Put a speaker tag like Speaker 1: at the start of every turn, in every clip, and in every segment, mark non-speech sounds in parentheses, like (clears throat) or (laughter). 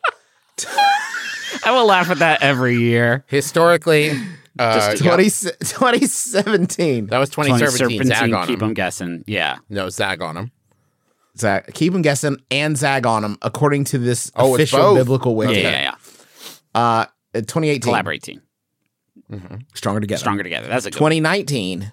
Speaker 1: I will laugh at that every year.
Speaker 2: Historically, uh,
Speaker 1: Just to go.
Speaker 3: 20, (laughs) 2017.
Speaker 2: That was 2017. Zag on
Speaker 1: keep
Speaker 2: him.
Speaker 1: them guessing. Yeah.
Speaker 2: No, Zag on him.
Speaker 3: Zag, keep them guessing and zag on them, according to this
Speaker 2: Oh, it's
Speaker 3: official
Speaker 2: both.
Speaker 3: biblical
Speaker 1: Yeah,
Speaker 3: wiki.
Speaker 1: yeah, yeah.
Speaker 3: Uh, 2018.
Speaker 1: Collaborate team.
Speaker 3: Stronger together.
Speaker 1: Stronger together. That's a good
Speaker 3: 2019.
Speaker 1: one.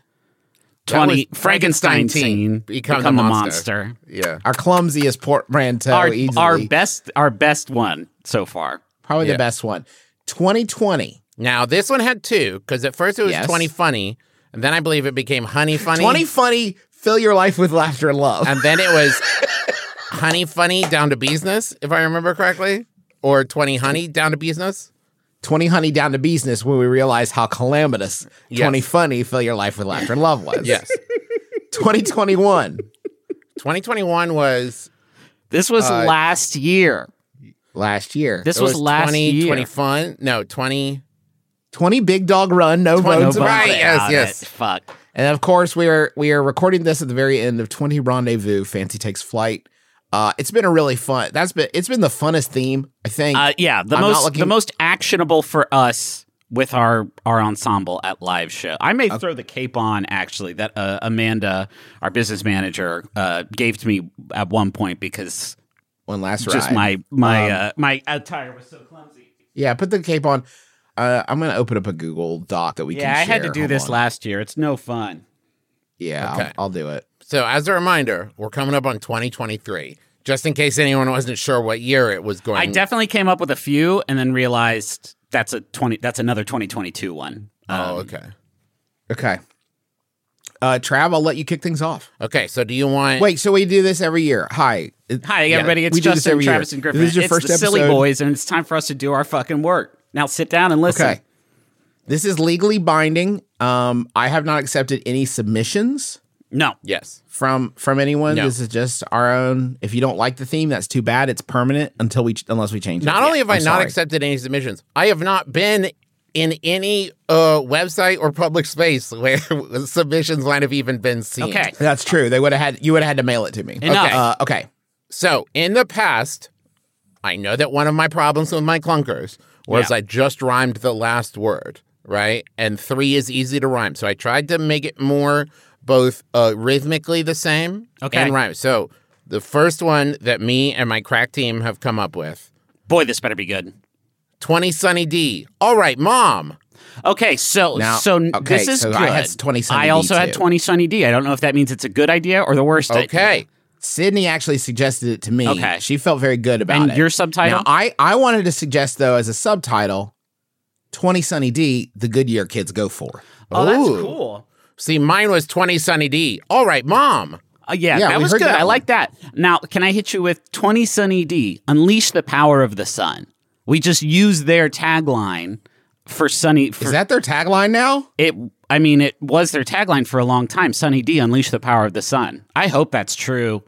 Speaker 1: 20.
Speaker 2: That was Frankenstein
Speaker 1: Frankenstein
Speaker 2: team.
Speaker 1: team.
Speaker 2: Become the
Speaker 1: the
Speaker 2: monster.
Speaker 1: monster.
Speaker 2: Yeah.
Speaker 3: Our clumsiest portmanteau.
Speaker 1: Our,
Speaker 3: Oh, easily.
Speaker 1: our best our best one so far.
Speaker 3: Probably
Speaker 2: Yeah.
Speaker 3: the best one. 2020.
Speaker 2: Now this one had two because at first it was
Speaker 3: Yes.
Speaker 2: 20 funny, and then I believe it became Honey Funny.
Speaker 3: 20 funny, fill your life with laughter and love.
Speaker 2: and then it was Honey Funny down to business, if I remember correctly, or 20 Honey down to business.
Speaker 3: 20 honey down to business when we realized how calamitous
Speaker 2: Yes.
Speaker 3: 20 funny fill your life with laughter and love
Speaker 1: (laughs)
Speaker 3: was.
Speaker 2: Yes.
Speaker 3: 2021.
Speaker 2: 2021 was
Speaker 1: This was
Speaker 3: Uh,
Speaker 1: last year.
Speaker 3: Last year.
Speaker 1: This
Speaker 2: it
Speaker 1: was,
Speaker 2: was
Speaker 1: last
Speaker 2: 20,
Speaker 1: year.
Speaker 2: 20 fun. No, 20.
Speaker 3: 20 big dog run, no
Speaker 2: 20
Speaker 3: votes.
Speaker 2: votes. right,
Speaker 1: Nobody
Speaker 2: yes,
Speaker 1: got
Speaker 2: yes.
Speaker 1: it. Fuck.
Speaker 3: And of course, we are we are recording this at the very end of 20 Rendezvous. Fancy takes flight. Uh, it's been a really fun. That's been it's been the funnest theme, I think.
Speaker 1: Uh, yeah, the
Speaker 3: I'm not
Speaker 1: most the
Speaker 3: looking-
Speaker 1: most actionable for us with our our ensemble at live show. I may throw the cape on actually that uh, Amanda, our business manager, uh, gave to me at one point because
Speaker 3: One last
Speaker 1: just
Speaker 3: ride.
Speaker 1: my my
Speaker 3: Um,
Speaker 1: uh, my attire was so clumsy.
Speaker 3: yeah, put the cape on. Uh, I'm gonna open up a Google Doc that we can.
Speaker 1: Yeah, I had to
Speaker 3: share.
Speaker 1: do
Speaker 3: Hold
Speaker 1: this
Speaker 3: on.
Speaker 1: last year. It's no fun.
Speaker 3: Yeah, I'll-
Speaker 2: Okay.
Speaker 3: I'll do it.
Speaker 2: So as a reminder, we're coming up on 2023. Just in case anyone wasn't sure what year it was going.
Speaker 1: I definitely came up with a few and then realized that's a twenty. That's another twenty twenty two one. Uh,
Speaker 2: Oh, okay.
Speaker 3: Okay. Uh, Trav, I'll let you kick things off.
Speaker 2: Okay. So do you want?
Speaker 3: Wait, so we do this every year. Hi. It-
Speaker 1: Eh. Hi,
Speaker 2: Yeah,
Speaker 1: everybody. It's
Speaker 3: Oh, we do this
Speaker 1: Justin,
Speaker 3: every year.
Speaker 1: Travis, and Griffin.
Speaker 3: This is your
Speaker 1: it's
Speaker 3: first
Speaker 1: the Silly
Speaker 3: episode.
Speaker 1: Boys, and it's time for us to do our fucking work. Now sit down and listen.
Speaker 3: Okay. This is legally binding. Um, I have not accepted any submissions
Speaker 1: No.
Speaker 2: Yes.
Speaker 3: from from anyone.
Speaker 2: No.
Speaker 3: This is just our own. If you don't like the theme, that's too bad. It's permanent until we ch- unless we change it.
Speaker 2: Not only have i
Speaker 3: I'm
Speaker 2: not
Speaker 3: sorry.
Speaker 2: accepted any submissions, I have not been in any uh, website or public space where (laughs) submissions might have even been seen.
Speaker 1: Okay.
Speaker 3: That's true. They would have had you would have had to mail it to me.
Speaker 1: Enough.
Speaker 3: Okay. Uh, okay.
Speaker 2: So in the past, I know that one of my problems with my clunkers was
Speaker 1: Yeah.
Speaker 2: I just rhymed the last word, right? And three is easy to rhyme. So I tried to make it more both uh, rhythmically the same
Speaker 1: Okay.
Speaker 2: and rhyme. So the first one that me and my crack team have come up with
Speaker 1: Boy, this better be good.
Speaker 2: 20 Sunny D. All right, mom.
Speaker 1: Okay, so
Speaker 3: Now-
Speaker 1: so n-
Speaker 3: okay,
Speaker 1: this is
Speaker 3: so
Speaker 1: good.
Speaker 3: I had 20 Sunny
Speaker 1: I
Speaker 3: D
Speaker 1: also had
Speaker 3: too.
Speaker 1: 20 Sunny D. I don't know if that means it's a good idea or the worst idea.
Speaker 2: Okay.
Speaker 3: Sydney actually suggested it to me.
Speaker 1: Okay.
Speaker 3: She felt very good about
Speaker 1: And
Speaker 3: it.
Speaker 1: your subtitle?
Speaker 3: Now, I, I wanted to suggest, though, as a subtitle, 20 Sunny D, the Goodyear kids go for.
Speaker 1: Oh, that's
Speaker 2: Ooh.
Speaker 1: cool.
Speaker 2: See, mine was 20 Sunny D. All right, mom.
Speaker 1: Uh, yeah,
Speaker 3: Yeah,
Speaker 1: that
Speaker 3: we
Speaker 1: was
Speaker 3: heard
Speaker 1: good.
Speaker 3: that
Speaker 1: I
Speaker 3: one.
Speaker 1: like that. Now, can I hit you with 20 Sunny D? Unleash the power of the sun. We just use their tagline for Sunny. For
Speaker 3: Is that their tagline now?
Speaker 1: it? I mean, it was their tagline for a long time. Sunny D, unleash the power of the sun. I hope that's true.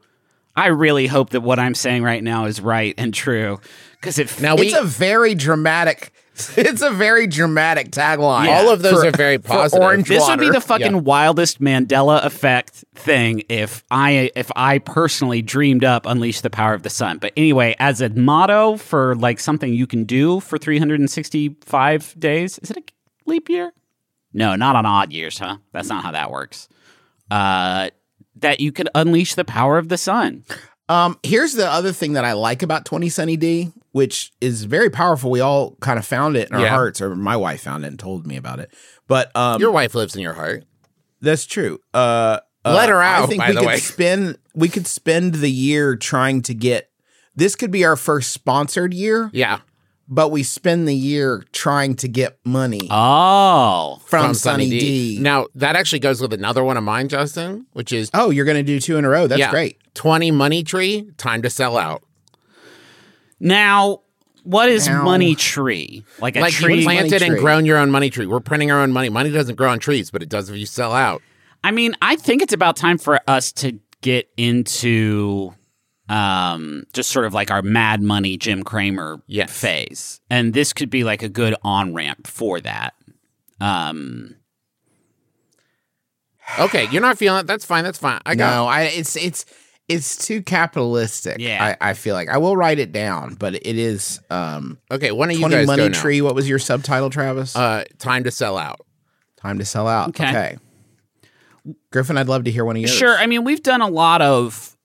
Speaker 1: I really hope that what I'm saying right now is right and true because it
Speaker 2: Now we
Speaker 3: it's a very dramatic. (laughs) It's a very dramatic tagline.
Speaker 2: All of those are very
Speaker 3: for
Speaker 2: positive.
Speaker 3: orange
Speaker 1: This
Speaker 3: water.
Speaker 1: would be the fucking
Speaker 2: Yeah.
Speaker 1: wildest Mandela effect thing if I if I personally dreamed up unleash the power of the sun. But anyway, as a motto for like something you can do for 365 days, is it a leap year? No, not on odd years, huh? That's not how that works. Uh, that you can unleash the power of the sun.
Speaker 3: Um, here's the other thing that I like about 20 Sunny D, which is very powerful. We all kind of found it in our
Speaker 2: Yeah.
Speaker 3: hearts, or my wife found it and told me about it. But um,
Speaker 2: Your wife lives in your heart.
Speaker 3: That's true. Uh, uh,
Speaker 2: Let her
Speaker 3: I
Speaker 2: out,
Speaker 3: think
Speaker 2: by
Speaker 3: we
Speaker 2: the
Speaker 3: could
Speaker 2: way.
Speaker 3: spend we could spend the year trying to get. This could be our first sponsored year,
Speaker 2: Yeah.
Speaker 3: but we spend the year trying to get money
Speaker 2: Uh,
Speaker 1: Oh,
Speaker 3: from, Sunny D.
Speaker 2: Now that actually goes with another one of mine, Justin, which is
Speaker 3: oh, you're gonna do two in a row. That's
Speaker 2: yeah,
Speaker 3: great.
Speaker 2: Twenty money tree, time to sell out.
Speaker 1: now what is
Speaker 3: Now-
Speaker 1: money tree? Like a
Speaker 2: Like you
Speaker 1: tree?
Speaker 2: planted
Speaker 3: Money
Speaker 2: and
Speaker 3: tree.
Speaker 2: grown your own money tree. We're printing our own money. Money doesn't grow on trees, but it does if you sell out.
Speaker 1: I mean, I think it's about time for us to get into um, just sort of like our Mad Money Jim Cramer
Speaker 2: Yes.
Speaker 1: phase, and this could be like a good on ramp for that. Um,
Speaker 2: Okay, you're not feeling it. That's fine. That's fine. I got.
Speaker 3: No, I it's it's it's too capitalistic.
Speaker 1: Yeah.
Speaker 3: I, I feel like I will write it down, but it is um
Speaker 2: Okay, one of you
Speaker 3: twenty
Speaker 2: guys
Speaker 3: money
Speaker 2: go now.
Speaker 3: tree. What was your subtitle, Travis?
Speaker 2: Uh, time to sell out.
Speaker 3: Time to sell out.
Speaker 1: Okay.
Speaker 3: Okay. Griffin, I'd love to hear one of yours.
Speaker 1: Sure. I mean, we've done a lot of,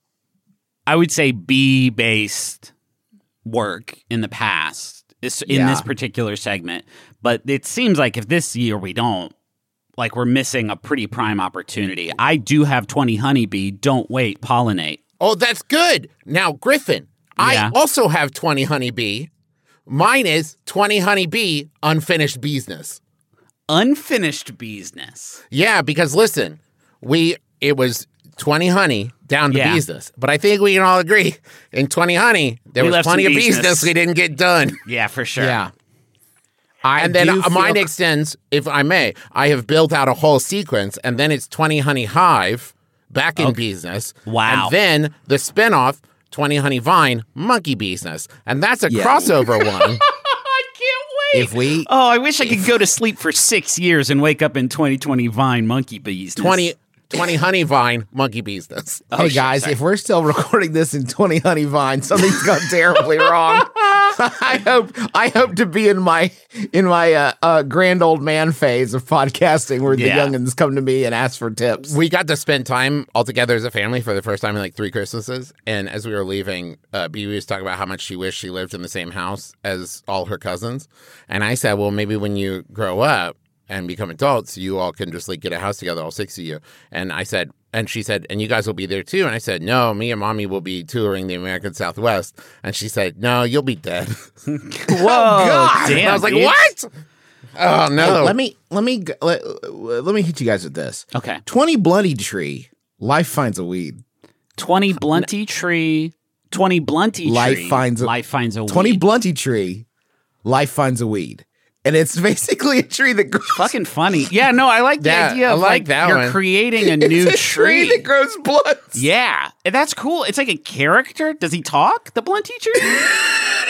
Speaker 1: I would say, B based work in the past, is- in
Speaker 3: Yeah.
Speaker 1: this particular segment. But it seems like if this year we don't, like, we're missing a pretty prime opportunity. I do have 20 honeybee. Don't wait, pollinate.
Speaker 2: Oh, that's good. Now, Griffin,
Speaker 1: Yeah.
Speaker 2: I also have 20 honeybee. Mine is 20 honeybee unfinished business.
Speaker 1: Unfinished business.
Speaker 2: Yeah, because listen, we it was 20 honey down to
Speaker 1: Yeah.
Speaker 2: business. But I think we can all agree in 20 honey, there
Speaker 1: We
Speaker 2: was
Speaker 1: left
Speaker 2: plenty of
Speaker 1: some business.
Speaker 2: business we didn't get done.
Speaker 1: Yeah, for sure.
Speaker 2: Yeah. and then
Speaker 3: do
Speaker 2: uh, mine
Speaker 3: feel-
Speaker 2: extends, if I may, I have built out a whole sequence, and then it's 20 Honey Hive back in business.
Speaker 1: Wow.
Speaker 2: And then the spinoff, 20 Honey Vine Monkey Business. And that's a
Speaker 3: Yeah. (laughs)
Speaker 2: crossover one.
Speaker 1: I can't wait.
Speaker 3: If we
Speaker 1: Oh, I wish I could go to sleep for six years and wake up in 2020 Vine Monkey Bees.
Speaker 2: 20, 20 Honey Vine Monkey Business.
Speaker 3: Hey guys, if we're still (laughs) recording this in 20 Honey Vine, something's gone (laughs)
Speaker 2: (laughs)
Speaker 3: terribly wrong. I hope I hope to be in my in my uh, uh, grand old man phase of podcasting where
Speaker 1: Yeah.
Speaker 3: the youngins come to me and ask for tips.
Speaker 2: We got to spend time all together as a family for the first time in like three Christmases. And as we were leaving, uh, BB was talking about how much she wished she lived in the same house as all her cousins. And I said, well, maybe when you grow up and become adults, you all can just like get a house together, all six of you. And I said, and she said, and you guys will be there too. And I said, no, me and mommy will be touring the American Southwest. And she said, no, you'll be dead. (laughs)
Speaker 1: Whoa. Damn,
Speaker 2: I was like,
Speaker 1: dude.
Speaker 2: what? Oh, no.
Speaker 3: Let me let me g- let, let me hit you guys with this.
Speaker 1: Okay.
Speaker 3: 20 bloody tree, life finds a weed.
Speaker 1: 20 blunty tree. 20 blunty
Speaker 3: Life
Speaker 1: tree.
Speaker 3: finds a-
Speaker 1: life finds a
Speaker 3: 20
Speaker 1: weed.
Speaker 3: blunty tree, life finds a weed. And it's (laughs) basically a tree that grows
Speaker 1: Fucking funny. Yeah, no, I like the
Speaker 2: Yeah,
Speaker 1: idea
Speaker 2: I
Speaker 1: of
Speaker 2: like
Speaker 1: like
Speaker 2: that
Speaker 1: you're
Speaker 2: one.
Speaker 3: (laughs)
Speaker 1: creating a new
Speaker 3: it's a tree. that grows blunts.
Speaker 1: yeah, And that's cool. It's like a character. Does he talk? The blunty
Speaker 3: (laughs)
Speaker 1: tree.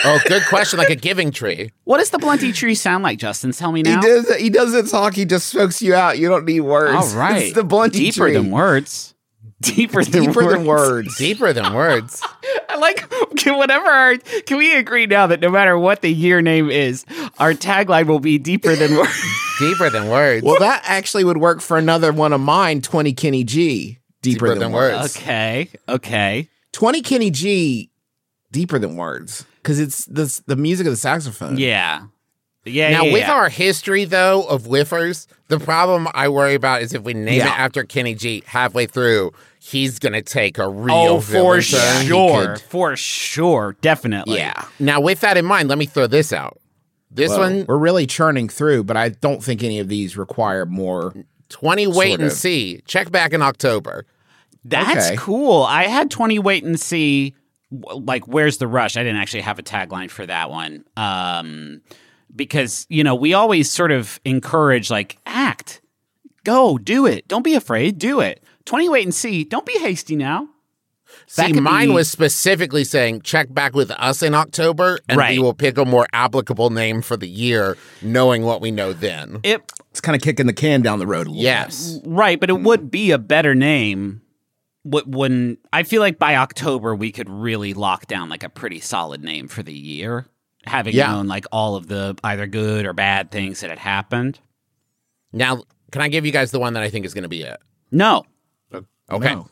Speaker 2: oh, good question. Like a giving tree.
Speaker 1: what does the blunty tree sound like, Justin? Tell me
Speaker 3: He
Speaker 1: now.
Speaker 3: does. He doesn't talk. He just smokes you out. You don't need words.
Speaker 1: All right,
Speaker 3: It's the blunty
Speaker 1: deeper
Speaker 3: tree.
Speaker 1: than words. (laughs) Deeper than
Speaker 3: Deeper
Speaker 1: words.
Speaker 3: than words.
Speaker 2: Deeper than words.
Speaker 1: (laughs) I like can whatever. Our, can we agree now that no matter what the year name is, our tagline will be deeper than words.
Speaker 2: Deeper than words.
Speaker 3: Well, that actually would work for another one of mine. Twenty Kenny G. (laughs) Deeper, than, words.
Speaker 1: okay. Okay.
Speaker 3: Twenty Kenny G. Deeper than words because it's the the music of the saxophone.
Speaker 1: Yeah. Yeah.
Speaker 2: Now,
Speaker 1: yeah,
Speaker 2: with
Speaker 1: yeah.
Speaker 2: our history, though, of whiffers, the problem I worry about is if we name
Speaker 3: Yeah.
Speaker 2: it after Kenny G halfway through, he's going to take a real
Speaker 1: Oh, for
Speaker 2: villain turn. He
Speaker 1: sure.
Speaker 2: could-
Speaker 1: For sure. Definitely.
Speaker 3: yeah.
Speaker 2: Now, with that in mind, let me throw this out. This
Speaker 3: Whoa.
Speaker 2: one,
Speaker 3: we're really churning through, but I don't think any of these require more.
Speaker 2: 20 wait
Speaker 3: Sort
Speaker 2: and
Speaker 3: of.
Speaker 2: see. Check back in October.
Speaker 1: That's
Speaker 3: Okay.
Speaker 1: cool. I had 20 wait and see. w- Like, where's the rush? I didn't actually have a tagline for that one. Um, because, you know, we always sort of encourage, like, act, go, do it. Don't be afraid, do it. 20 wait and see. Don't be hasty now. That
Speaker 2: See,
Speaker 1: could
Speaker 2: mine
Speaker 1: be-
Speaker 2: was specifically saying check back with us in October, and
Speaker 1: Right.
Speaker 2: we will pick a more applicable name for the year, knowing what we know then.
Speaker 1: It,
Speaker 3: It's kind of kicking the can down the road a little.
Speaker 2: yes.
Speaker 1: right, but it would be a better name. wh- When I feel like by October we could really lock down like a pretty solid name for the year, having
Speaker 2: Yeah.
Speaker 1: known like all of the either good or bad things that had happened.
Speaker 2: Now, can I give you guys the one that I think is going to be it?
Speaker 1: No,
Speaker 2: Okay.
Speaker 3: No.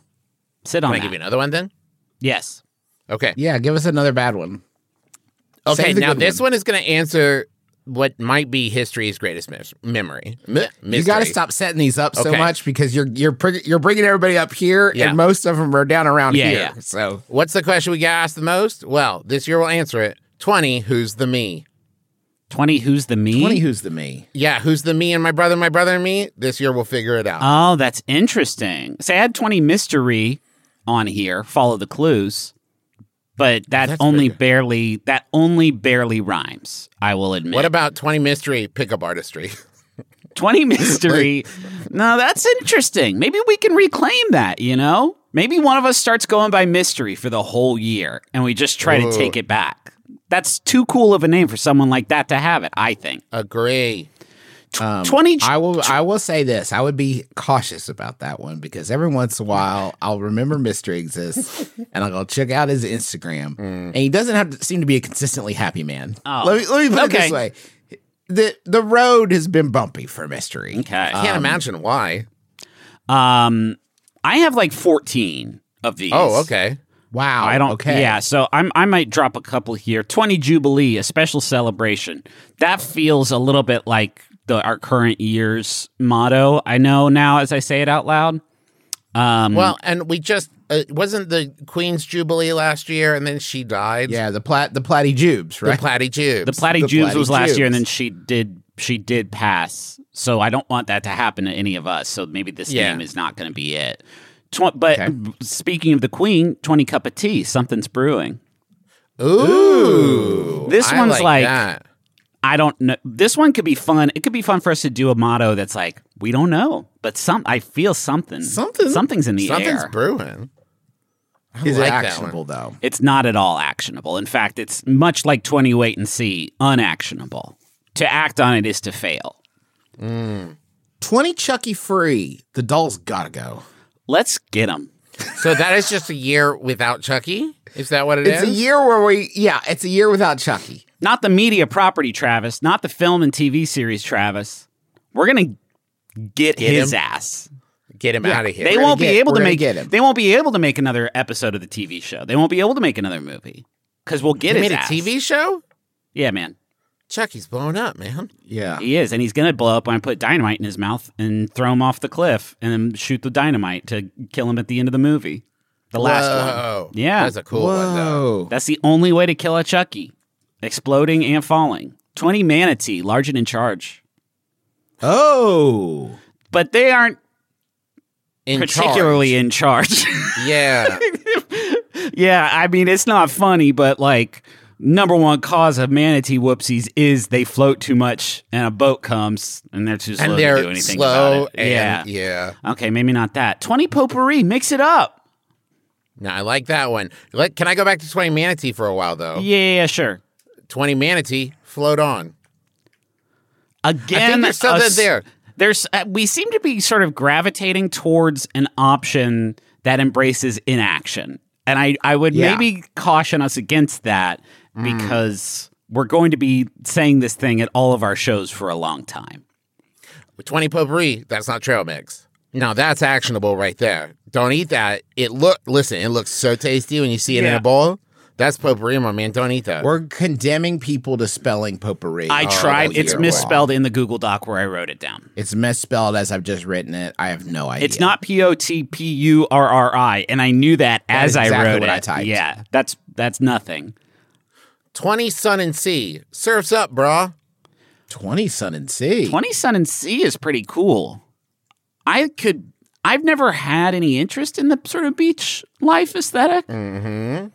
Speaker 1: Sit on
Speaker 2: Can I
Speaker 1: that.
Speaker 2: give you another one then?
Speaker 1: yes.
Speaker 2: Okay.
Speaker 3: Yeah, give us another bad one.
Speaker 2: Okay.
Speaker 3: Save the
Speaker 2: Now
Speaker 3: good
Speaker 2: this
Speaker 3: one.
Speaker 2: one is going to answer what might be history's greatest mis- memory. M-
Speaker 3: You got to
Speaker 2: mystery.
Speaker 3: stop setting these up so
Speaker 2: Okay.
Speaker 3: much because you're you're pr- you're bringing everybody up here,
Speaker 2: Yeah.
Speaker 3: and most of them are down around
Speaker 1: Yeah,
Speaker 3: here.
Speaker 1: yeah.
Speaker 3: So
Speaker 2: What's the question we got asked the most? Well, this year we'll answer it. Twenty. Who's the me?
Speaker 1: 20 Who's the Me?
Speaker 3: twenty, who's the me?
Speaker 2: Yeah. Who's the me and my brother, my brother and me? This year we'll figure it out.
Speaker 3: Um,
Speaker 1: oh, that's interesting. So I had 20 Mystery on here, Follow the Clues, but that
Speaker 2: That's
Speaker 1: only
Speaker 2: bigger.
Speaker 1: barely that only barely rhymes, I will admit.
Speaker 2: what about twenty mystery pickup artistry?
Speaker 1: 20 Mystery? no, that's interesting. Maybe we can reclaim that, you know? Maybe one of us starts going by Mystery for the whole year and we just try to take it back. That's too cool of a name for someone like that to have it, I think.
Speaker 2: Agree. Um,
Speaker 1: 20
Speaker 3: I will I will say this. I would be cautious about that one because every once in a while I'll remember Mystery exists and I'll go check out his
Speaker 2: Mm.
Speaker 3: Instagram. And he doesn't have to seem to be a consistently happy man.
Speaker 1: Oh.
Speaker 3: Let me let me put it
Speaker 1: Okay.
Speaker 3: this way. the the road has been bumpy for E. mystery.
Speaker 1: Okay.
Speaker 2: Can't imagine why.
Speaker 1: Um, I have like 14 of these.
Speaker 2: (laughs) Oh, okay.
Speaker 3: Wow.
Speaker 1: I don't.
Speaker 3: Okay.
Speaker 1: Yeah, so I'm. I might drop a couple here. Twenty Jubilee, a special celebration. That feels a little bit like the our current year's motto. I know now as I say it out loud. Um,
Speaker 2: Well, and we just uh, wasn't the Queen's Jubilee last year, and then she died.
Speaker 3: Yeah. The plat the platty jubes,
Speaker 2: the
Speaker 3: right?
Speaker 2: Platy Jubes.
Speaker 1: the Platy
Speaker 3: the
Speaker 1: Jubes
Speaker 3: Platy
Speaker 1: was last year, and
Speaker 3: Jubes.
Speaker 1: then she did. She did pass. So I don't want that to happen to any of us. So maybe this
Speaker 2: Yeah.
Speaker 1: name is not going to be it. Tw- but speaking of the Queen, twenty cup of tea. Something's brewing.
Speaker 2: Ooh,
Speaker 1: This
Speaker 2: I
Speaker 1: one's like-
Speaker 2: that.
Speaker 1: I don't know. This one could be fun. It could be fun for us to do a motto that's like, we don't know, but some I feel something.
Speaker 3: Something-
Speaker 1: Something's in the
Speaker 2: something's
Speaker 1: air.
Speaker 2: brewing. I
Speaker 3: Is
Speaker 2: like
Speaker 3: it
Speaker 2: that
Speaker 3: actionable though?
Speaker 1: it's not at all actionable. In fact, it's much like 20 wait and see, unactionable. To act on it is to fail.
Speaker 3: Twenty Chucky free. The doll's gotta go.
Speaker 1: Let's get them.
Speaker 2: one. So that is just a year without Chucky. Is that what it
Speaker 3: It's a
Speaker 2: is?
Speaker 3: year where we yeah, it's a year without Chucky.
Speaker 1: Not the media property, Travis, not the film and TV series, Travis. We're going to get, his
Speaker 2: him.
Speaker 1: ass.
Speaker 2: Get him out of here.
Speaker 1: They won't
Speaker 3: get-
Speaker 1: be able
Speaker 3: we're
Speaker 1: to
Speaker 3: gonna
Speaker 1: make
Speaker 3: get him.
Speaker 1: They won't be able to make another episode of the TV show. They won't be able to make another movie because we'll get
Speaker 2: They
Speaker 1: his
Speaker 2: made a
Speaker 1: ass.
Speaker 2: TV E show.
Speaker 1: Yeah, man.
Speaker 2: Chucky's blown up, man.
Speaker 3: Yeah.
Speaker 1: He is, and he's gonna blow up when I put dynamite in his mouth and throw him off the cliff and then shoot the dynamite to kill him at the end of the movie. The last
Speaker 2: Whoa.
Speaker 1: one. Yeah.
Speaker 2: that's a cool one. Though.
Speaker 1: That's the only way to kill a Chucky. Exploding and falling. Twenty manatee, large and in charge.
Speaker 3: Oh.
Speaker 1: But they aren't
Speaker 2: In
Speaker 1: particularly in charge. (laughs)
Speaker 2: charge. yeah.
Speaker 1: yeah, I mean it's not funny, but like number one cause of manatee whoopsies is they float too much and a boat comes and they're too slow
Speaker 2: and
Speaker 1: to do
Speaker 2: they're
Speaker 1: anything
Speaker 2: slow.
Speaker 1: about it.
Speaker 2: And,
Speaker 1: yeah.
Speaker 2: yeah,
Speaker 1: Okay, maybe not that. 20 potpourri, mix it up.
Speaker 2: No, I like that one. Like, can I go back to Twenty Manatee for a while
Speaker 3: Oh.
Speaker 2: though?
Speaker 1: Yeah, yeah, yeah, sure.
Speaker 2: Twenty Manatee, float on.
Speaker 1: Again,
Speaker 2: there's something
Speaker 1: us-
Speaker 2: there.
Speaker 1: There's uh, we seem to be sort of gravitating towards an option that embraces inaction. And I I would
Speaker 3: Yeah. Mm.
Speaker 1: maybe caution us against that because we're going to be saying this thing at all of our shows for a long time.
Speaker 2: Twenty potpourri. That's not trail mix. Now that's actionable right there. Don't eat that. It look. Listen, it looks so tasty when you see it in
Speaker 1: Yeah.
Speaker 2: a bowl. That's potpourri, my man. Don't eat that.
Speaker 3: We're condemning people to spelling potpourri. Oh,
Speaker 1: I tried
Speaker 2: that's
Speaker 1: it's
Speaker 2: your
Speaker 1: misspelled in the Google Doc where I wrote it down.
Speaker 3: It's misspelled as I've just written it. I have no idea.
Speaker 1: It's not P O T P U R R I, and I knew that as
Speaker 3: is
Speaker 1: I
Speaker 3: exactly
Speaker 1: wrote
Speaker 3: what
Speaker 1: it.
Speaker 3: I typed.
Speaker 1: Yeah, that's that's nothing.
Speaker 2: Twenty Sun and Sea. Surfs up, brah.
Speaker 3: 20 Sun and Sea.
Speaker 1: 20 Sun and Sea is pretty cool. I could, I've never had any interest in the sort of beach life esthetic Mm-hmm.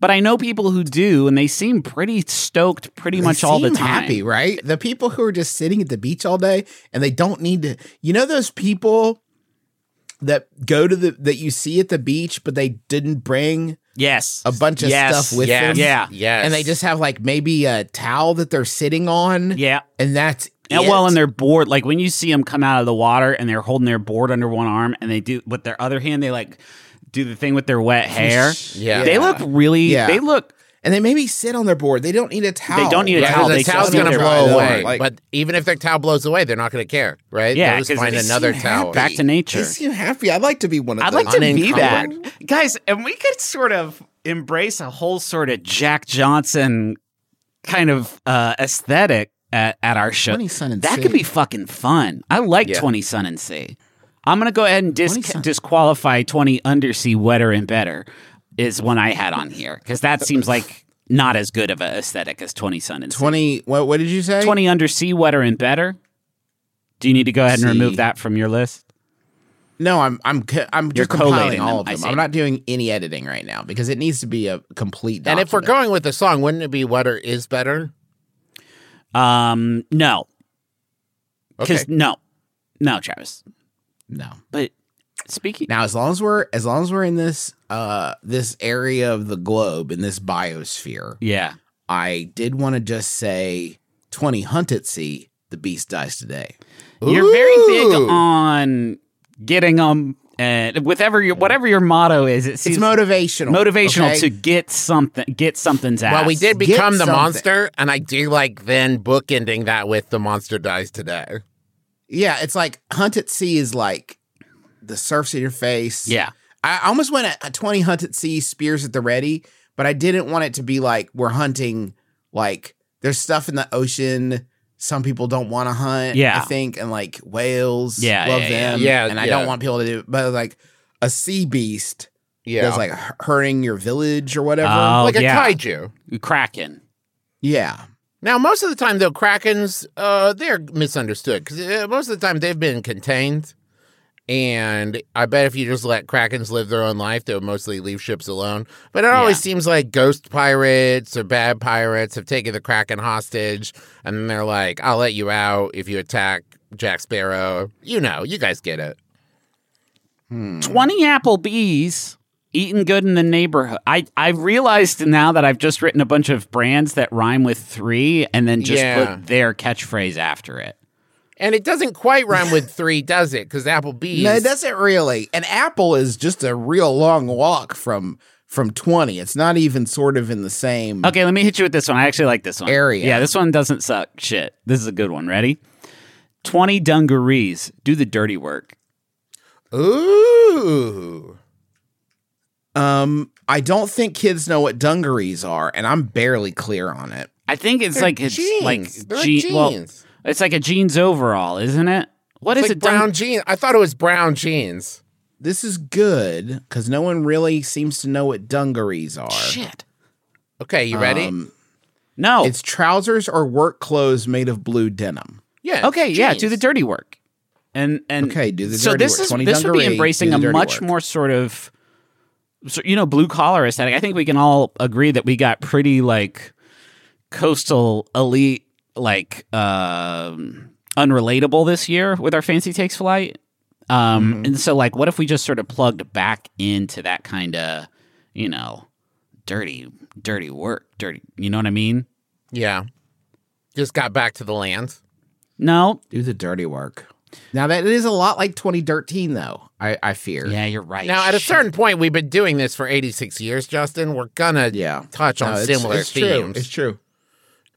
Speaker 1: But I know people who do, and they seem pretty stoked pretty
Speaker 3: They
Speaker 1: much all the
Speaker 3: seem
Speaker 1: time.
Speaker 3: Happy, right? The people who are just sitting at the beach all day and they don't need to. You know those people that go to the that you see at the beach, but they didn't bring
Speaker 1: Yes.
Speaker 3: a bunch of
Speaker 1: Yes.
Speaker 3: stuff with
Speaker 1: yes.
Speaker 3: them.
Speaker 1: Yeah.
Speaker 2: Yes.
Speaker 3: and they just have like maybe a towel that they're sitting on.
Speaker 1: Yeah.
Speaker 3: and that's
Speaker 1: And
Speaker 3: it.
Speaker 1: well, and they're bored. Like when you see them come out of the water and they're holding their board under one arm and they do with their other hand, they like do the thing with their wet
Speaker 3: (laughs)
Speaker 1: hair.
Speaker 2: Yeah.
Speaker 1: They look really,
Speaker 3: Yeah.
Speaker 1: they look,
Speaker 3: and they maybe sit on their board. They don't need a towel.
Speaker 1: don't need a
Speaker 2: Yeah,
Speaker 1: towel,
Speaker 2: the
Speaker 1: they
Speaker 2: towel's
Speaker 1: just need
Speaker 2: gonna
Speaker 1: their
Speaker 2: blow
Speaker 1: towel.
Speaker 2: away.
Speaker 3: Like-
Speaker 2: but even if their towel blows away, they're not gonna care, right?
Speaker 1: Yeah,
Speaker 2: They'll just
Speaker 1: 'cause
Speaker 2: find
Speaker 1: they
Speaker 2: another
Speaker 3: seem
Speaker 2: towel.
Speaker 1: back to
Speaker 3: They
Speaker 1: nature.
Speaker 3: seem happy. I'd like to be one of
Speaker 1: I'd
Speaker 3: those.
Speaker 1: like to be that.
Speaker 2: unencumbered.
Speaker 1: Guys, and we could sort of embrace a whole sort of Jack Johnson kind of uh, aesthetic at, at our show.
Speaker 3: 20 Sun and
Speaker 1: that
Speaker 3: Sea.
Speaker 1: could be fucking fun. I like 20 Sun and Sea. I'm going to go ahead and dis-
Speaker 3: 20 Sun.
Speaker 1: disqualify 20 Undersea Wetter and Better is one I had on here because that seems like not as good of an aesthetic as 20 Sun and Sea.
Speaker 3: 20 what what did you say
Speaker 1: 20 Undersea Wetter and Better. Do you need to go ahead and
Speaker 3: Sea.
Speaker 1: remove that from your list?
Speaker 3: no i'm i'm co- i'm
Speaker 1: You're
Speaker 3: just compiling
Speaker 1: collating them,
Speaker 3: all of
Speaker 1: I
Speaker 3: them
Speaker 1: see.
Speaker 3: i'm not doing any editing right now because it needs to be a complete
Speaker 2: and
Speaker 3: document.
Speaker 2: if we're going with the song, wouldn't it be "Wetter Is Better"?
Speaker 1: Um, no. Because
Speaker 2: Okay.
Speaker 1: no, no, Travis.
Speaker 3: no
Speaker 1: But speaking,
Speaker 3: now as long as we're as long as we're in this uh this area of the globe in this biosphere
Speaker 1: yeah,
Speaker 3: i did want to just say 20 hunt at sea the beast dies today
Speaker 1: you're very big
Speaker 2: Ooh.
Speaker 1: on getting them and whatever your whatever your motto is, it
Speaker 3: It's
Speaker 1: seems
Speaker 3: motivational.
Speaker 1: motivational
Speaker 3: okay?
Speaker 1: to get something, get something's ass.
Speaker 2: Well, we did
Speaker 3: Get
Speaker 2: become the
Speaker 3: something.
Speaker 2: monster, and I do like then bookending that with the monster dies today.
Speaker 3: Yeah, it's like hunt at sea is like the surf's in your face.
Speaker 1: Yeah.
Speaker 3: I almost went at a 20 hunt at sea, spears at the ready, but I didn't want it to be like we're hunting, like there's stuff in the ocean some people don't want to hunt,
Speaker 1: Yeah.
Speaker 3: I think, and like whales,
Speaker 1: Yeah,
Speaker 3: love
Speaker 1: yeah, yeah.
Speaker 3: them.
Speaker 2: Yeah,
Speaker 3: and I
Speaker 2: yeah.
Speaker 3: don't want people to do but like a sea beast
Speaker 2: Yeah,
Speaker 3: that's like hu- hurting your village or whatever.
Speaker 1: Oh,
Speaker 2: like a
Speaker 1: yeah.
Speaker 2: kaiju.
Speaker 1: Kraken.
Speaker 3: yeah.
Speaker 2: Now, most of the time, though, krakens uh, they're misunderstood because uh, most of the time they've been contained. And I bet if you just let krakens live their own life, they'll mostly leave ships alone. But it always
Speaker 1: Yeah.
Speaker 2: seems like ghost pirates or bad pirates have taken the kraken hostage, and then they're like, "I'll let you out if you attack Jack Sparrow." You know, you guys get it. Mm.
Speaker 1: 20 Applebee's eating good in the neighborhood. I, I realized now that I've just written a bunch of brands that rhyme with three and then just
Speaker 2: Yeah.
Speaker 1: put their catchphrase after it.
Speaker 2: And it doesn't quite rhyme
Speaker 3: (laughs)
Speaker 2: with three, does it? Because Applebee's.
Speaker 3: No, it doesn't really. An apple is just a real long walk from from 20. It's not even sort of in the same.
Speaker 1: Okay, let me hit you with this one. I actually like this one.
Speaker 3: Area.
Speaker 1: Yeah, this one doesn't suck shit. This is a good one. Ready? 20 dungarees. Do the dirty work.
Speaker 2: Ooh.
Speaker 3: Um, I don't think kids know what dungarees are, and I'm barely clear on it.
Speaker 1: I think it's like it's
Speaker 2: jeans.
Speaker 1: like,
Speaker 2: They're like
Speaker 1: je- well,
Speaker 2: jeans.
Speaker 1: it's like a jeans overall, isn't it? What is
Speaker 2: It's like
Speaker 1: it?
Speaker 2: brown jeans. I thought it was brown jeans.
Speaker 3: This is good because no one really seems to know what dungarees are.
Speaker 1: shit.
Speaker 2: Okay, you ready?
Speaker 3: Um,
Speaker 1: No.
Speaker 3: It's trousers or work clothes made of blue denim.
Speaker 2: yeah.
Speaker 1: Okay, yeah, do
Speaker 2: jeans.
Speaker 1: the dirty work. And and
Speaker 3: Okay, do the
Speaker 1: so
Speaker 3: dirty
Speaker 1: this
Speaker 3: work.
Speaker 1: is
Speaker 3: 20
Speaker 1: this would be
Speaker 3: dungaree, do
Speaker 1: embracing
Speaker 3: the
Speaker 1: a
Speaker 3: dirty
Speaker 1: much
Speaker 3: work.
Speaker 1: more sort of so, you know blue collar aesthetic. I think we can all agree that we got pretty like coastal elite like um unrelatable this year with our fancy takes flight. Um
Speaker 3: Mm-hmm.
Speaker 1: and so like what if we just sort of plugged back into that kind of, you know, dirty dirty work, dirty, you know what I mean?
Speaker 2: Yeah. Just got back to the land.
Speaker 1: No.
Speaker 3: Do the dirty work. Now that is a lot like 2013, though. I I fear.
Speaker 1: Yeah, you're right.
Speaker 2: Now, at a
Speaker 1: Shit.
Speaker 2: certain point, we've been doing this for 86 years, Justin. We're gonna
Speaker 3: Yeah.
Speaker 2: touch on
Speaker 3: No, it's-
Speaker 2: similar
Speaker 3: it's
Speaker 2: themes.
Speaker 3: True. It's true.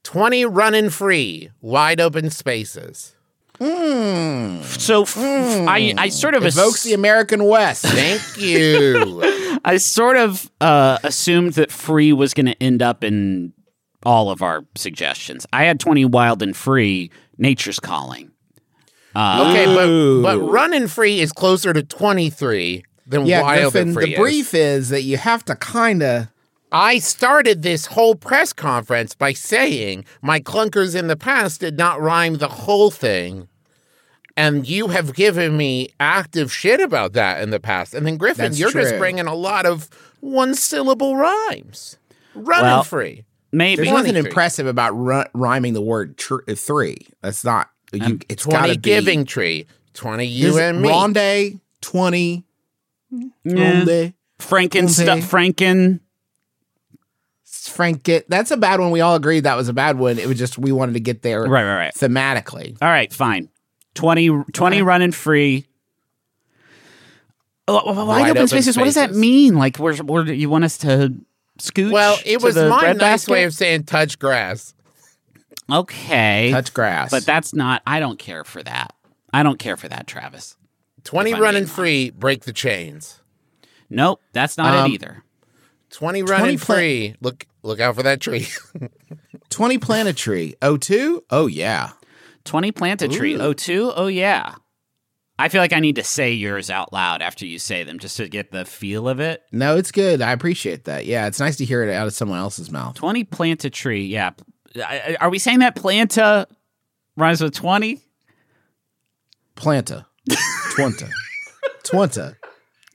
Speaker 2: 20 running free, wide open spaces.
Speaker 1: So f-
Speaker 2: Hmm.
Speaker 1: I I sort of
Speaker 3: Evokes the
Speaker 1: ass-
Speaker 3: American (laughs) West.
Speaker 2: Thank you.
Speaker 1: I sort of uh, assumed that free was going to end up in all of our suggestions. I had twenty wild and free. Nature's calling.
Speaker 2: okay, but, but
Speaker 3: Ooh.
Speaker 2: running free is closer to 23 than
Speaker 3: yeah,
Speaker 2: wild
Speaker 3: Griffin.
Speaker 2: and free.
Speaker 3: The
Speaker 2: is.
Speaker 3: brief is that you have to kind of.
Speaker 2: I started this whole press conference by saying my clunkers in the past did not rhyme the whole thing. And you have given me active shit about that in the past. And then Griffin,
Speaker 3: That's
Speaker 2: you're just
Speaker 3: true.
Speaker 2: bringing a lot of one syllable rhymes. Running
Speaker 1: Well,
Speaker 2: free.
Speaker 1: Maybe
Speaker 3: There's nothing
Speaker 2: 23.
Speaker 3: impressive about ru- rhyming the word tr- uh, three. That's not. You, it's
Speaker 2: 20
Speaker 3: gotta
Speaker 2: giving
Speaker 3: Be,
Speaker 2: tree. 20
Speaker 3: There's
Speaker 2: you and me.
Speaker 3: Ronde twenty.
Speaker 1: Yeah.
Speaker 3: Ronde
Speaker 1: Franken
Speaker 3: Okay.
Speaker 1: stuff. Franken.
Speaker 3: Frank. It. That's a bad one. We all agreed that was a bad one. It was just we wanted to get there
Speaker 1: Right, right, right.
Speaker 3: thematically.
Speaker 1: All right, fine. 20, 20 running free. Oh, wide,
Speaker 2: Wide
Speaker 1: open,
Speaker 2: open
Speaker 1: spaces. What does that
Speaker 2: spaces.
Speaker 1: mean? Like, where, where you want us to scooch?
Speaker 2: Well, it
Speaker 1: to
Speaker 2: was
Speaker 1: the
Speaker 2: my
Speaker 1: bread
Speaker 2: nice
Speaker 1: basket?
Speaker 2: way of saying touch grass.
Speaker 1: okay.
Speaker 3: Touch grass.
Speaker 1: But that's not. I don't care for that. I don't care for that, Travis.
Speaker 2: 20
Speaker 1: If I
Speaker 2: running
Speaker 1: may.
Speaker 2: free, break the chains.
Speaker 1: Nope, that's not
Speaker 3: Um,
Speaker 1: it either.
Speaker 2: 20 running
Speaker 3: 20 pla-
Speaker 2: free. Look look out for that tree.
Speaker 3: twenty planetary. Oh two. Oh yeah.
Speaker 1: Twenty plant a tree. Oh two. Oh yeah. I feel like I need to say yours out loud after you say them, just to get the feel of it.
Speaker 3: No, it's good. I appreciate that. Yeah, it's nice to hear it out of someone else's mouth.
Speaker 1: Twenty plant a tree. Yeah. I- I- Are we saying that planta rhymes with twenty?
Speaker 3: Planta.
Speaker 1: (laughs)
Speaker 3: Twanta. Twanta.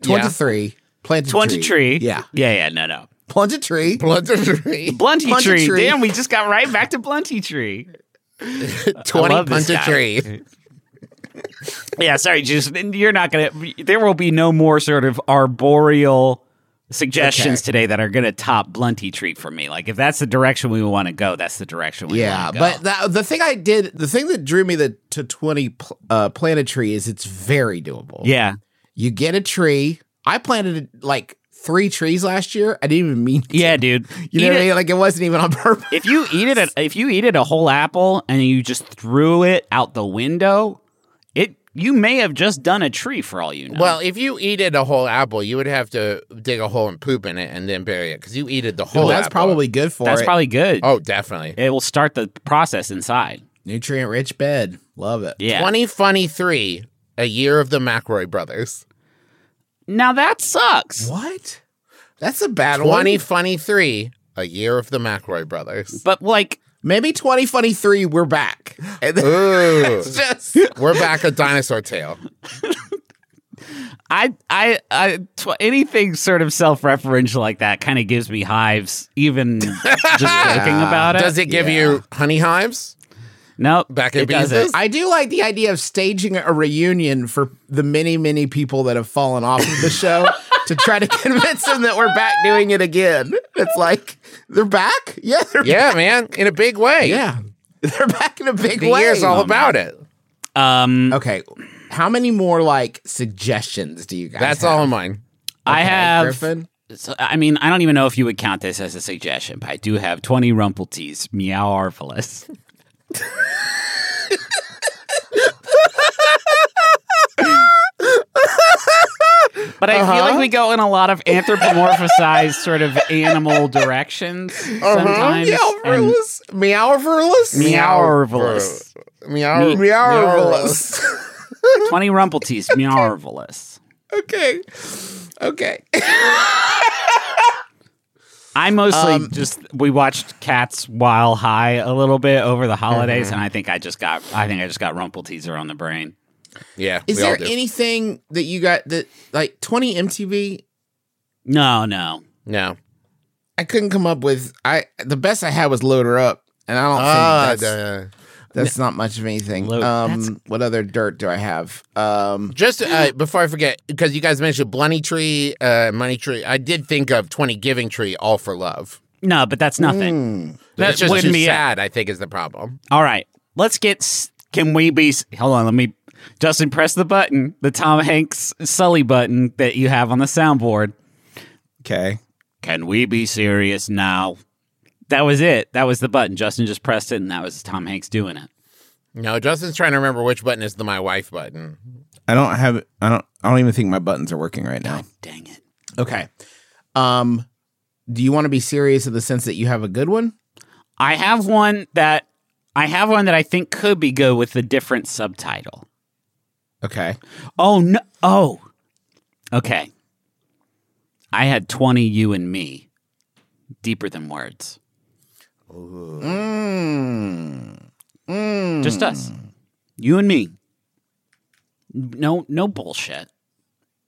Speaker 3: Twenty-three. Plant a
Speaker 1: Twenty tree.
Speaker 3: Yeah.
Speaker 1: Yeah. Yeah. No. No.
Speaker 3: Plant a tree.
Speaker 2: Blunt
Speaker 3: (laughs)
Speaker 2: tree.
Speaker 1: Blunty
Speaker 3: Planta
Speaker 1: tree.
Speaker 3: tree.
Speaker 1: Damn, we just got right back to blunty tree.
Speaker 2: 20
Speaker 1: love this
Speaker 2: punter
Speaker 1: guy.
Speaker 2: tree.
Speaker 1: Yeah, sorry, Juice. You're not gonna. There will be no more sort of arboreal suggestions today that are gonna top Blunty treat for me. Like, if that's the direction we want to go, that's the direction we
Speaker 3: Yeah,
Speaker 1: want to go.
Speaker 3: but that, the thing I did, the thing that drew me the, to 20 pl- uh, planetary is it's very doable.
Speaker 1: yeah,
Speaker 3: You get a tree. I planted like three trees last year. I didn't even mean,
Speaker 1: Yeah, dude.
Speaker 3: you
Speaker 1: Eat
Speaker 3: know what I
Speaker 1: it.
Speaker 3: mean? Like it wasn't even on (laughs) purpose.
Speaker 1: If you eat it, a- if you eat it a whole apple and you just threw it out the window, it you may have just done a tree for all you know.
Speaker 2: Well, if you eat it a whole apple, you would have to dig a hole and poop in it and then bury it because you eat it the whole.
Speaker 3: Well, that's
Speaker 2: apple.
Speaker 3: probably good for
Speaker 1: that's
Speaker 3: it.
Speaker 1: probably good.
Speaker 2: Oh, definitely.
Speaker 1: It will start the process inside.
Speaker 3: Nutrient rich bed. Love it.
Speaker 1: Yeah.
Speaker 2: Twenty funny three, a year of the McRoy brothers.
Speaker 1: Now that sucks.
Speaker 3: What? That's a bad
Speaker 2: Twenty
Speaker 3: one.
Speaker 2: funny three, a year of the McRoy brothers.
Speaker 1: But like,
Speaker 3: Maybe 2023, we're back. And
Speaker 2: (laughs)
Speaker 3: then-
Speaker 2: Ooh,
Speaker 3: it's just, (laughs)
Speaker 2: we're back at Dinosaur Tale.
Speaker 1: I, I, I tw- anything sort of self-referential like that kind of gives me hives. Even just
Speaker 2: (laughs)
Speaker 1: joking about it.
Speaker 2: Does it give you honey hives?
Speaker 1: No,
Speaker 2: Back in
Speaker 1: it doesn't.
Speaker 2: business?
Speaker 3: I do like the idea of staging a reunion for the many, many people that have fallen off of
Speaker 2: (laughs)
Speaker 3: the show to try to convince them that we're back doing it again. It's like, they're back? Yeah, they're
Speaker 2: Yeah, man, in a big way.
Speaker 3: Yeah. They're back in a big
Speaker 2: the
Speaker 3: way.
Speaker 2: year's all about it.
Speaker 1: Um,
Speaker 3: okay. How many more like suggestions do you guys
Speaker 2: That's
Speaker 3: have?
Speaker 2: all mine.
Speaker 1: I have.
Speaker 3: Griffin?
Speaker 1: So, I mean, I don't even know if you would count this as a suggestion, but I do have 20 Rumpeltees, meow arvelous. but I feel like we go in a lot of anthropomorphized sort of animal directions
Speaker 2: um,
Speaker 1: sometimes. and
Speaker 3: Meowverlus? Meowverlus?
Speaker 1: Meowarvelous.
Speaker 2: Meow.
Speaker 3: Meowverlus.
Speaker 1: 20 Rumpeltees, meowarvelous.
Speaker 3: okay. (laughs) Okay.
Speaker 1: I mostly just we watched Cats While High a little bit over the holidays, and I think I just got I think I just got Rumpelteazer on the brain.
Speaker 2: Yeah.
Speaker 3: Is
Speaker 2: we all
Speaker 3: there
Speaker 2: do.
Speaker 3: anything that you got that like 20 MTV?
Speaker 1: No, no.
Speaker 2: No.
Speaker 3: I couldn't come up with I the best I had was loader up. And I don't
Speaker 2: Ah,
Speaker 3: think that's,
Speaker 2: duh.
Speaker 3: that's not much of anything.
Speaker 1: Load- that's-
Speaker 3: um, what other dirt do I have? Um,
Speaker 2: Just uh, before I forget, because you guys mentioned Blunny Tree, uh, Money Tree, I did think of 20 Giving Tree, All for Love.
Speaker 1: No, but that's nothing.
Speaker 2: That's
Speaker 1: Mm. That
Speaker 2: just
Speaker 1: wouldn't
Speaker 2: too
Speaker 1: be it.
Speaker 2: sad, I think, is the problem.
Speaker 1: All right. Let's get s- can we be s- Hold on, let me Justin press the button, the Tom Hanks Sully button that you have on the soundboard.
Speaker 3: okay.
Speaker 1: Can we be serious now? That was it. That was the button. Justin just pressed it and that was Tom Hanks doing it.
Speaker 2: No, Justin's trying to remember which button is the My Wife button.
Speaker 3: I don't have I don't I don't even think my buttons are working right now.
Speaker 1: Dang it.
Speaker 3: Okay. Um do you want to be serious in the sense that you have a good one?
Speaker 1: I have one that I have one that I think could be good with a different subtitle.
Speaker 3: Okay.
Speaker 1: Oh no. Oh. Okay. I had 20 you and me. Deeper than words. Just us. You and me. No no bullshit.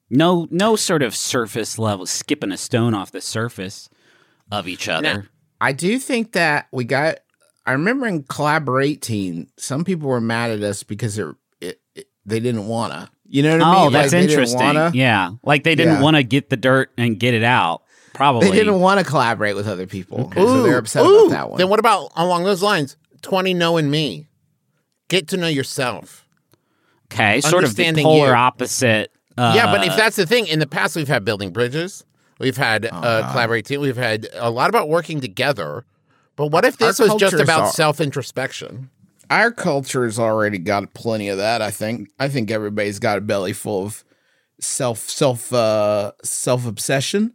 Speaker 1: No no sort of surface level skipping a stone off the surface of each other.
Speaker 3: I do think that we got. I remember in Collabor 18, some people were mad at us because it, it, it- they didn't wanna. You know what I
Speaker 1: Oh,
Speaker 3: mean?
Speaker 1: that's
Speaker 3: Like, they didn't
Speaker 1: interesting.
Speaker 3: wanna-
Speaker 1: Yeah. Like they didn't
Speaker 3: Yeah.
Speaker 1: want to get the dirt and get it out. Probably.
Speaker 3: They didn't want to collaborate with other people, so they're upset
Speaker 2: Ooh,
Speaker 3: about that one.
Speaker 2: Then what about along those lines? 20 Knowing Me. Get to know yourself.
Speaker 1: okay. Sort of the
Speaker 2: Understanding
Speaker 1: polar
Speaker 2: you.
Speaker 1: opposite. Uh,
Speaker 2: yeah, but if that's the thing, in the past we've had building bridges, we've had
Speaker 3: Uh-huh.
Speaker 2: uh, collaborating, we've had a lot about working together. But what if this
Speaker 3: Our
Speaker 2: was just
Speaker 3: cultures
Speaker 2: about
Speaker 3: are-
Speaker 2: self introspection?
Speaker 3: Our culture's already got plenty of that. I think. I think everybody's got a belly full of self, self, uh, self obsession.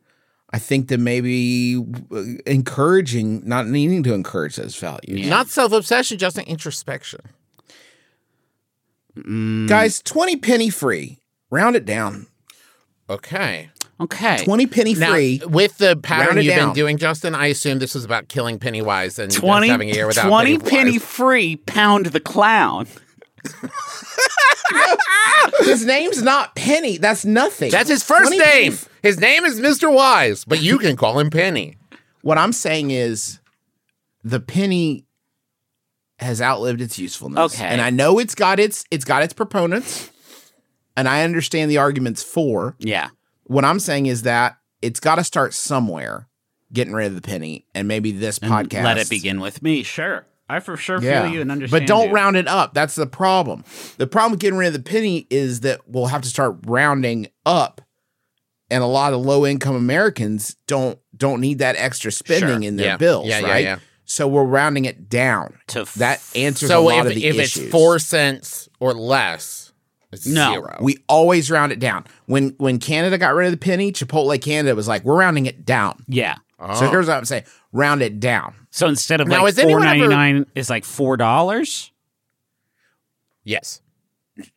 Speaker 3: I think that maybe uh, encouraging, not needing to encourage those values.
Speaker 2: Not self obsession, just an introspection.
Speaker 3: Guys, 20 penny free. Round it down.
Speaker 2: Okay.
Speaker 1: Okay.
Speaker 3: 20 penny
Speaker 2: Now,
Speaker 3: free.
Speaker 2: with the pattern
Speaker 3: Round it
Speaker 2: you've been
Speaker 3: down.
Speaker 2: doing, Justin, I assume this was about killing Pennywise and just
Speaker 1: 20,
Speaker 2: having a year without
Speaker 1: 20
Speaker 2: Pennywise.
Speaker 1: penny free pound the clown.
Speaker 3: His name's not Penny. That's nothing.
Speaker 2: That's his first
Speaker 3: 20 penny
Speaker 2: name. His name is Mr. Wise, but you can call him Penny.
Speaker 3: What I'm saying is the penny has outlived its usefulness.
Speaker 1: Okay.
Speaker 3: And I know it's got its it's got its proponents. And I understand the arguments for.
Speaker 1: Yeah.
Speaker 3: What I'm saying is that it's got to start somewhere getting rid of the penny and maybe this
Speaker 1: And
Speaker 3: podcast
Speaker 1: Let it begin with me. Sure.
Speaker 4: I for sure
Speaker 3: Yeah.
Speaker 4: feel you and understand.
Speaker 3: But don't
Speaker 4: you.
Speaker 3: round it up. That's the problem. The problem with getting rid of the penny is that we'll have to start rounding up. And a lot of low income Americans don't don't need that extra spending
Speaker 2: Sure.
Speaker 3: in their
Speaker 2: Yeah.
Speaker 3: bills,
Speaker 2: Yeah, yeah,
Speaker 3: right?
Speaker 2: yeah.
Speaker 3: So we're rounding it down.
Speaker 1: To f-
Speaker 3: that answers a
Speaker 2: So if,
Speaker 3: lot of the
Speaker 2: if
Speaker 3: issues.
Speaker 2: it's four cents or less, it's
Speaker 1: No.
Speaker 2: zero.
Speaker 3: we always round it down. When when Canada got rid of the penny, Chipotle Canada was like, "We're rounding it down."
Speaker 1: Yeah.
Speaker 3: So here's what I'm saying: round it down.
Speaker 1: So instead of
Speaker 2: Now,
Speaker 1: like
Speaker 2: has anyone
Speaker 1: four
Speaker 2: ever-
Speaker 1: ninety nine, it's like four dollars.
Speaker 2: yes.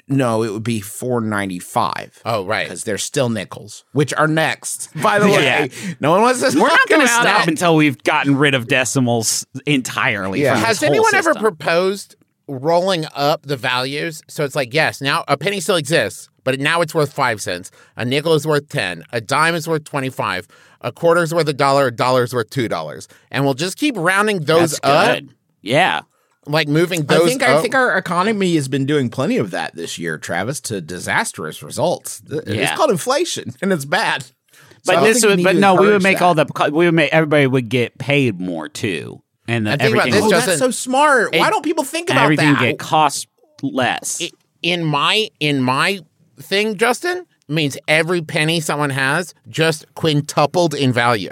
Speaker 3: No, it would be four ninety five.
Speaker 2: Oh, right.
Speaker 3: because they're still nickels, which are next. By the way,
Speaker 1: Yeah.
Speaker 3: no one wants to.
Speaker 1: We're not going to stop
Speaker 3: And-
Speaker 1: until we've gotten rid of decimals entirely.
Speaker 3: Yeah.
Speaker 1: from
Speaker 2: Has
Speaker 1: this whole
Speaker 2: anyone ever
Speaker 1: system.
Speaker 2: proposed rolling up the values? So it's like, yes, now a penny still exists, but now it's worth five cents. A nickel is worth 10. A dime is worth 25. A quarter is worth a dollar. A dollar is worth $2. And we'll just keep rounding those
Speaker 1: That's
Speaker 2: up,
Speaker 1: good. Yeah.
Speaker 2: like moving
Speaker 3: I
Speaker 2: those
Speaker 3: think
Speaker 2: up.
Speaker 3: I think our economy has been doing plenty of that this year, Travis, to disastrous results. Th- It's
Speaker 1: Yeah.
Speaker 3: called inflation, (laughs) and it's bad. So I
Speaker 1: But
Speaker 3: don't
Speaker 1: this
Speaker 3: think
Speaker 1: would,
Speaker 3: need
Speaker 1: but
Speaker 3: to
Speaker 1: no, we would
Speaker 3: encourage
Speaker 1: make
Speaker 3: that.
Speaker 1: all the we would make everybody would get paid more too, and the,
Speaker 2: And think about
Speaker 1: everything
Speaker 2: this,
Speaker 3: Oh,
Speaker 1: would-
Speaker 2: Justin.
Speaker 3: that's so smart. Why
Speaker 2: It-
Speaker 3: don't people think
Speaker 1: and
Speaker 3: about
Speaker 1: everything
Speaker 3: that?
Speaker 1: would get cost less.
Speaker 2: I- in my in my thing, Justin means every penny someone has just quintupled in
Speaker 3: (coughs)
Speaker 2: value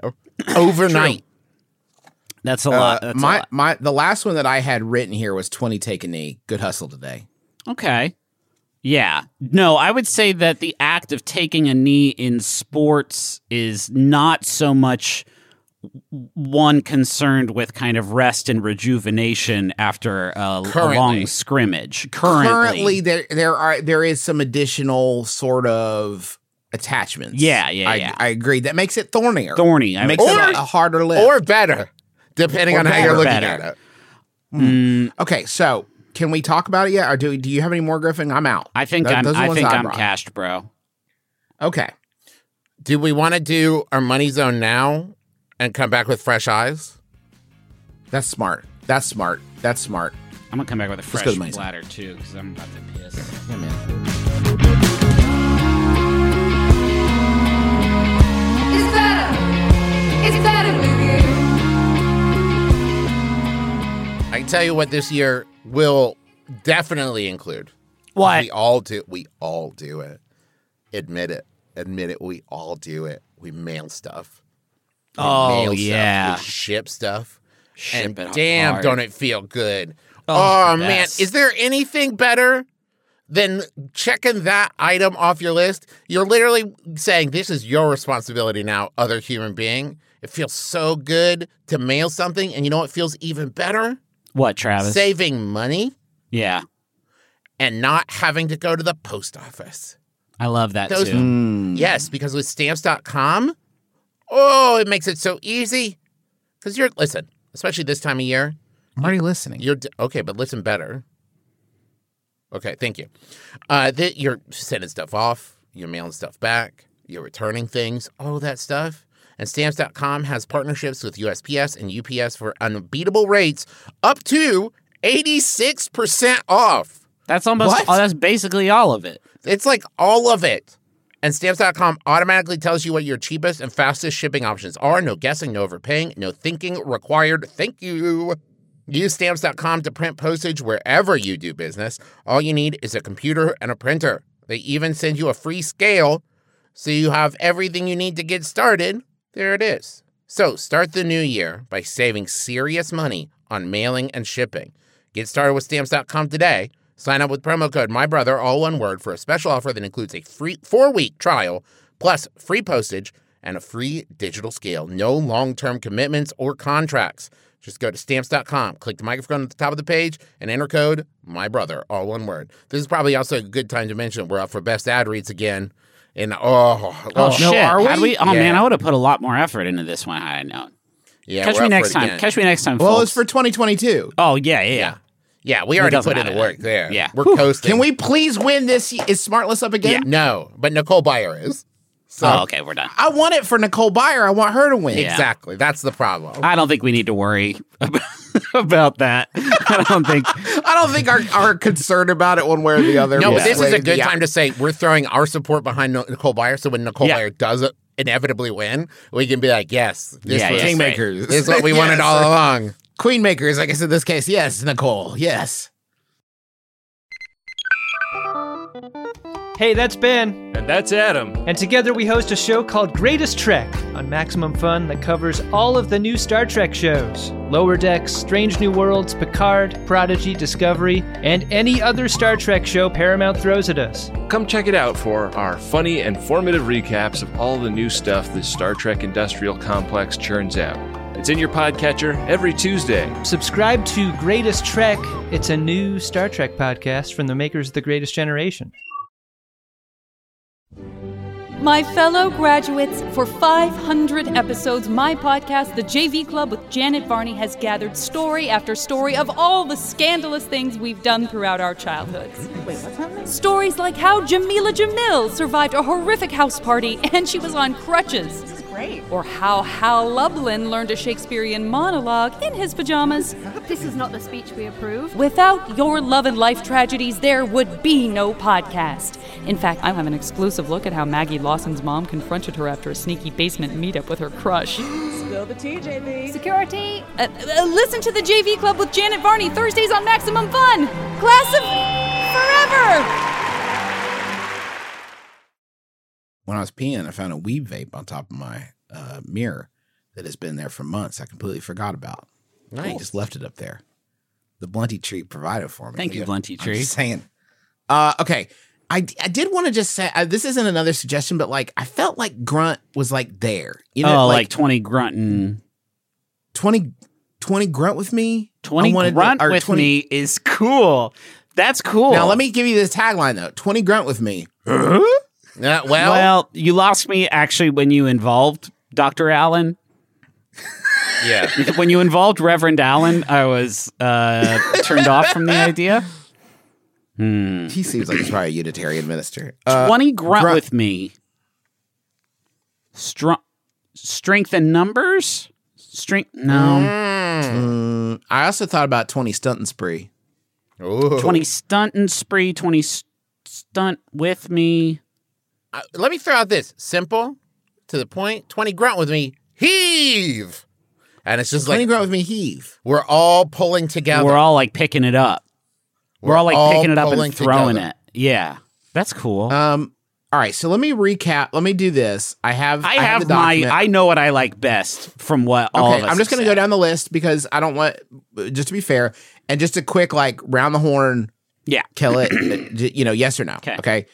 Speaker 2: overnight.
Speaker 1: That's a lot.
Speaker 3: Uh,
Speaker 1: That's a
Speaker 3: my
Speaker 1: lot.
Speaker 3: my the last one that I had written here was twenty take a knee. Good hustle today.
Speaker 1: Okay. Yeah. No, I would say that the act of taking a knee in sports is not so much w- one concerned with kind of rest and rejuvenation after a, a
Speaker 2: Currently.
Speaker 1: long scrimmage. Currently.
Speaker 3: Currently, there there are there is some additional sort of attachments.
Speaker 1: Yeah, yeah,
Speaker 3: I,
Speaker 1: yeah.
Speaker 3: I agree. That makes it thornier.
Speaker 1: Thorny. I
Speaker 3: makes
Speaker 1: would
Speaker 3: it
Speaker 1: say.
Speaker 3: a, a harder lift.
Speaker 2: Or better, depending
Speaker 3: Or
Speaker 2: on how you're
Speaker 3: better.
Speaker 2: looking
Speaker 1: Better.
Speaker 2: at it.
Speaker 1: Mm,
Speaker 3: okay, so can we talk about it yet, or do do you have any more, Griffin? I'm out.
Speaker 1: I think
Speaker 3: Th-
Speaker 1: I'm.
Speaker 3: those are the
Speaker 1: I
Speaker 3: ones
Speaker 1: think I'm
Speaker 3: brought.
Speaker 1: cashed, bro.
Speaker 3: Okay,
Speaker 2: Do we want to do our money zone now and come back with fresh eyes?
Speaker 3: that's smart. That's smart. That's smart.
Speaker 1: I'm gonna come back with a fresh
Speaker 3: go to my-
Speaker 1: bladder too, because I'm about to piss.
Speaker 5: It's better. It's better with you.
Speaker 2: I can tell you what this year will definitely include.
Speaker 1: What?
Speaker 2: We all do. We all do it. Admit it. Admit it. We all do it. We mail stuff. We
Speaker 1: Oh,
Speaker 2: mail stuff.
Speaker 1: yeah.
Speaker 2: We ship stuff.
Speaker 1: Ship
Speaker 2: and
Speaker 1: it
Speaker 2: damn,
Speaker 1: hard.
Speaker 2: don't it feel good?
Speaker 1: Oh,
Speaker 2: Oh, man,
Speaker 1: yes.
Speaker 2: is there anything better than checking that item off your list? You're literally saying this is your responsibility now, other human being. It feels so good to mail something, and you know what feels even better?
Speaker 1: What, Travis?
Speaker 2: Saving money
Speaker 1: yeah,
Speaker 2: and not having to go to the post office.
Speaker 1: I love that
Speaker 2: Those-
Speaker 1: too.
Speaker 2: Yes, because with stamps.com, oh, it makes it so easy. Because you're, listen, especially this time of year,
Speaker 3: I'm already listening.
Speaker 2: you're, d- okay, but listen better. Okay, thank you. Uh, th- you're sending stuff off, you're mailing stuff back, you're returning things, all that stuff. And stamps.com has partnerships with USPS and UPS for unbeatable rates up to 86% off.
Speaker 1: That's almost.
Speaker 3: What?
Speaker 1: Oh, that's basically all of it.
Speaker 2: It's like all of it. And stamps.com automatically tells you what your cheapest and fastest shipping options are. No guessing, no overpaying, no thinking required. Thank you. Use stamps.com to print postage wherever you do business. All you need is a computer and a printer. They even send you a free scale so you have everything you need to get started. There it is. So start the new year by saving serious money on mailing and shipping. Get started with stamps.com today. Sign up with promo code MyBrother, all one word, for a special offer that includes a free four week trial, plus free postage and a free digital scale. No long term commitments or contracts. Just go to stamps.com, click the microphone at the top of the page, and enter code MyBrother, all one word. This is probably also a good time to mention we're up for best ad reads again. And oh,
Speaker 1: Oh, shit!
Speaker 2: are
Speaker 1: Had
Speaker 2: we?
Speaker 1: we- Oh man,
Speaker 2: Yeah.
Speaker 1: I would have put a lot more effort into this one had I known.
Speaker 2: Yeah,
Speaker 1: Catch
Speaker 2: we're
Speaker 1: me
Speaker 2: up
Speaker 1: next
Speaker 2: for it
Speaker 1: time.
Speaker 2: again.
Speaker 1: Catch me next time.
Speaker 3: Well,
Speaker 1: folks.
Speaker 3: it's for 2022.
Speaker 1: Oh yeah, yeah, yeah.
Speaker 2: Yeah. Yeah, we already
Speaker 1: doesn't
Speaker 2: put in the
Speaker 1: matter.
Speaker 2: work there.
Speaker 1: Yeah.
Speaker 2: We're
Speaker 1: Whew.
Speaker 2: coasting.
Speaker 3: Can we please win this? y- Is Smartless up again?
Speaker 2: No, but Nicole Byer is. So
Speaker 1: oh, okay, we're done.
Speaker 3: I want it for Nicole Byer. I want her to win.
Speaker 1: Yeah.
Speaker 2: exactly, that's the problem.
Speaker 1: I don't think we need to worry (laughs) ab- about that. (laughs) I don't
Speaker 3: (laughs)
Speaker 1: think.
Speaker 3: I don't think our
Speaker 2: (laughs)
Speaker 3: our concern about it one way or the other.
Speaker 2: no,
Speaker 3: will
Speaker 2: but this
Speaker 3: sway
Speaker 2: is a
Speaker 3: the
Speaker 2: good
Speaker 3: out-
Speaker 2: time to say we're throwing our support behind No- Nicole Byer. So when Nicole
Speaker 1: Yeah.
Speaker 2: Byer does inevitably win, we can be like, yes, this
Speaker 1: Yeah,
Speaker 2: was
Speaker 1: yeah.
Speaker 3: Kingmakers. (laughs)
Speaker 2: this is what we wanted
Speaker 3: Yes.
Speaker 2: all along.
Speaker 3: Queen makers, I guess in this case, yes, Nicole, yes.
Speaker 4: Hey, that's Ben,
Speaker 6: And that's Adam.
Speaker 4: and together we host a show called Greatest Trek on Maximum Fun that covers all of the new Star Trek shows Lower Decks, Strange New Worlds, Picard, Prodigy, Discovery, and any other Star Trek show Paramount throws at us.
Speaker 6: Come check it out for our funny and formative recaps of all the new stuff the Star Trek Industrial Complex churns out. It's in your podcatcher every Tuesday.
Speaker 4: Subscribe to Greatest Trek, it's a new Star Trek podcast from the makers of The Greatest Generation.
Speaker 7: My fellow graduates, for 500 episodes, my podcast, The JV Club with Janet Varney, has gathered story after story of all the scandalous things we've done throughout our childhoods. Stories like how Jamila Jamil survived a horrific house party and she was on crutches. This is great. Or how Hal Lublin learned a Shakespearean monologue in his pajamas.
Speaker 5: This is not the speech we approve.
Speaker 7: Without your love and life tragedies, there would be no podcast. In fact, I have an exclusive look at how Maggie Lawson's mom confronted her after a sneaky basement meetup with her crush. Uh,
Speaker 5: Security.
Speaker 7: uh, listen to the JV Club with Janet Varney Thursdays on Maximum Fun. Class of forever.
Speaker 8: when I was peeing, I found a weed vape on top of my uh, mirror that has been there for months. I completely forgot about. I just left it up there. The blunty tree provided for me.
Speaker 1: Thank you,
Speaker 8: Look at-
Speaker 1: Blunty
Speaker 8: I'm
Speaker 1: Tree.
Speaker 8: just saying.
Speaker 3: Uh, okay. I, I did want to just say uh, this isn't another suggestion, but like I felt like Grunt was like there. You know,
Speaker 1: oh, like,
Speaker 3: like,
Speaker 1: 20 grunting.
Speaker 3: 20, 20 Grunt with me.
Speaker 1: 20
Speaker 3: I wanted to-
Speaker 1: grunt
Speaker 3: or
Speaker 1: with me is cool. That's cool.
Speaker 3: Now let me give you this tagline though: twenty grunt with me.
Speaker 2: Uh, well,
Speaker 1: Well, you lost me actually when you involved Dr. Allen.
Speaker 6: Yeah.
Speaker 1: (laughs) when you involved Reverend Allen, I was uh, turned off from the idea.
Speaker 3: He seems like he's probably a Unitarian minister. Uh,
Speaker 1: 20 grunt,
Speaker 3: grunt.
Speaker 1: with me. Strong strength in numbers? Strength no.
Speaker 3: I also thought about twenty stunt and spree.
Speaker 2: Ooh.
Speaker 1: 20 stunt and spree, 20 st- stunt with me.
Speaker 2: Uh, let me throw out this simple, to the point. Twenty grunt with me, heave, and it's just
Speaker 3: Twenty
Speaker 2: like
Speaker 3: grunt with me. Heave.
Speaker 2: we're all pulling together.
Speaker 1: We're all like picking it up. We're, all like picking it up
Speaker 2: pulling
Speaker 1: and throwing
Speaker 2: together.
Speaker 1: it. Yeah. That's cool.
Speaker 3: Um. All right. So let me recap. Let me do this. I have.
Speaker 1: I,
Speaker 3: have,
Speaker 1: have,
Speaker 3: the
Speaker 1: my.
Speaker 3: document.
Speaker 1: I know what I like best from what all
Speaker 3: okay.
Speaker 1: of us.
Speaker 3: I'm just
Speaker 1: have
Speaker 3: going to go
Speaker 1: said.
Speaker 3: down the list because I don't want. Just to be fair, and just a quick like round the horn,
Speaker 1: Yeah.
Speaker 3: kill (clears throat) it. uh, you know, yes or no.
Speaker 1: 'Kay.
Speaker 3: Okay.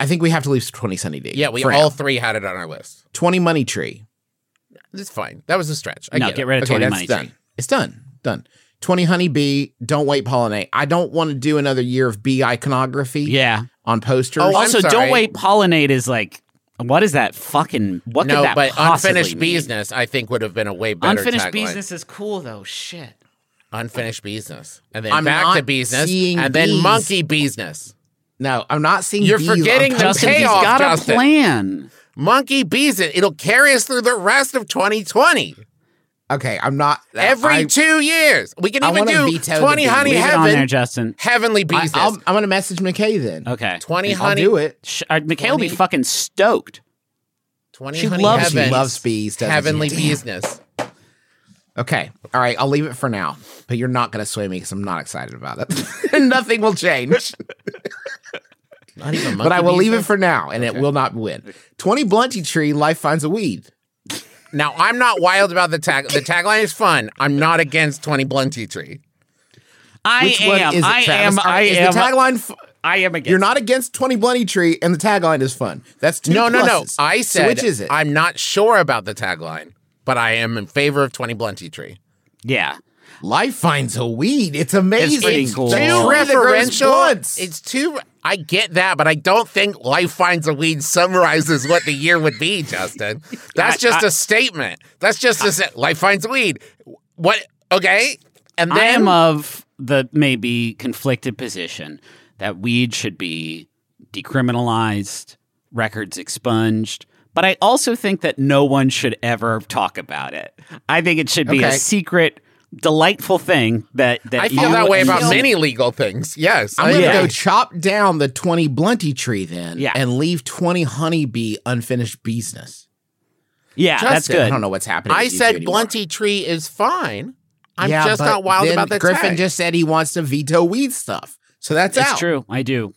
Speaker 3: I think we have to leave twenty Sunny D.
Speaker 2: Yeah, we
Speaker 3: for
Speaker 2: all
Speaker 3: now.
Speaker 2: three had it on our list.
Speaker 3: twenty Money Tree.
Speaker 2: It's fine. That was a stretch. I
Speaker 1: No,
Speaker 2: get,
Speaker 1: get
Speaker 2: it.
Speaker 1: rid of
Speaker 3: Okay,
Speaker 1: 20
Speaker 3: that's
Speaker 1: money
Speaker 3: done.
Speaker 1: tree.
Speaker 3: It's done. Done. 20 honey bee, don't wait pollinate. I don't want to do another year of bee iconography
Speaker 1: Yeah.
Speaker 3: on posters.
Speaker 2: Oh, I'm
Speaker 1: also,
Speaker 2: sorry.
Speaker 1: don't wait. Pollinate is like, what is that fucking? What could
Speaker 2: No,
Speaker 1: that
Speaker 2: but
Speaker 1: possibly
Speaker 2: unfinished
Speaker 1: mean?
Speaker 2: business, I think, would have been a way better
Speaker 1: Unfinished
Speaker 2: tagline.
Speaker 1: business is cool though. Shit.
Speaker 2: Unfinished business, and then
Speaker 3: I'm
Speaker 2: back to
Speaker 3: not
Speaker 2: business,
Speaker 3: seeing
Speaker 2: and then
Speaker 3: bees.
Speaker 2: monkey business.
Speaker 3: no, I'm not seeing
Speaker 2: You're
Speaker 3: bees on
Speaker 2: forgetting
Speaker 3: posters.
Speaker 1: Justin, he's
Speaker 2: payoff,
Speaker 1: got
Speaker 2: Justin.
Speaker 1: a plan.
Speaker 2: Monkey business. It'll carry us through the rest of 2020.
Speaker 3: Okay, I'm not.
Speaker 2: Every
Speaker 3: I,
Speaker 2: two years, we can
Speaker 3: I
Speaker 2: even
Speaker 3: wanna
Speaker 2: do
Speaker 3: veto the
Speaker 2: 20
Speaker 3: bee.
Speaker 2: honey
Speaker 1: Leave it on there,
Speaker 2: heaven,
Speaker 1: Justin.
Speaker 2: heavenly
Speaker 3: I,
Speaker 2: business.
Speaker 3: I'll, I'm going to message McKay then.
Speaker 1: Okay.
Speaker 2: 20
Speaker 3: I'll
Speaker 2: honey,
Speaker 3: do it.
Speaker 1: Sh- uh, Mikhail will be fucking stoked.
Speaker 2: 20
Speaker 1: She
Speaker 2: honey
Speaker 1: loves-
Speaker 3: She
Speaker 2: heavens,
Speaker 3: loves bees, doesn't she?
Speaker 2: heavenly
Speaker 3: Damn.
Speaker 2: business.
Speaker 3: Okay, all right, I'll leave it for now. But you're not going to sway me
Speaker 2: (laughs)
Speaker 3: because I'm not excited about it. (laughs) Nothing will change.
Speaker 2: Not even monkey
Speaker 3: but I will leave it
Speaker 2: business.
Speaker 3: for now and it will not win. 20 Blunty Tree, Life Finds a Weed.
Speaker 2: Now I'm not wild about the tag. The tagline is fun. I'm not against 20 Blunty Tree.
Speaker 1: I
Speaker 3: Which
Speaker 1: am.
Speaker 3: one is it,
Speaker 1: I am.
Speaker 3: Travis?
Speaker 1: I
Speaker 3: is
Speaker 1: am.
Speaker 3: the tagline. F-
Speaker 1: I am against.
Speaker 3: You're not against 20 Blunty Tree, and the tagline is fun. That's two
Speaker 2: No, no, no.
Speaker 3: pluses.
Speaker 2: I said
Speaker 3: So which is it?
Speaker 2: I'm not sure about the tagline, but I am in favor of 20 Blunty Tree.
Speaker 1: Yeah.
Speaker 3: Life finds a weed. It's amazing.
Speaker 1: It's pretty cool.
Speaker 3: The
Speaker 1: Too
Speaker 3: tree that grows blunts.
Speaker 2: It's too. I get that, but I don't think "Life Finds a Weed" summarizes what the year would be, Justin. That's just a statement. That's just a se- "Life Finds a Weed." What? Okay, and
Speaker 1: I
Speaker 2: then
Speaker 1: am of the maybe conflicted position that weed should be decriminalized, records expunged, but I also think that no one should ever talk about it. I think it should be a
Speaker 3: Okay.
Speaker 1: secret, delightful thing that that
Speaker 2: I feel
Speaker 1: you
Speaker 2: that way
Speaker 1: and
Speaker 2: about
Speaker 1: the-
Speaker 2: many legal things. Yes,
Speaker 3: I'm going to
Speaker 1: Yeah.
Speaker 3: go chop down the 20 Blunty Tree then
Speaker 1: Yeah.
Speaker 3: and leave 20 Honeybee unfinished business.
Speaker 1: Yeah, that's
Speaker 3: Justin,
Speaker 1: good.
Speaker 3: I don't know what's happening.
Speaker 2: I
Speaker 3: with you two
Speaker 2: said
Speaker 3: anymore.
Speaker 2: Blunty Tree is fine. I'm
Speaker 3: Yeah,
Speaker 2: just
Speaker 3: but
Speaker 2: not wild
Speaker 3: then
Speaker 2: about the
Speaker 3: Griffin
Speaker 2: tag.
Speaker 3: just said he wants to veto weed stuff. So that's
Speaker 1: It's
Speaker 3: out.
Speaker 1: true. I do.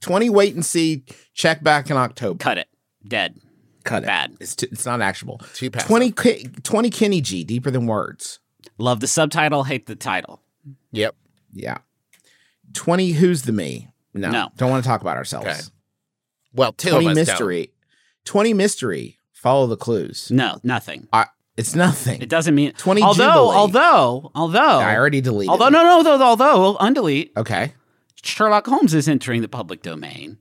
Speaker 3: 20 wait and see, check back in October.
Speaker 1: Cut it. Dead.
Speaker 3: Cut it.
Speaker 1: Bad.
Speaker 3: It's, t- it's not actionable.
Speaker 2: Too passive.
Speaker 3: 20, Ki- 20 Kenny G, deeper than words.
Speaker 1: Love the subtitle, hate the title.
Speaker 2: Yep.
Speaker 3: Yeah. 20 Who's the Me? No.
Speaker 1: No.
Speaker 3: Don't want to talk about ourselves.
Speaker 2: Okay. Well, two of
Speaker 3: 20
Speaker 2: us
Speaker 3: Mystery. 20 Mystery. Follow the clues.
Speaker 1: No, nothing.
Speaker 3: I, it's nothing.
Speaker 1: It doesn't mean
Speaker 3: 20
Speaker 1: Although,
Speaker 3: Jubilee.
Speaker 1: although, although,
Speaker 3: I already deleted
Speaker 1: although,
Speaker 3: it.
Speaker 1: no, no, though, although, we'll undelete.
Speaker 3: Okay.
Speaker 1: Sherlock Holmes is entering the public domain,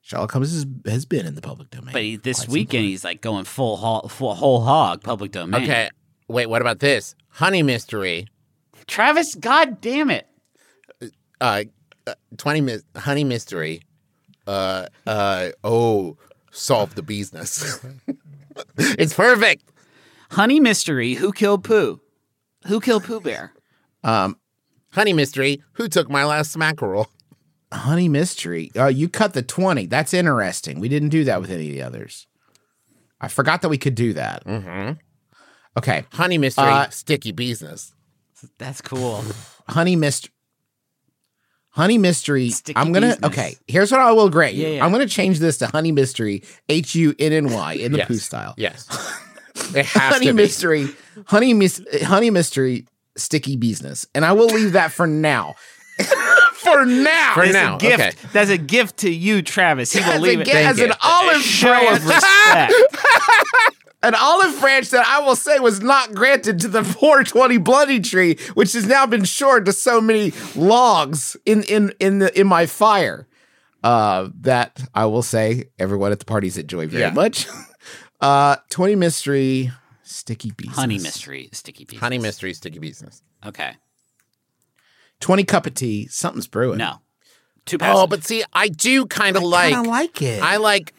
Speaker 3: Sherlock Holmes has, has been in the public domain.
Speaker 1: but he, this
Speaker 3: Quite some
Speaker 1: weekend he's like going full, ho- full whole hog public domain.
Speaker 2: Don't. Okay. Wait, what about this? Honey Mystery.
Speaker 1: Travis, god damn it.
Speaker 2: Uh, uh, 20 mis- Honey Mystery. Uh, uh, oh, solve the business. (laughs) it's perfect.
Speaker 1: Honey mystery, who killed Pooh? Who killed Pooh
Speaker 3: (laughs)
Speaker 1: Bear?
Speaker 2: Honey Mystery. Who took my last mackerel?
Speaker 3: Honey Mystery. Oh, you cut the 20. That's interesting. We didn't do that with any of the others. I forgot that we could do that. Mm-hmm. Okay.
Speaker 2: Honey Mystery.
Speaker 3: Uh,
Speaker 2: sticky business.
Speaker 1: That's cool.
Speaker 3: Honey Mystery. Honey Mystery.
Speaker 1: Sticky
Speaker 3: I'm going to.
Speaker 1: business.
Speaker 3: Okay. Here's what I will grant you.
Speaker 1: Yeah, yeah.
Speaker 3: I'm going to change this to Honey Mystery, H U N N Y, in the
Speaker 2: Yes.
Speaker 3: poo style. (laughs)
Speaker 2: Yes. It has
Speaker 3: honey
Speaker 2: to be.
Speaker 3: mystery, honey mis- honey mystery, sticky business, and I will leave that for now. (laughs) for now,
Speaker 2: For
Speaker 1: That's
Speaker 2: now.
Speaker 1: a gift.
Speaker 2: Okay.
Speaker 1: That's a gift to you, Travis. He will
Speaker 3: as, a,
Speaker 1: leave
Speaker 3: ge-
Speaker 1: it.
Speaker 3: as an olive
Speaker 1: Show
Speaker 3: branch,
Speaker 1: of
Speaker 3: (laughs)
Speaker 1: respect.
Speaker 3: an olive branch that I will say was not granted to the (laughs) 420 bloody tree, which has now been shored to so many logs in in in the in my fire. Uh, that I will say everyone at the parties enjoy very
Speaker 2: Yeah.
Speaker 3: much. (laughs) Uh, 20 mystery, sticky business,
Speaker 1: Honey mystery, sticky pieces.
Speaker 2: Honey Mystery. Sticky business.
Speaker 1: Okay.
Speaker 3: 20 cup of tea, something's brewing.
Speaker 1: No. Too passive.
Speaker 2: Oh, but see, I do kind of like.
Speaker 3: I like it.
Speaker 2: I like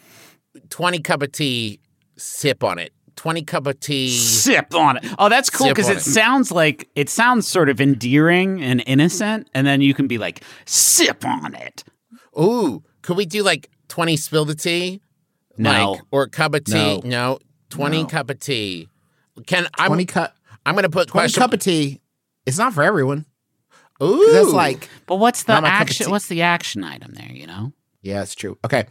Speaker 2: 20 cup of tea, sip on it. 20 cup of tea.
Speaker 1: sip on it. Oh, that's cool
Speaker 2: Sip
Speaker 1: because
Speaker 2: on
Speaker 1: it,
Speaker 2: it.
Speaker 1: sounds like it sounds sort of endearing and innocent, and then you can be like, sip on it.
Speaker 2: Ooh, could we do like 20 spill the tea?
Speaker 1: No.
Speaker 2: Like, or cup of tea?
Speaker 3: No.
Speaker 2: No. 20 cup of tea. Can I'm
Speaker 3: 20 cup
Speaker 2: I'm going to put
Speaker 3: 20
Speaker 2: question
Speaker 3: cup of tea. It's not for everyone.
Speaker 2: Ooh.
Speaker 3: That's like
Speaker 1: But what's the
Speaker 3: Not my cup of
Speaker 1: action?
Speaker 3: tea.
Speaker 1: What's the action item there? You know,
Speaker 3: yeah, it's true. Okay.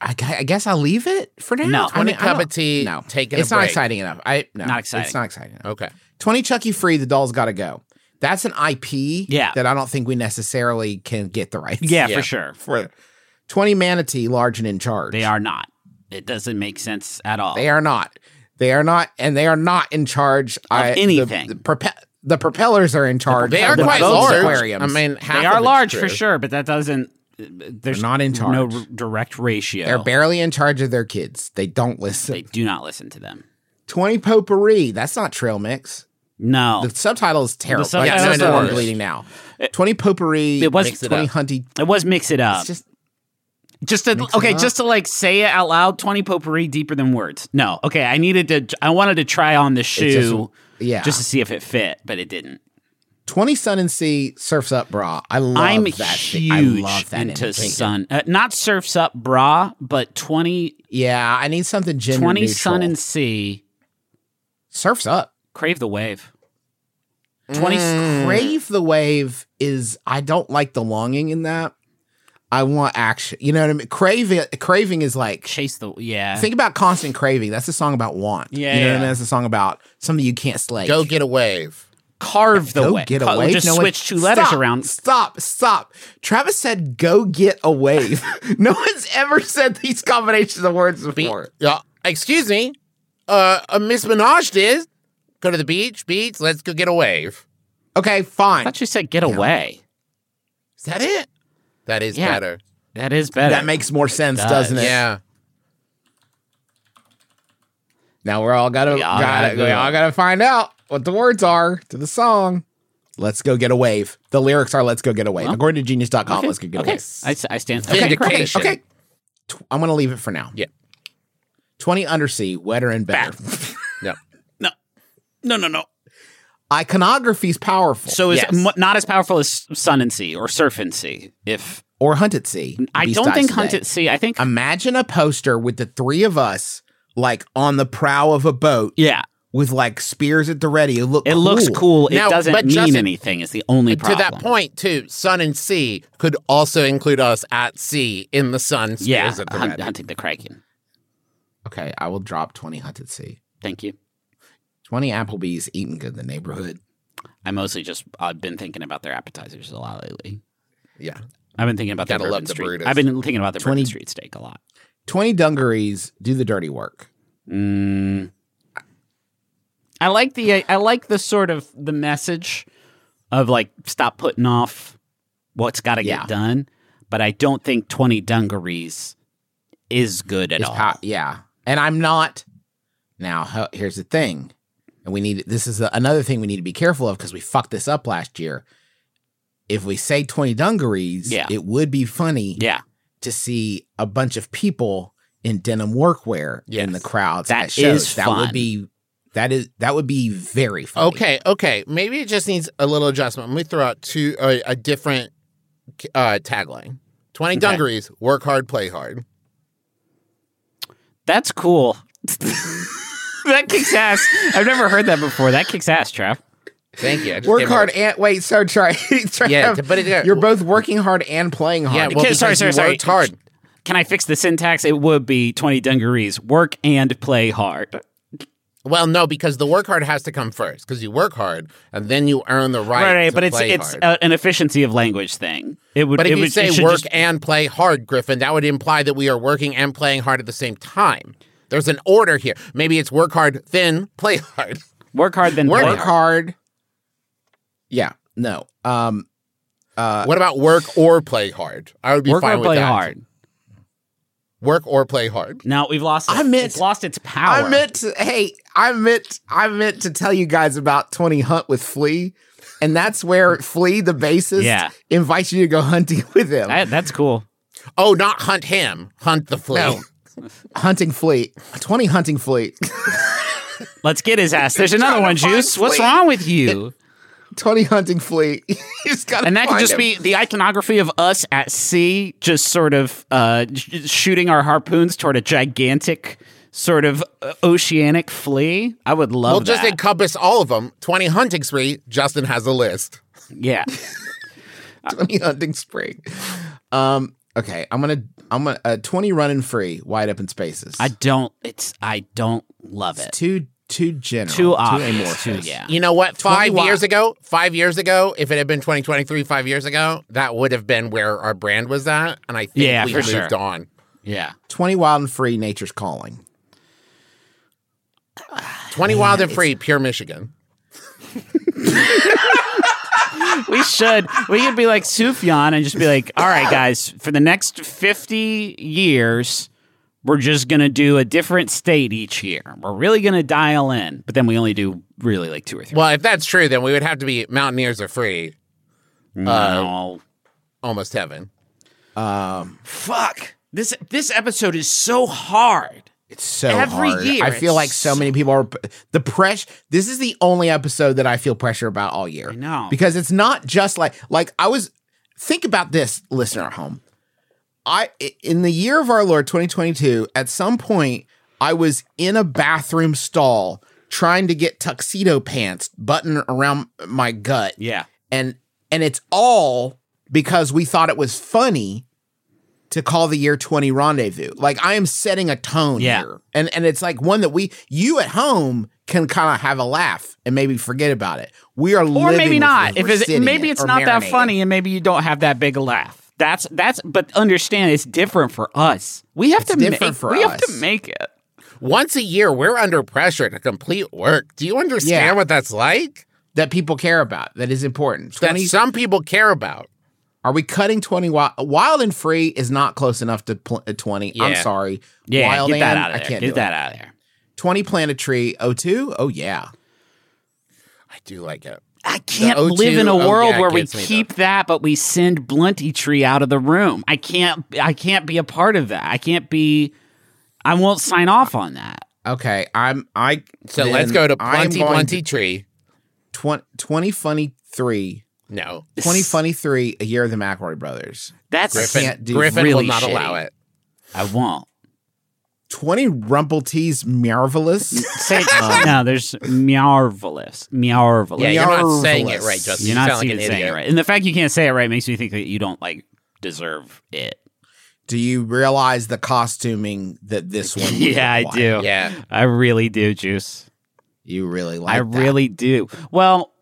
Speaker 3: I, gu- I guess I'll leave it for now.
Speaker 1: No.
Speaker 3: I
Speaker 2: 20
Speaker 3: mean, I
Speaker 2: cup of
Speaker 3: don't-
Speaker 2: tea.
Speaker 3: No,
Speaker 2: Taking
Speaker 3: it's
Speaker 2: a
Speaker 3: not
Speaker 2: break.
Speaker 3: exciting enough. I no,
Speaker 1: Not exciting.
Speaker 3: It's not exciting enough.
Speaker 2: Okay.
Speaker 3: Twenty Chucky free. The doll's got to go. That's an IP.
Speaker 1: Yeah.
Speaker 3: that I don't think we necessarily can get the rights.
Speaker 1: yeah,
Speaker 2: Yeah.
Speaker 1: for sure.
Speaker 3: for twenty manatee large and in charge.
Speaker 1: They are not. It doesn't make sense at all.
Speaker 3: They are not. They are not, and they are not in charge of
Speaker 1: anything.
Speaker 3: The, the, prope- the propellers are in charge.
Speaker 2: They are
Speaker 3: of the
Speaker 2: quite
Speaker 3: boats'
Speaker 2: large.
Speaker 3: Aquariums.
Speaker 2: I mean, half
Speaker 1: They are
Speaker 2: of it's
Speaker 1: large for
Speaker 2: true.
Speaker 1: sure, but that doesn't. There's
Speaker 3: not in
Speaker 1: No
Speaker 3: charge.
Speaker 1: r- direct ratio.
Speaker 3: They're barely in charge of their kids. They don't listen.
Speaker 1: They do not listen to them.
Speaker 3: 20 potpourri. That's not trail mix.
Speaker 1: No,
Speaker 3: The subtitle is terrible.
Speaker 1: subtitle's
Speaker 3: Like, that's
Speaker 2: the
Speaker 3: the one
Speaker 2: worst.
Speaker 3: I'm bleeding now. 20 potpourri.
Speaker 1: It was-
Speaker 3: mixed 20 hunty.
Speaker 1: it was mix it up.
Speaker 3: It's just,
Speaker 1: Just to, okay, just to like say it out loud. Twenty potpourri deeper than words. No, okay. I needed to. I wanted to try on the shoe,
Speaker 3: yeah.
Speaker 1: just to see if it fit, but it didn't.
Speaker 3: 20 sun and sea surfs up bra. I love
Speaker 1: I'm
Speaker 3: that.
Speaker 1: huge
Speaker 3: thing. I love that
Speaker 1: into
Speaker 3: image.
Speaker 1: sun, uh, not surfs up bra, but 20,
Speaker 3: Yeah, I need something gender
Speaker 1: 20
Speaker 3: neutral.
Speaker 1: sun and sea.
Speaker 3: surfs up.
Speaker 1: Crave the wave. Twenty.
Speaker 3: Crave the wave is I don't like the longing in that. I want action. You know what I mean? Craving craving is like
Speaker 1: Chase the yeah.
Speaker 3: Think about constant craving. That's a song about want.
Speaker 1: Yeah,
Speaker 3: you know
Speaker 1: yeah.
Speaker 3: what I mean? That's a song about something you can't slay.
Speaker 2: Go get a wave.
Speaker 1: carve the
Speaker 3: Go
Speaker 1: wave.
Speaker 3: get
Speaker 1: Ca-
Speaker 3: away.
Speaker 1: Just
Speaker 3: No one-
Speaker 1: switch two letters
Speaker 3: Stop,
Speaker 1: around.
Speaker 3: Stop! Stop! Travis said, "Go get a wave." (laughs) no one's ever said these combinations of words
Speaker 2: Be-
Speaker 3: before.
Speaker 2: uh, excuse me. Uh, uh, Miss Minaj did. Go to the beach, beach. Let's go get a wave.
Speaker 3: Okay,
Speaker 1: I
Speaker 3: fine.
Speaker 1: thought you said get away.
Speaker 2: Is that it? That is
Speaker 1: Yeah.
Speaker 2: better.
Speaker 1: That is better.
Speaker 3: That makes more sense,
Speaker 1: Does.
Speaker 3: doesn't it?
Speaker 2: Yeah.
Speaker 3: Now we're all gotta,
Speaker 1: We all gotta
Speaker 3: gotta,
Speaker 1: do
Speaker 3: we
Speaker 1: it.
Speaker 3: all gotta find out what the words are to the song. Let's go get a wave. The lyrics are "Let's go get a wave." According to Genius.com,
Speaker 1: Okay,
Speaker 3: let's go get
Speaker 1: okay.
Speaker 3: a wave.
Speaker 1: I, s- I stand. Okay, great.
Speaker 2: Vindication.
Speaker 3: Okay. Tw- I'm going to leave it for now.
Speaker 2: Yeah.
Speaker 3: 20 undersea, wetter and better.
Speaker 1: (laughs)
Speaker 2: No.
Speaker 1: No, no, no.
Speaker 3: Iconography's powerful.
Speaker 1: So is
Speaker 2: Yes.
Speaker 1: m- not as powerful as sun and sea or surf and sea. If
Speaker 3: or Hunt at Sea.
Speaker 1: I
Speaker 3: Beast
Speaker 1: don't
Speaker 3: Eyes
Speaker 1: think
Speaker 3: today.
Speaker 1: Hunt at Sea. I think
Speaker 3: Imagine a poster with the three of us like on the prow of a boat
Speaker 1: yeah.
Speaker 3: with like spears at the ready. It, looked
Speaker 1: It looks cool.
Speaker 2: Now,
Speaker 1: it doesn't
Speaker 2: but
Speaker 1: mean
Speaker 2: Justin,
Speaker 1: anything. Is the only problem.
Speaker 2: To that point, too, sun and sea could also include us at sea in the sun. spears
Speaker 1: yeah,
Speaker 2: at the
Speaker 1: hunt,
Speaker 2: ready.
Speaker 1: hunting the kraken.
Speaker 3: Okay, I will drop 20 Hunt at Sea.
Speaker 1: Thank you.
Speaker 3: 20 Applebee's eating good in the neighborhood.
Speaker 1: I mostly just I've been thinking about their appetizers a lot lately.
Speaker 3: Yeah.
Speaker 1: I've been thinking about their
Speaker 2: Gotta
Speaker 1: Bourbon
Speaker 2: love the
Speaker 1: street.
Speaker 2: Brutus.
Speaker 1: I've been thinking about the
Speaker 3: 20
Speaker 1: Bourbon Street steak a lot.
Speaker 3: 20 dungarees do the dirty work.
Speaker 1: Mm. I like the uh, I, I like the sort of the message of like stop putting off what's got to
Speaker 3: Yeah.
Speaker 1: get done, but I don't think twenty dungarees is good at
Speaker 3: It's
Speaker 1: all.
Speaker 3: po- yeah. And I'm not. Now, ho- here's the thing. And we need this is a, another thing we need to be careful of because we fucked this up last year. If we say 20 dungarees,
Speaker 1: Yeah.
Speaker 3: it would be funny
Speaker 1: Yeah,
Speaker 3: to see a bunch of people in denim workwear
Speaker 2: Yes.
Speaker 3: in the crowds.
Speaker 1: That
Speaker 3: at shows.
Speaker 1: is
Speaker 3: that
Speaker 1: fun.
Speaker 3: would be that is that would be very funny.
Speaker 2: Okay, okay. Maybe it just needs a little adjustment. Let me throw out two uh, a different uh, tagline. 20 dungarees, work hard, play hard.
Speaker 1: that's cool. (laughs) that kicks ass. I've never heard that before. That kicks ass, Trav.
Speaker 2: Thank you. I just
Speaker 3: Work
Speaker 2: came
Speaker 3: hard
Speaker 2: up-
Speaker 3: and wait. So try. (laughs) try
Speaker 2: Yeah, but it-
Speaker 3: you're both working hard and playing hard.
Speaker 2: Yeah, well,
Speaker 1: Okay, sorry,
Speaker 2: because
Speaker 1: sorry,
Speaker 2: you
Speaker 1: sorry.
Speaker 2: worked hard.
Speaker 1: Can I fix the syntax? It would be 20 dungarees. Work and play hard.
Speaker 2: Well, no, because the work hard has to come first because you work hard and then you earn the right.
Speaker 1: Right,
Speaker 2: to
Speaker 1: but it's
Speaker 2: play
Speaker 1: it's
Speaker 2: hard.
Speaker 1: uh an efficiency of language thing. It would
Speaker 2: But if
Speaker 1: it
Speaker 2: you
Speaker 1: would, it
Speaker 2: say
Speaker 1: should
Speaker 2: work
Speaker 1: just-
Speaker 2: and play hard, Griffin, that would imply that we are working and playing hard at the same time. There's an order here. Maybe it's work hard, then play hard.
Speaker 1: work hard then
Speaker 2: Work
Speaker 1: play
Speaker 3: work hard. Yeah. No. Um.
Speaker 2: what about work or play hard? I would be
Speaker 1: Work
Speaker 2: fine
Speaker 1: or
Speaker 2: with
Speaker 1: play
Speaker 2: that.
Speaker 1: hard.
Speaker 2: Work or play hard.
Speaker 1: Now we've lost. It.
Speaker 3: I meant-
Speaker 1: it's lost its power.
Speaker 3: I meant to, hey, I meant I meant to tell you guys about Twenty Hunt with Flea, and that's where Flea, the bassist,
Speaker 1: Yeah.
Speaker 3: invites you to go hunting (laughs) with him.
Speaker 1: That- that's cool.
Speaker 2: Oh, not hunt him. Hunt the flea.
Speaker 3: No. (laughs) hunting Flea, Twenty Hunting Flea, (laughs)
Speaker 1: Let's get his ass. There's another one, Juice. What's
Speaker 3: sleep.
Speaker 1: wrong with you?
Speaker 3: Twenty Hunting Flea. (laughs) you just gotta
Speaker 1: and that could
Speaker 3: find
Speaker 1: just
Speaker 3: him.
Speaker 1: be the iconography of us at sea, just sort of uh, sh- shooting our harpoons toward a gigantic, sort of uh, oceanic flea. I would love
Speaker 2: We'll just
Speaker 1: that.
Speaker 2: encompass all of them. 20 hunting spree. Justin has a list.
Speaker 1: yeah.
Speaker 3: Twenty (laughs) Hunting Spring. Um. Okay, I'm gonna I'm gonna uh, twenty running free wide open spaces.
Speaker 1: I don't. It's. I don't love it.
Speaker 3: too too general,
Speaker 1: Too
Speaker 3: amorphous.
Speaker 1: obvious. Too, yeah.
Speaker 2: You know what? Five
Speaker 3: 20
Speaker 2: years
Speaker 3: what?
Speaker 2: ago, five years ago, if it had been 2023, five years ago, that would have been where our brand was at. And I think
Speaker 1: Yeah,
Speaker 2: we
Speaker 1: for
Speaker 2: moved
Speaker 1: sure.
Speaker 2: on.
Speaker 1: Yeah.
Speaker 3: Twenty wild and free. Nature's calling.
Speaker 2: 20 wild and free, pure Michigan.
Speaker 1: We should. We could be like Sufjan and just be like, all right, guys, for the next 50 years, we're just going to do a different state each year. We're really going to dial in, but then we only do really like two or three.
Speaker 2: Well, if that's true, then we would have to be Mountaineers are free,
Speaker 3: uh,
Speaker 1: no.
Speaker 2: almost heaven.
Speaker 1: Fuck. This, this episode is so hard.
Speaker 3: It's so
Speaker 1: Every
Speaker 3: hard.
Speaker 1: year,
Speaker 3: I feel
Speaker 1: it's
Speaker 3: like so many people are the press. This is the only episode that I feel pressure about all year. I
Speaker 1: know.
Speaker 3: because it's not just like like I was. Think about this, listener at home. I i- in the year of our Lord 2022, at some point, I was in a bathroom stall trying to get tuxedo pants buttoned around my gut
Speaker 1: Yeah.
Speaker 3: and and it's all because we thought it was funny to call the year 20 rendezvous like i am setting a tone
Speaker 1: Yeah.
Speaker 3: here and and it's like one that we you at home can kind of have a laugh and maybe forget about it we are
Speaker 1: Or
Speaker 3: living
Speaker 1: maybe
Speaker 3: with
Speaker 1: not.
Speaker 3: this.
Speaker 1: If
Speaker 3: We're
Speaker 1: it's,
Speaker 3: sitting
Speaker 1: maybe
Speaker 3: it
Speaker 1: it's
Speaker 3: or
Speaker 1: not that
Speaker 3: marinating.
Speaker 1: funny and maybe you don't have that big a laugh. That's that's but understand it's different for us. We have to
Speaker 3: different
Speaker 1: make
Speaker 3: for
Speaker 1: we have to
Speaker 3: us.
Speaker 1: make it.
Speaker 2: Once a year, we're under pressure to complete work. Do you understand
Speaker 3: Yeah.
Speaker 2: what that's like?
Speaker 3: that people care about that is important 20
Speaker 2: That some people care about.
Speaker 3: are we cutting 20 wild, wild and free is not close enough to pl- uh, 20 i'm
Speaker 2: Yeah.
Speaker 3: sorry
Speaker 1: Yeah,
Speaker 3: wild
Speaker 1: get that
Speaker 3: and-
Speaker 1: out of there.
Speaker 3: i can't
Speaker 1: get
Speaker 3: do
Speaker 1: that
Speaker 3: it.
Speaker 1: out of there.
Speaker 3: 20 plant a tree 02 oh yeah
Speaker 2: I do like it.
Speaker 1: I can't
Speaker 2: O2
Speaker 1: live in a
Speaker 2: oh,
Speaker 1: world
Speaker 2: yeah,
Speaker 1: where we
Speaker 2: gets me, though.
Speaker 1: keep that, but we send Blunty Tree out of the room. I can't. I can't be a part of that. I can't be. I won't sign off on that.
Speaker 3: Okay, I'm I.
Speaker 2: So
Speaker 3: then
Speaker 2: let's go to
Speaker 3: I'm
Speaker 2: Plenty
Speaker 3: going
Speaker 2: Plenty Tree.
Speaker 3: to twen- 20 funny three
Speaker 1: (laughs)
Speaker 2: No. (laughs)
Speaker 3: 2023, a year of the McElroy brothers.
Speaker 1: That's
Speaker 3: Griffin- can't do
Speaker 2: Griffin
Speaker 1: really
Speaker 2: will not
Speaker 1: shitty.
Speaker 2: allow it.
Speaker 1: I
Speaker 2: (laughs)
Speaker 1: won't.
Speaker 3: 20 Rumpeltease
Speaker 2: (laughs)
Speaker 3: Marvelous.
Speaker 1: Say no. There's marvelous, marvelous.
Speaker 2: Yeah, you're not saying it right,
Speaker 3: Marvelous.
Speaker 2: Justin.
Speaker 1: You're
Speaker 2: you
Speaker 1: not
Speaker 2: sound like
Speaker 1: saying
Speaker 2: an
Speaker 1: it
Speaker 2: idiot.
Speaker 1: right. And the fact you can't say it right makes me think that you don't like deserve it. (laughs)
Speaker 3: Do you realize the costuming that
Speaker 2: (laughs)
Speaker 3: this one?
Speaker 1: yeah, I
Speaker 3: required?
Speaker 1: do.
Speaker 2: Yeah.
Speaker 1: I really do, Juice.
Speaker 3: You really like
Speaker 1: I
Speaker 3: that.
Speaker 1: really do. Well,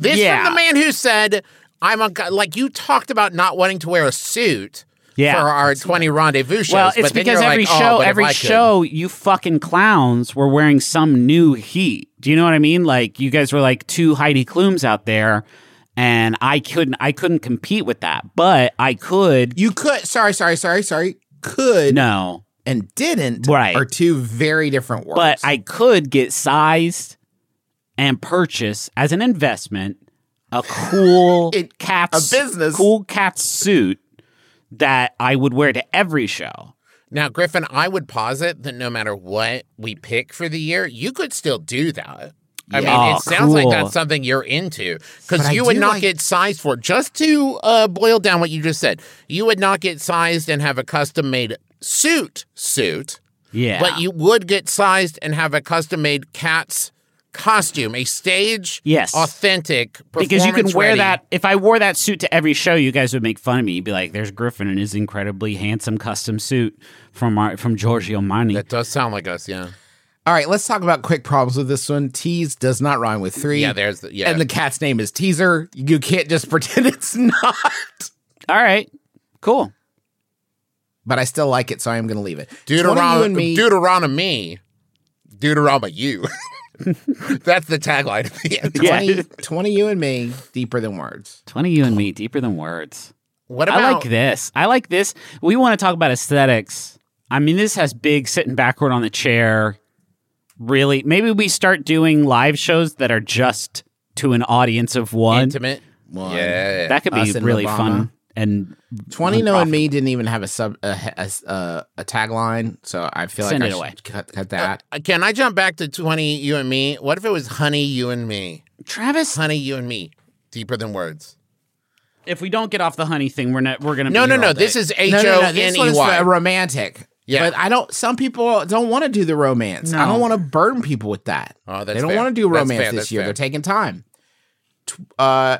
Speaker 2: This
Speaker 1: yeah,
Speaker 2: from the man who said, "I'm a guy- like you talked about not wanting to wear a suit
Speaker 1: Yeah.
Speaker 2: for our 20 rendezvous shows."
Speaker 1: Well, it's
Speaker 2: but then
Speaker 1: because
Speaker 2: you're
Speaker 1: every
Speaker 2: like, "Oh,
Speaker 1: show,
Speaker 2: but if
Speaker 1: every
Speaker 2: I could."
Speaker 1: show, you fucking clowns were wearing some new heat. Do you know what I mean? Like you guys were like two Heidi Klums out there, and I couldn't, I couldn't compete with that, but I could.
Speaker 3: You could. Sorry, sorry, sorry, sorry. Could
Speaker 1: No,
Speaker 3: and didn't
Speaker 1: Right.
Speaker 3: are two very different words.
Speaker 1: but I could get sized and purchase as an investment
Speaker 2: (laughs)
Speaker 1: a cool
Speaker 3: It-
Speaker 1: cat
Speaker 3: a business.
Speaker 1: cool cat suit that I would wear to every show.
Speaker 2: Now, Griffin, I would posit that no matter what we pick for the year, you could still do that. I mean,
Speaker 1: Yeah.
Speaker 2: it sounds like
Speaker 1: Oh, Cool.
Speaker 2: that's something you're into because
Speaker 3: But I
Speaker 2: you would
Speaker 3: do
Speaker 2: not
Speaker 3: like-
Speaker 2: get sized for. Just to uh, boil down what you just said, you would not get sized and have a custom made suit suit,
Speaker 1: Yeah,
Speaker 2: but you would get sized and have a custom made cat's costume, a stage
Speaker 1: Yes.
Speaker 2: authentic
Speaker 1: because you can wear
Speaker 2: performance-ready-
Speaker 1: that. If I wore that suit to every show, you guys would make fun of me. You'd be like, "There's Griffin in his incredibly handsome custom suit from our, from Giorgio Armani."
Speaker 2: That does sound like us, yeah.
Speaker 3: All right, let's talk about quick problems with this one. Tease does not rhyme with three.
Speaker 2: Yeah, there's the- yeah.
Speaker 3: And the cat's name is Teaser. You can't just (laughs) pretend it's not.
Speaker 1: All right, cool.
Speaker 3: But I still like it, so I am going to leave it. 20 you and
Speaker 2: Deuteronomy,
Speaker 3: me.
Speaker 2: Deuteronomy, Deuteronomy, you. (laughs) That's the tagline. Of the end.
Speaker 1: Yeah.
Speaker 2: (laughs)
Speaker 3: 20, 20 you and me. Deeper than words.
Speaker 1: Twenty you and me, deeper than words.
Speaker 2: What about
Speaker 1: I like this. I like this. We want to talk about aesthetics. I mean, this has big sitting backward on the chair. Really, maybe we start doing live shows that are just to an audience of one.
Speaker 2: intimate? Yeah,
Speaker 1: That could be
Speaker 3: Us and
Speaker 1: really
Speaker 3: Obama.
Speaker 1: fun. And
Speaker 3: 20 No and Me didn't even have a sub a, he- a s- uh, a tagline, so I feel
Speaker 1: Send
Speaker 3: like
Speaker 1: it
Speaker 3: I
Speaker 1: away.
Speaker 3: should cut, cut that.
Speaker 2: Uh, Can I jump back to twenty? You and me. What if it was honey? You and me.
Speaker 1: Travis,
Speaker 2: Honey, you and me. Deeper than words.
Speaker 1: if we don't get off the honey thing, we're not. We're gonna.
Speaker 2: No,
Speaker 1: be
Speaker 2: no,
Speaker 1: here
Speaker 2: no.
Speaker 1: all day.
Speaker 2: This is H
Speaker 3: No,
Speaker 2: O
Speaker 3: no, no.
Speaker 2: N
Speaker 3: This one
Speaker 2: E
Speaker 3: is for
Speaker 2: Y.
Speaker 3: romantic.
Speaker 2: Yeah.
Speaker 3: But I don't, some people don't want to do the romance. I don't want to burden people with that.
Speaker 2: Oh, that's
Speaker 3: they don't
Speaker 2: fair.
Speaker 3: want to do
Speaker 2: That's
Speaker 3: romance
Speaker 2: fair,
Speaker 3: this
Speaker 2: that's
Speaker 3: year.
Speaker 2: fair.
Speaker 3: They're taking time. Tw- uh,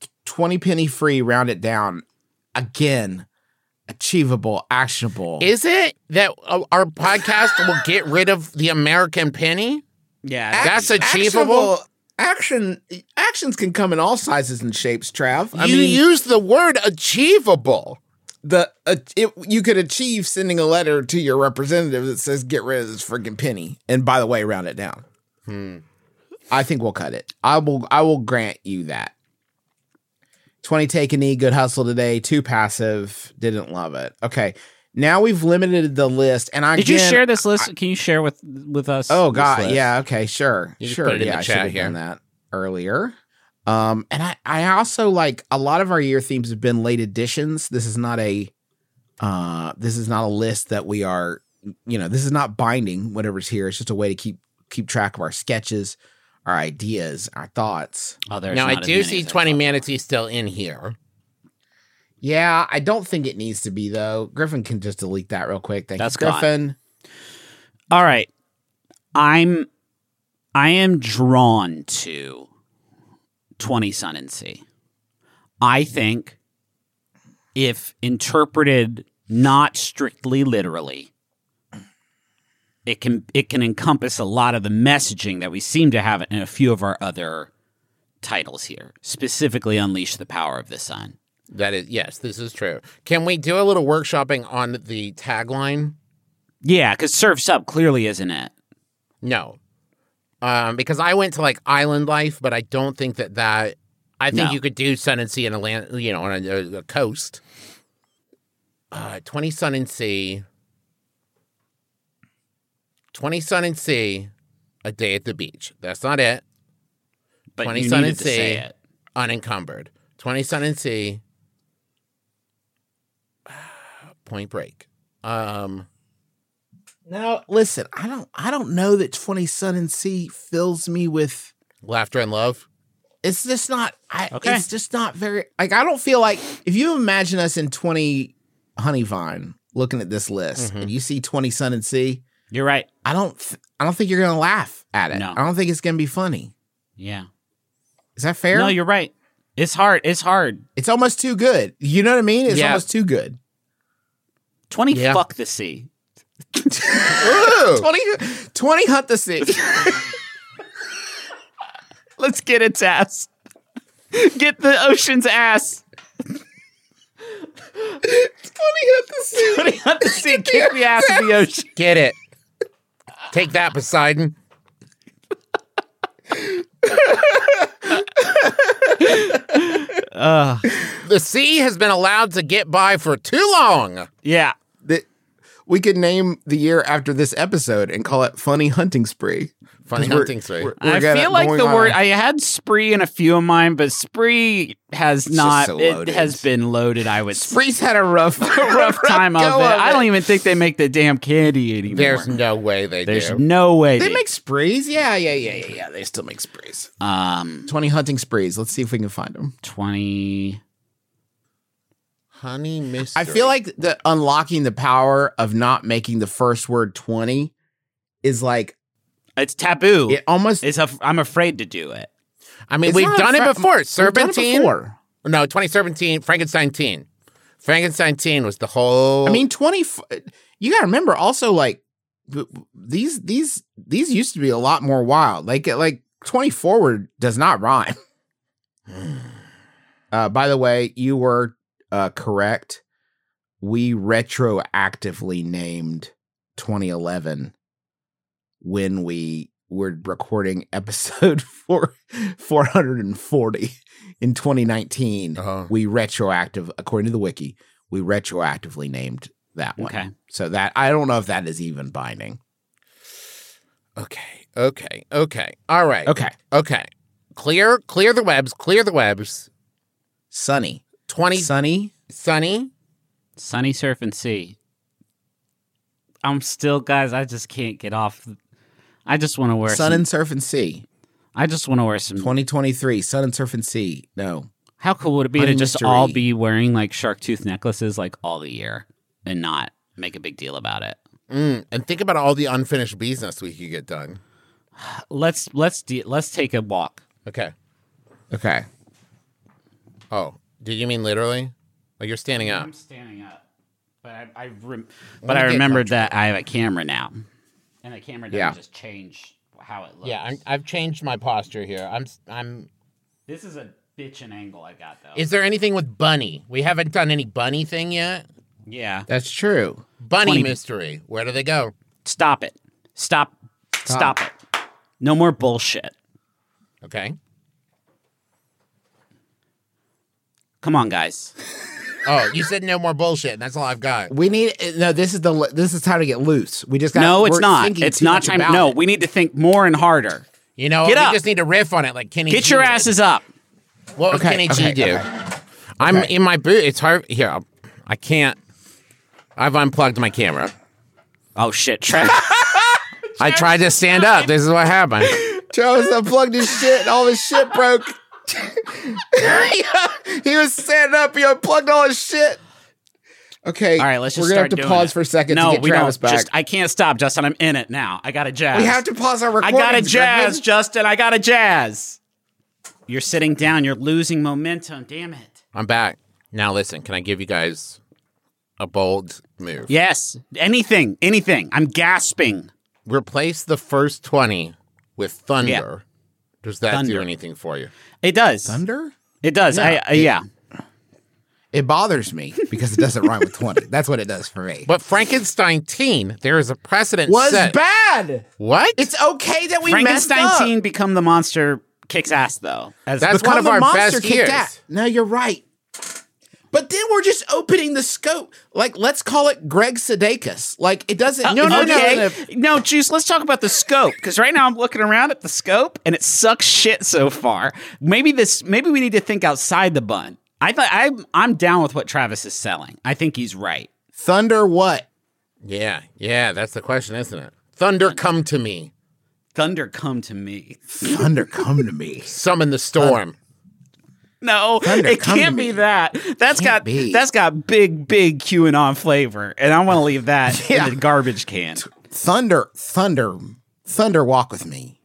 Speaker 3: t- 20 penny free, round it down. Again, achievable, actionable.
Speaker 2: Is it that uh, our podcast will get rid of the American penny?
Speaker 1: yeah.
Speaker 2: That's achievable.
Speaker 3: Action actions can come in all sizes and shapes, Trav. I
Speaker 2: you
Speaker 3: mean,
Speaker 2: use the word achievable.
Speaker 3: the uh, it, you could achieve sending a letter to your representative that says get rid of this freaking penny and by the way round it down
Speaker 2: Hmm.
Speaker 3: i think we'll cut it i will i will grant you that 20 take a knee good hustle today too passive didn't love it okay now we've limited the list and i
Speaker 1: Did you share this list? Can you share with with us?
Speaker 3: Oh
Speaker 1: this
Speaker 3: God,
Speaker 1: list?
Speaker 3: yeah, okay, sure,
Speaker 2: You can
Speaker 3: sure.
Speaker 2: put it in
Speaker 3: yeah,
Speaker 2: the
Speaker 3: I should
Speaker 2: chat
Speaker 3: have
Speaker 2: here.
Speaker 3: done that earlier. Um, and I, I also like a lot of our year themes have been late additions. This is not a, uh, this is not a list that we are, you know, this is not binding. Whatever's here, it's just a way to keep keep track of our sketches, our ideas, our thoughts.
Speaker 1: Oh, there's
Speaker 2: now I
Speaker 1: not as
Speaker 2: do
Speaker 1: many
Speaker 2: see
Speaker 1: as I
Speaker 2: twenty
Speaker 1: thought.
Speaker 2: manatees still in here.
Speaker 3: Yeah, I don't think it needs to be though. Griffin can just delete that real quick. Thank
Speaker 1: That's
Speaker 3: you,
Speaker 1: gone.
Speaker 3: Griffin.
Speaker 1: All right, I'm. I am drawn to twenty Sun and Sea. I think if interpreted not strictly literally, it can it can encompass a lot of the messaging that we seem to have in a few of our other titles here, specifically Unleash the Power of the Sun.
Speaker 2: That is yes, this is true. Can we do a little workshopping on the tagline?
Speaker 1: Yeah, because Surf's Up clearly isn't it.
Speaker 2: No, um, because I went to like island life, but I don't think that that. I think
Speaker 1: No.
Speaker 2: you could do sun and sea in a land, you know, on a, a coast. Uh, Twenty sun and sea. Twenty sun and sea, a day at the beach. That's not it.
Speaker 1: But
Speaker 2: 20
Speaker 1: you
Speaker 2: Sun
Speaker 1: needed
Speaker 2: and
Speaker 1: to say
Speaker 2: Sea.
Speaker 1: it.
Speaker 2: Unencumbered. Twenty sun and sea. Point Break. Um,
Speaker 3: Now, listen, I don't I don't know that 20 Sun and Sea fills me with
Speaker 2: Laughter and Love.
Speaker 3: It's just not. I,
Speaker 1: Okay.
Speaker 3: It's just not very. Like I don't feel like if you imagine us in twenty Honeyvine looking at this
Speaker 1: Mm-hmm.
Speaker 3: list and you see twenty Sun and Sea,
Speaker 1: You're right.
Speaker 3: I don't. th- I don't think you're gonna laugh at it.
Speaker 1: No.
Speaker 3: I don't think it's gonna be funny.
Speaker 1: Yeah.
Speaker 3: Is that fair?
Speaker 1: No, you're right. It's hard. It's hard.
Speaker 3: it's almost too good. You know what I mean? It's
Speaker 2: Yeah.
Speaker 3: almost too good.
Speaker 1: 20
Speaker 2: Yeah.
Speaker 1: fuck the sea.
Speaker 3: 20, 20 hunt
Speaker 1: (laughs)
Speaker 3: the sea.
Speaker 1: Let's get its ass. (laughs) Get the ocean's ass. (laughs) Twenty hunt the sea. Twenty hunt the sea. Kick the ass of the ocean.
Speaker 2: Get it. Take that, Poseidon. the sea has been allowed to get by for too long.
Speaker 1: Yeah.
Speaker 3: That we could name the year after this episode and call it "Funny Hunting Spree."
Speaker 2: Funny
Speaker 3: 'Cause we're-
Speaker 2: hunting spree.
Speaker 3: we're- we're
Speaker 1: I
Speaker 3: gonna-
Speaker 1: feel like
Speaker 3: going
Speaker 1: the
Speaker 3: on.
Speaker 1: word I had spree in a few of mine, but spree has not.
Speaker 3: so
Speaker 1: it
Speaker 3: loaded.
Speaker 1: has been loaded. I would say.
Speaker 3: Spree's had a (laughs) rough,
Speaker 1: rough time of it. I don't even think they make the damn candy anymore.
Speaker 2: There's no way they
Speaker 1: There's
Speaker 2: do.
Speaker 1: no way
Speaker 3: They
Speaker 1: they-
Speaker 3: make sprees, yeah, yeah, yeah, yeah, yeah. They still make sprees.
Speaker 1: um
Speaker 3: Twenty hunting sprees. Let's see if we can find them.
Speaker 1: twenty.
Speaker 2: Honey mystery.
Speaker 3: I feel like the unlocking the power of not making the first word twenty is like
Speaker 1: It's taboo.
Speaker 3: it almost.
Speaker 1: It's a, I'm afraid to do it.
Speaker 2: I mean,
Speaker 3: it's
Speaker 2: we've
Speaker 3: not
Speaker 2: done,
Speaker 3: fra-
Speaker 2: it before.
Speaker 3: we've done it
Speaker 2: Serpentine.
Speaker 3: before.
Speaker 2: No, 2017, Frankenstein teen. Frankenstein teen was the whole.
Speaker 3: I mean, twenty. f- You got to remember also like th- these these these used to be a lot more wild. Like like twenty forward does not rhyme. (laughs) Uh, by the way, you were uh, correct. We retroactively named 2011 when we were recording episode (laughs) four, 440 in 2019
Speaker 2: Uh-huh.
Speaker 3: we retroactive according to the wiki we retroactively named that one
Speaker 1: Okay.
Speaker 3: so that i don't know if that is even binding
Speaker 2: okay, okay, okay. All right.
Speaker 3: okay
Speaker 2: Okay. Clear, clear the webs, clear the webs.
Speaker 3: sunny
Speaker 2: 20
Speaker 3: sunny
Speaker 2: sunny.
Speaker 1: Sunny surf and sea. I'm still, guys. I just can't get off. I just want to wear.
Speaker 3: sun
Speaker 1: some,
Speaker 3: and surf and sea
Speaker 1: I just want to wear some.
Speaker 3: 2023 sun and surf and sea no
Speaker 1: How cool would it be to
Speaker 3: Honey
Speaker 1: just
Speaker 3: mystery.
Speaker 1: all be wearing like shark tooth necklaces like all the year and not make a big deal about it?
Speaker 2: Mm, and think about all the unfinished business we could get done.
Speaker 1: Let's let's de- let's take a walk.
Speaker 2: Okay.
Speaker 3: okay
Speaker 2: Oh, do you mean literally? Like you're standing up.
Speaker 1: standing up, but I, I rem- but I
Speaker 2: get
Speaker 1: remembered that I have a camera now, and the camera doesn't
Speaker 3: Yeah.
Speaker 1: just change how it looks.
Speaker 2: Yeah, I'm, I've changed my posture here. I'm. s- I'm.
Speaker 1: this is a bitchin' angle I got though.
Speaker 2: Is there anything with bunny? We haven't done any bunny thing yet.
Speaker 1: yeah,
Speaker 3: that's true
Speaker 2: Bunny
Speaker 1: 20.
Speaker 2: mystery. Where do they go?
Speaker 1: stop it, stop, stop it. No more bullshit.
Speaker 2: Okay.
Speaker 1: Come on, guys.
Speaker 2: Oh, you said no more bullshit, and that's all I've got.
Speaker 3: We need no. This is the this is how to get loose. We just got
Speaker 1: no, it's
Speaker 3: we're
Speaker 1: not.
Speaker 3: thinking
Speaker 1: It's
Speaker 3: too
Speaker 1: not
Speaker 3: much
Speaker 1: time.
Speaker 3: about
Speaker 1: No,
Speaker 3: it.
Speaker 1: we need to think more and harder.
Speaker 2: You know,
Speaker 1: Get
Speaker 2: we
Speaker 1: up.
Speaker 2: just need to riff on it, like Kenny.
Speaker 1: Get
Speaker 2: G
Speaker 1: your
Speaker 2: did.
Speaker 1: asses up.
Speaker 2: What would
Speaker 3: Okay,
Speaker 2: Kenny
Speaker 3: okay,
Speaker 2: G do?
Speaker 3: okay.
Speaker 2: I'm
Speaker 3: Okay.
Speaker 2: in my boot. It's hard. Here, I'll- I can't. I've unplugged my camera.
Speaker 1: Oh
Speaker 3: (laughs)
Speaker 1: shit, Trev.
Speaker 2: I tried to stand up. This is what happened.
Speaker 3: Travis unplugged his shit, and all his shit broke. (laughs) he was standing up. He unplugged all his shit. Okay.
Speaker 1: All right, let's just
Speaker 3: We're gonna
Speaker 1: start
Speaker 3: have
Speaker 1: doing
Speaker 3: to pause
Speaker 1: it.
Speaker 3: for a second
Speaker 1: No,
Speaker 3: to get
Speaker 1: we
Speaker 3: Travis
Speaker 1: don't.
Speaker 3: back.
Speaker 1: Just, I can't stop, Justin. I'm in it now. I got a jazz.
Speaker 3: we have to pause our
Speaker 1: I
Speaker 3: recording.
Speaker 1: got a jazz, Justin. I got a jazz. You're sitting down. You're losing momentum. Damn it.
Speaker 2: I'm back. Now listen, can I give you guys a bold move?
Speaker 1: Yes. Anything. Anything. I'm gasping.
Speaker 2: Replace the first 20 with thunder. Does that
Speaker 1: Thunder.
Speaker 2: do anything for you?
Speaker 1: It does.
Speaker 3: Thunder.
Speaker 1: It does. I, I yeah.
Speaker 3: It bothers me because it doesn't rhyme with twenty. That's what it does for
Speaker 1: (laughs)
Speaker 3: me.
Speaker 2: But Frankenstein teen, there is a precedent
Speaker 3: was
Speaker 2: set.
Speaker 3: bad.
Speaker 2: what?
Speaker 3: It's okay that we
Speaker 1: Frankenstein
Speaker 3: messed up.
Speaker 1: teen become the monster kicks ass though. As
Speaker 2: That's
Speaker 3: Become
Speaker 2: one of
Speaker 3: the
Speaker 2: our
Speaker 3: monster
Speaker 2: best
Speaker 3: kicked
Speaker 2: years.
Speaker 3: ass. No, you're right. But then we're just opening the scope. Like, let's call it Greg Sudeikis. Like, it doesn't.
Speaker 1: Uh, okay. No, Juice, let's talk about the scope. Because right now I'm looking around at the scope and it sucks shit so far. Maybe this maybe we need to think outside the bun. I thought I'm I'm down with what Travis is selling. I think he's right.
Speaker 3: Thunder what?
Speaker 2: Yeah, yeah, that's the question, isn't it? Thunder come to me.
Speaker 1: Thunder come to me.
Speaker 3: Thunder, come to me.
Speaker 2: Summon the storm.
Speaker 1: No, it
Speaker 3: come
Speaker 1: can't
Speaker 3: to
Speaker 1: be
Speaker 3: me.
Speaker 1: that. That's got
Speaker 3: be.
Speaker 1: that's got big, big QAnon flavor, and I want
Speaker 3: (laughs)
Speaker 1: to leave that
Speaker 3: Yeah.
Speaker 1: in the garbage can.
Speaker 3: Thunder, thunder, thunder, walk with me.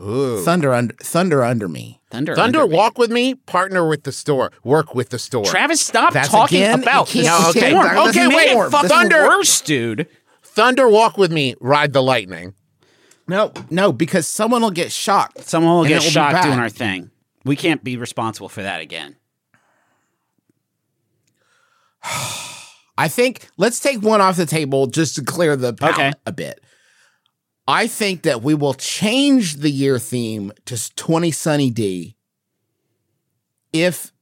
Speaker 3: Thunder under, thunder under me.
Speaker 1: Thunder,
Speaker 2: Thunder,
Speaker 1: under me.
Speaker 2: walk with me. Partner with the store. Work with the store.
Speaker 1: Travis, stop
Speaker 3: That's
Speaker 1: talking
Speaker 3: again-
Speaker 1: about
Speaker 3: you
Speaker 1: the
Speaker 3: can't-
Speaker 1: storm.
Speaker 3: you can't-
Speaker 1: Okay,
Speaker 3: that's the
Speaker 1: wait,
Speaker 3: storm.
Speaker 1: fuck
Speaker 3: That's the
Speaker 1: thunder,
Speaker 3: wor-
Speaker 1: worse, dude.
Speaker 2: Thunder, walk with me. Ride the lightning.
Speaker 3: No, no, because someone will get shocked.
Speaker 1: Someone will
Speaker 3: And
Speaker 1: get
Speaker 3: it will be
Speaker 1: shot
Speaker 3: bad.
Speaker 1: doing our thing. We can't be responsible for that again.
Speaker 3: I think let's take one off the table just to clear the palate
Speaker 1: Okay.
Speaker 3: a bit. I think that we will change the year theme to 20 Sunny D if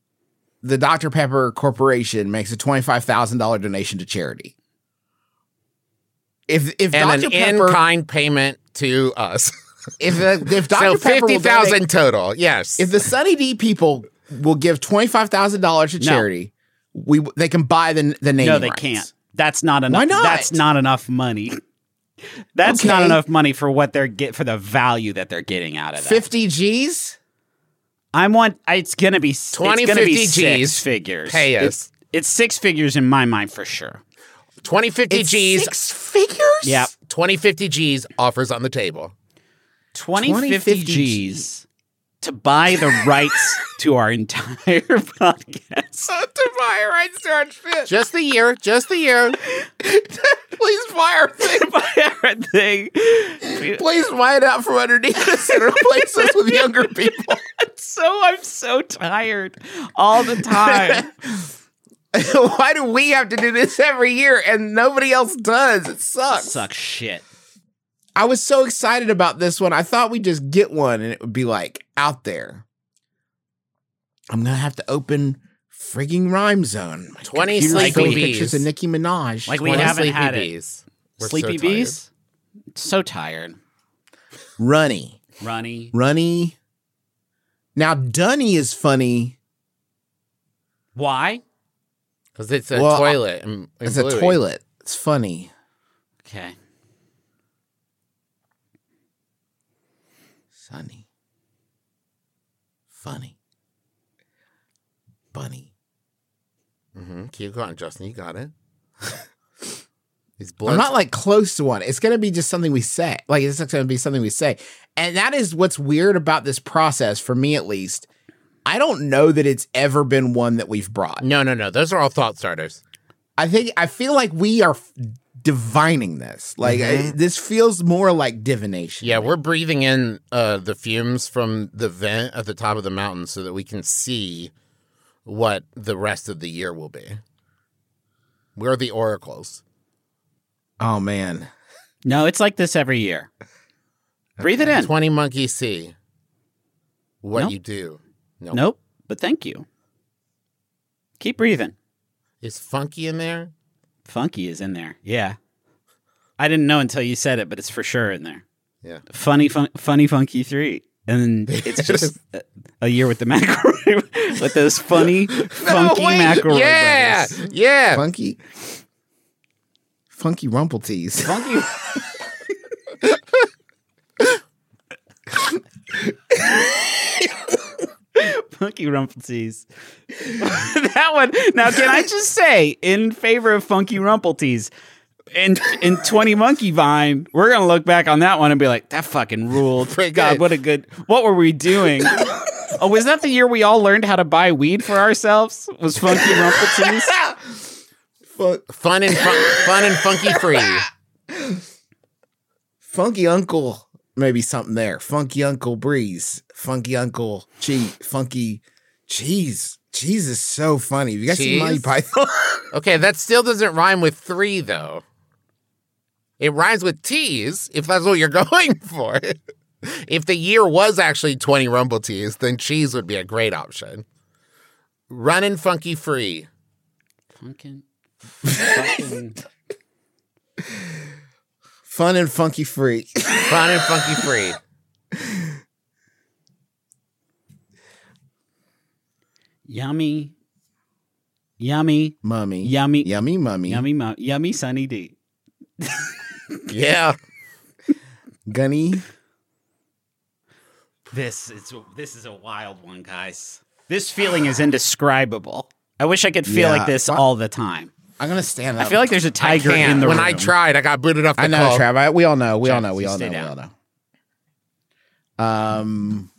Speaker 3: the Dr. Pepper Corporation makes a $25,000 donation to charity. If if
Speaker 2: And
Speaker 3: Dr.
Speaker 2: an
Speaker 3: Pepper
Speaker 2: in kind payment to us.
Speaker 3: if if
Speaker 2: (laughs) so
Speaker 3: Dr. Pepper will
Speaker 2: fifty
Speaker 3: donate-
Speaker 2: thousand total. Yes.
Speaker 3: if the Sunny D people will give twenty five thousand dollars to
Speaker 1: No.
Speaker 3: charity, we they can buy the the name.
Speaker 1: no, they can't. That's not enough.
Speaker 3: Why not?
Speaker 1: That's not enough money. (laughs) That's not
Speaker 3: Okay.
Speaker 1: enough money for what they're get for the value that they're getting out of that.
Speaker 3: Fifty G's.
Speaker 1: I want. It's gonna be it's
Speaker 2: 20,
Speaker 1: gonna be
Speaker 2: 50
Speaker 1: six
Speaker 2: Gs.
Speaker 1: figures.
Speaker 2: Pay
Speaker 1: It's-
Speaker 2: us.
Speaker 1: It's six figars in my mind for sure.
Speaker 2: 2050
Speaker 3: It's
Speaker 2: G's.
Speaker 3: six figures.
Speaker 1: Yep.
Speaker 2: 2050 G's offers on the table.
Speaker 1: 2050
Speaker 3: 50
Speaker 1: G's to buy the rights (laughs) to our entire
Speaker 2: (laughs)
Speaker 1: (laughs) podcast.
Speaker 3: Oh, to fire right start shit.
Speaker 2: Just the year. Just the year.
Speaker 3: (laughs) Please fire thing.
Speaker 1: Buy our thing.
Speaker 3: Please buy it out from underneath us and replace us with
Speaker 2: (laughs)
Speaker 3: younger people.
Speaker 1: So I'm so tired all the
Speaker 2: (laughs)
Speaker 1: time.
Speaker 3: Why do we have to do this every year and nobody else does? It sucks.
Speaker 1: Sucks shit.
Speaker 3: I was so excited about this one. I thought we'd just get one and it would be like out there. I'm gonna have to open frigging Rhyme Zone.
Speaker 2: 20
Speaker 3: My computer's
Speaker 2: Sleepy
Speaker 3: full of
Speaker 2: Bees.
Speaker 3: Pictures of Nicki Minaj.
Speaker 1: Like we haven't had it.
Speaker 2: We're so
Speaker 1: Sleepy
Speaker 2: tired.
Speaker 1: bees. So tired.
Speaker 3: Runny,
Speaker 1: Ronnie.
Speaker 3: Runny. Now Dunny is funny.
Speaker 1: Why?
Speaker 2: Because it's a
Speaker 3: Well,
Speaker 2: toilet. and- and
Speaker 3: It's a
Speaker 2: bluey.
Speaker 3: toilet. It's funny.
Speaker 1: Okay.
Speaker 3: Sunny. Funny. Bunny.
Speaker 2: Mhm. Keep going, Justin. You got it. (laughs) These
Speaker 3: I'm
Speaker 2: blood.
Speaker 3: not like close to one. It's going to be just something we say. Like it's going to be something we say. And that is what's weird about this process for me at least. I don't know that it's ever been one that we've brought.
Speaker 2: no, no, no. Those are all thought starters.
Speaker 3: I think I feel like we are f- divining this. Like I- this feels more like divination.
Speaker 2: Mm-hmm. Yeah, we're breathing in uh, the fumes from the vent at the top of the mountain so that we can see what the rest of the year will be. We're the oracles.
Speaker 3: Oh man.
Speaker 1: No, it's like this every year. Breathe it in.
Speaker 2: 20 monkeys see what
Speaker 1: Nope.
Speaker 2: you do. No.
Speaker 1: Nope. But thank you. Keep breathing.
Speaker 2: Is funky in there?
Speaker 1: Funky is in there. Yeah. I didn't know until you said it, but it's for sure in there.
Speaker 2: Yeah.
Speaker 1: Funny, fun, funny, funky three, and then
Speaker 2: (laughs)
Speaker 1: it's just a, a year with the (laughs) McElroy, with those funny, funky
Speaker 2: wait,
Speaker 1: McElroy
Speaker 2: Yeah.
Speaker 1: brothers.
Speaker 2: Yeah.
Speaker 3: Funky Funky Rumpletees.
Speaker 1: Funky. Funky Rumpeltees. (laughs) that one. Now, can I just say, in favor of Funky Rumpeltees, in in Twenty Monkey Vine, we're gonna look back on that one and be like, that fucking ruled.
Speaker 2: Pretty
Speaker 1: God,
Speaker 2: good.
Speaker 1: what a good. What were we (laughs) doing? oh, was that the year we all learned how to buy weed for ourselves? Was Funky Rumpeltees? (laughs)
Speaker 2: Fun and fun, fun and funky free.
Speaker 3: Funky Uncle maybe something there. Funky Uncle Breeze. Funky Uncle Cheese. Funky Cheese. Cheese is so funny. Have you guys seen Monty
Speaker 2: Cheese?
Speaker 3: Python? (laughs)
Speaker 2: Okay, that still doesn't rhyme with three though. It rhymes with teas, if that's what you're (laughs) going for. if the year was actually 20 rumble teas, then cheese would be a great option. Runnin' funky free.
Speaker 1: Funkin'. fucking-
Speaker 3: Fun and funky (laughs) freak.
Speaker 2: Fun and funky free.
Speaker 1: Yummy. Yummy.
Speaker 3: Mummy.
Speaker 1: Yummy.
Speaker 3: Yummy mummy.
Speaker 1: Yummy, mo- yummy, Sunny D.
Speaker 2: Yeah.
Speaker 3: Gunny.
Speaker 1: This is this is a wild one, guys. This feeling is indescribable. I wish I could feel
Speaker 3: Yeah.
Speaker 1: like this all the time.
Speaker 3: I'm gonna stand
Speaker 1: I
Speaker 3: up.
Speaker 1: feel like there's a tiger in the
Speaker 2: when
Speaker 1: room.
Speaker 2: I tried, I got booted off the
Speaker 3: I know,
Speaker 2: club.
Speaker 3: Trav. I, we all know. We all
Speaker 1: Trav,
Speaker 3: know. We
Speaker 1: you
Speaker 3: all
Speaker 1: stay
Speaker 3: know. We all
Speaker 1: down.
Speaker 3: know. Um,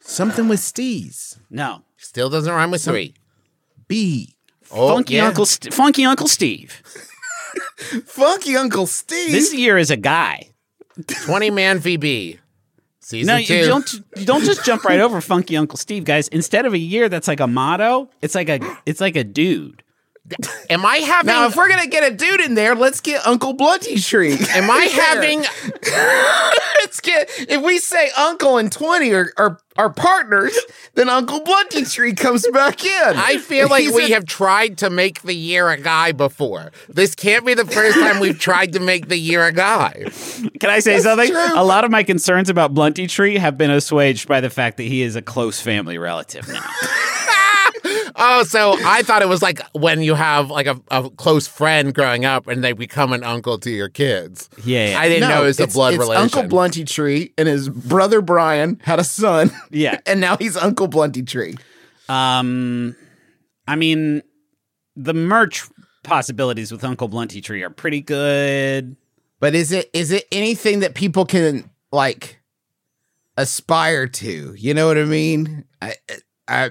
Speaker 3: something with Steez.
Speaker 1: no,
Speaker 2: Still doesn't rhyme with three.
Speaker 3: B.
Speaker 2: Oh,
Speaker 1: funky
Speaker 2: yeah.
Speaker 1: Uncle St- Funky Uncle Steve.
Speaker 3: Funky Uncle Steve.
Speaker 1: This year is a guy.
Speaker 2: 20 Man VB. Season
Speaker 1: No,
Speaker 2: two.
Speaker 1: you don't. You don't just jump right over Funky Uncle Steve, guys. Instead of a year that's like a motto, it's like a it's like a dude.
Speaker 2: Am I having.
Speaker 3: now, if we're gonna get a dude in there, let's get Uncle Blunty Tree.
Speaker 2: am
Speaker 1: (laughs)
Speaker 3: (laughs)
Speaker 2: I having.
Speaker 3: let's get if we say Uncle and Twenty are are, are partners, then Uncle Blunty Tree comes back in. (laughs)
Speaker 2: I feel like
Speaker 3: He's
Speaker 2: we
Speaker 3: in-
Speaker 2: have tried to make the year a guy before. This can't be the first time we've tried to make the year a guy.
Speaker 1: Can I say something? A lot of my concerns about Blunty Tree have been assuaged by the fact that he is a close family relative
Speaker 2: (laughs)
Speaker 1: now.
Speaker 2: Oh, so I thought it was like when you have like a, a close friend growing up and they become an uncle to your kids.
Speaker 1: Yeah, yeah.
Speaker 2: I didn't know it was a
Speaker 3: it's-
Speaker 2: blood
Speaker 3: it's
Speaker 2: relation.
Speaker 3: Uncle Blunty Tree and his brother Brian had a son. (laughs)
Speaker 1: Yeah.
Speaker 3: and now he's Uncle Blunty Tree.
Speaker 1: Um, I mean, the merch possibilities with Uncle Blunty Tree are pretty good.
Speaker 3: But is it is it anything that people can like aspire to? You know what I mean? I I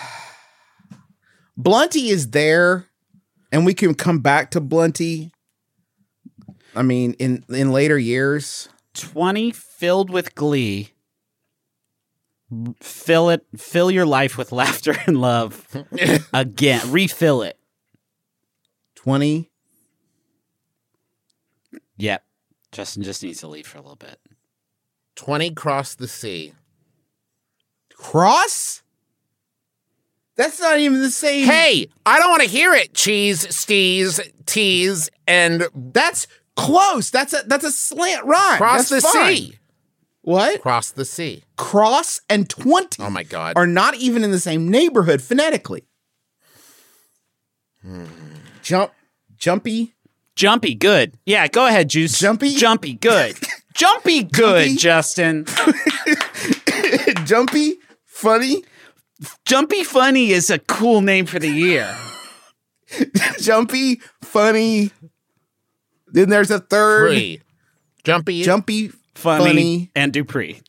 Speaker 3: (sighs) Blunty is there and we can come back to Blunty. I mean in in later years.
Speaker 1: Twenty filled with glee. Fill it. Fill your life with (laughs) laughter and
Speaker 3: (laughs)
Speaker 1: love. Again, refill it.
Speaker 3: 20
Speaker 1: Yep. Justin just needs to leave for a little bit.
Speaker 2: 20 cross the sea.
Speaker 3: cross? That's not even the same.
Speaker 2: Hey, I don't want to hear it. Cheese, stees, teas, and
Speaker 3: that's close. That's a that's a slant rhyme.
Speaker 2: cross
Speaker 3: That's
Speaker 2: the
Speaker 3: fine.
Speaker 2: sea.
Speaker 3: What?
Speaker 2: Cross the sea.
Speaker 3: Cross and 20.
Speaker 2: Oh my God.
Speaker 3: are not even in the same neighborhood phonetically. Jump, jumpy, (laughs)
Speaker 1: Jumpy, good. Yeah, go ahead, Juice.
Speaker 3: Jumpy?
Speaker 1: Jumpy,
Speaker 3: (laughs)
Speaker 1: good. Jumpy, good,
Speaker 3: Jumpy?
Speaker 1: Justin.
Speaker 3: jumpy, funny,
Speaker 1: Jumpy Funny is a cool name for the year.
Speaker 3: jumpy, funny. Then there's a third
Speaker 2: Three. Jumpy.
Speaker 3: jumpy,
Speaker 1: Funny,
Speaker 3: Funny.
Speaker 1: and Dupree.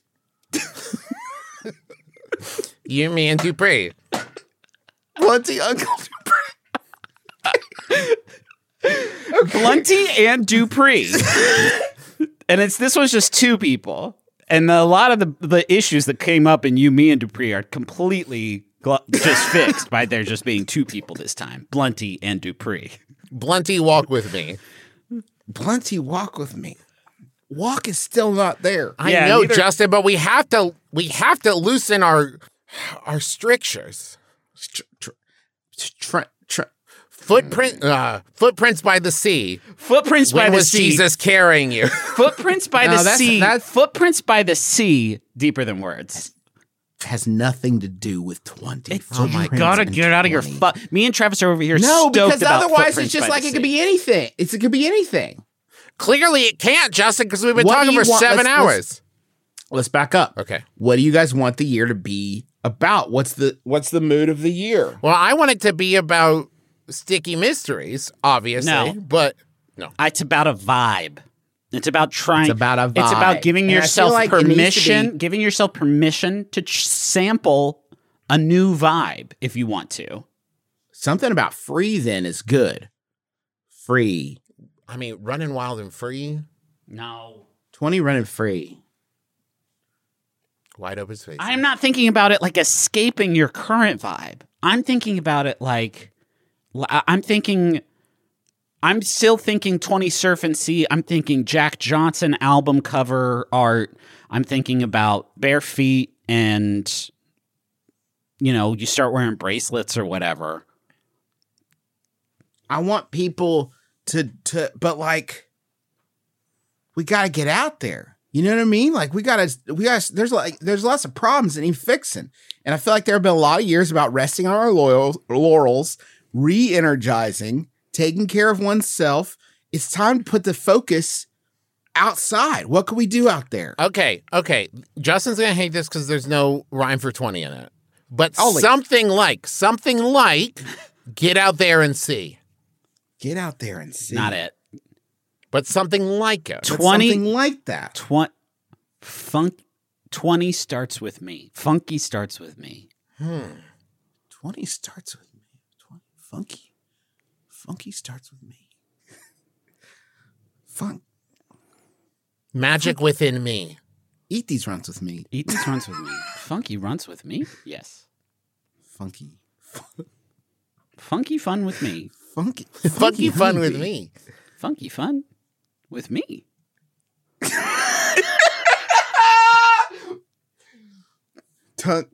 Speaker 2: You, me, and Dupree.
Speaker 3: plenty uncle.
Speaker 1: Blunty and Dupree. and it's this was just two people. And a lot of the, the issues that came up in you, me, and Dupree are completely gl- just fixed by there just being two people this time Blunty and Dupree.
Speaker 2: Blunty, walk with me.
Speaker 3: Plenty walk with me. Walk is still not there.
Speaker 2: I
Speaker 1: Yeah,
Speaker 2: know,
Speaker 1: neither-
Speaker 2: Justin, but we have to we have to loosen our our strictures.
Speaker 3: Tr- tr- Mm.
Speaker 2: Footprint uh, footprints by the sea.
Speaker 1: Footprints by
Speaker 2: When
Speaker 1: the
Speaker 2: was
Speaker 1: sea.
Speaker 2: Jesus carrying you? (laughs)
Speaker 1: Footprints by the
Speaker 3: that's-
Speaker 1: sea.
Speaker 3: that's-
Speaker 1: Footprints by the sea. Deeper than words.
Speaker 3: has nothing to do with 20.
Speaker 1: oh my gotta get out of your
Speaker 3: fucking.
Speaker 1: fuck. Me and Travis are over here.
Speaker 3: No,
Speaker 1: stoked
Speaker 3: because
Speaker 1: about
Speaker 3: otherwise
Speaker 1: Footprints
Speaker 3: it's just
Speaker 1: by
Speaker 3: like
Speaker 1: the
Speaker 3: it could
Speaker 1: Sea.
Speaker 3: be anything. It's, it could be anything.
Speaker 2: Clearly, it can't, Justin, because we've been
Speaker 3: What do
Speaker 2: talking
Speaker 3: you
Speaker 2: for
Speaker 3: want-
Speaker 2: 7
Speaker 3: let's-
Speaker 2: hours.
Speaker 3: let's- let's back up.
Speaker 2: Okay.
Speaker 3: What do you guys want the year to be about? What's the what's the mood of the year?
Speaker 2: well, I want it to be about sticky mysteries, obviously.
Speaker 1: No.
Speaker 2: But no.
Speaker 1: It's about a vibe. It's about trying.
Speaker 3: It's about a
Speaker 1: It's about
Speaker 3: vibe.
Speaker 1: giving
Speaker 3: And I feel
Speaker 1: yourself
Speaker 3: like it needs to
Speaker 1: permission.
Speaker 3: be-
Speaker 1: Giving yourself permission to ch- sample a new vibe if you want to.
Speaker 3: Something about free then is good. Free.
Speaker 2: I mean, running wild and free,
Speaker 1: No,
Speaker 3: 20 running free.
Speaker 2: wide open space.
Speaker 1: I'm not thinking about it like escaping your current vibe. I'm thinking about it like l- I- I'm thinking. I'm still thinking 20 Surf and Sea. I'm thinking Jack Johnson album cover art. I'm thinking about bare feet and, you know, you start wearing bracelets or whatever.
Speaker 3: I want people to to but like we got to get out there. You know what I mean? Like we got to we got there's like there's lots of problems that need fixing. And I feel like there have been a lot of years about resting on our loyal, laurels, re-energizing, taking care of oneself. It's time to put the focus outside. What can we do out there?
Speaker 2: Okay, okay. Justin's gonna hate this because there's no rhyme for twenty in it. But
Speaker 3: Ollie.
Speaker 2: something like, something like, get out there and see.
Speaker 3: Get out there and see.
Speaker 1: Not it.
Speaker 2: But something like it.
Speaker 3: But
Speaker 1: 20
Speaker 3: something like that.
Speaker 1: Twen- funk, 20 starts with me. Funky starts with me.
Speaker 3: Twenty starts with me. Twenty funky. Funky starts with me. Funk.
Speaker 2: Magic within me.
Speaker 3: Eat these runs with me.
Speaker 1: Eat these runs with me. Funky runs with me. Yes.
Speaker 3: Funky.
Speaker 1: Funky fun with me.
Speaker 3: Funky.
Speaker 2: Funky fun with
Speaker 3: honeybee.
Speaker 2: me.
Speaker 1: Funky fun with me.
Speaker 3: Tongue.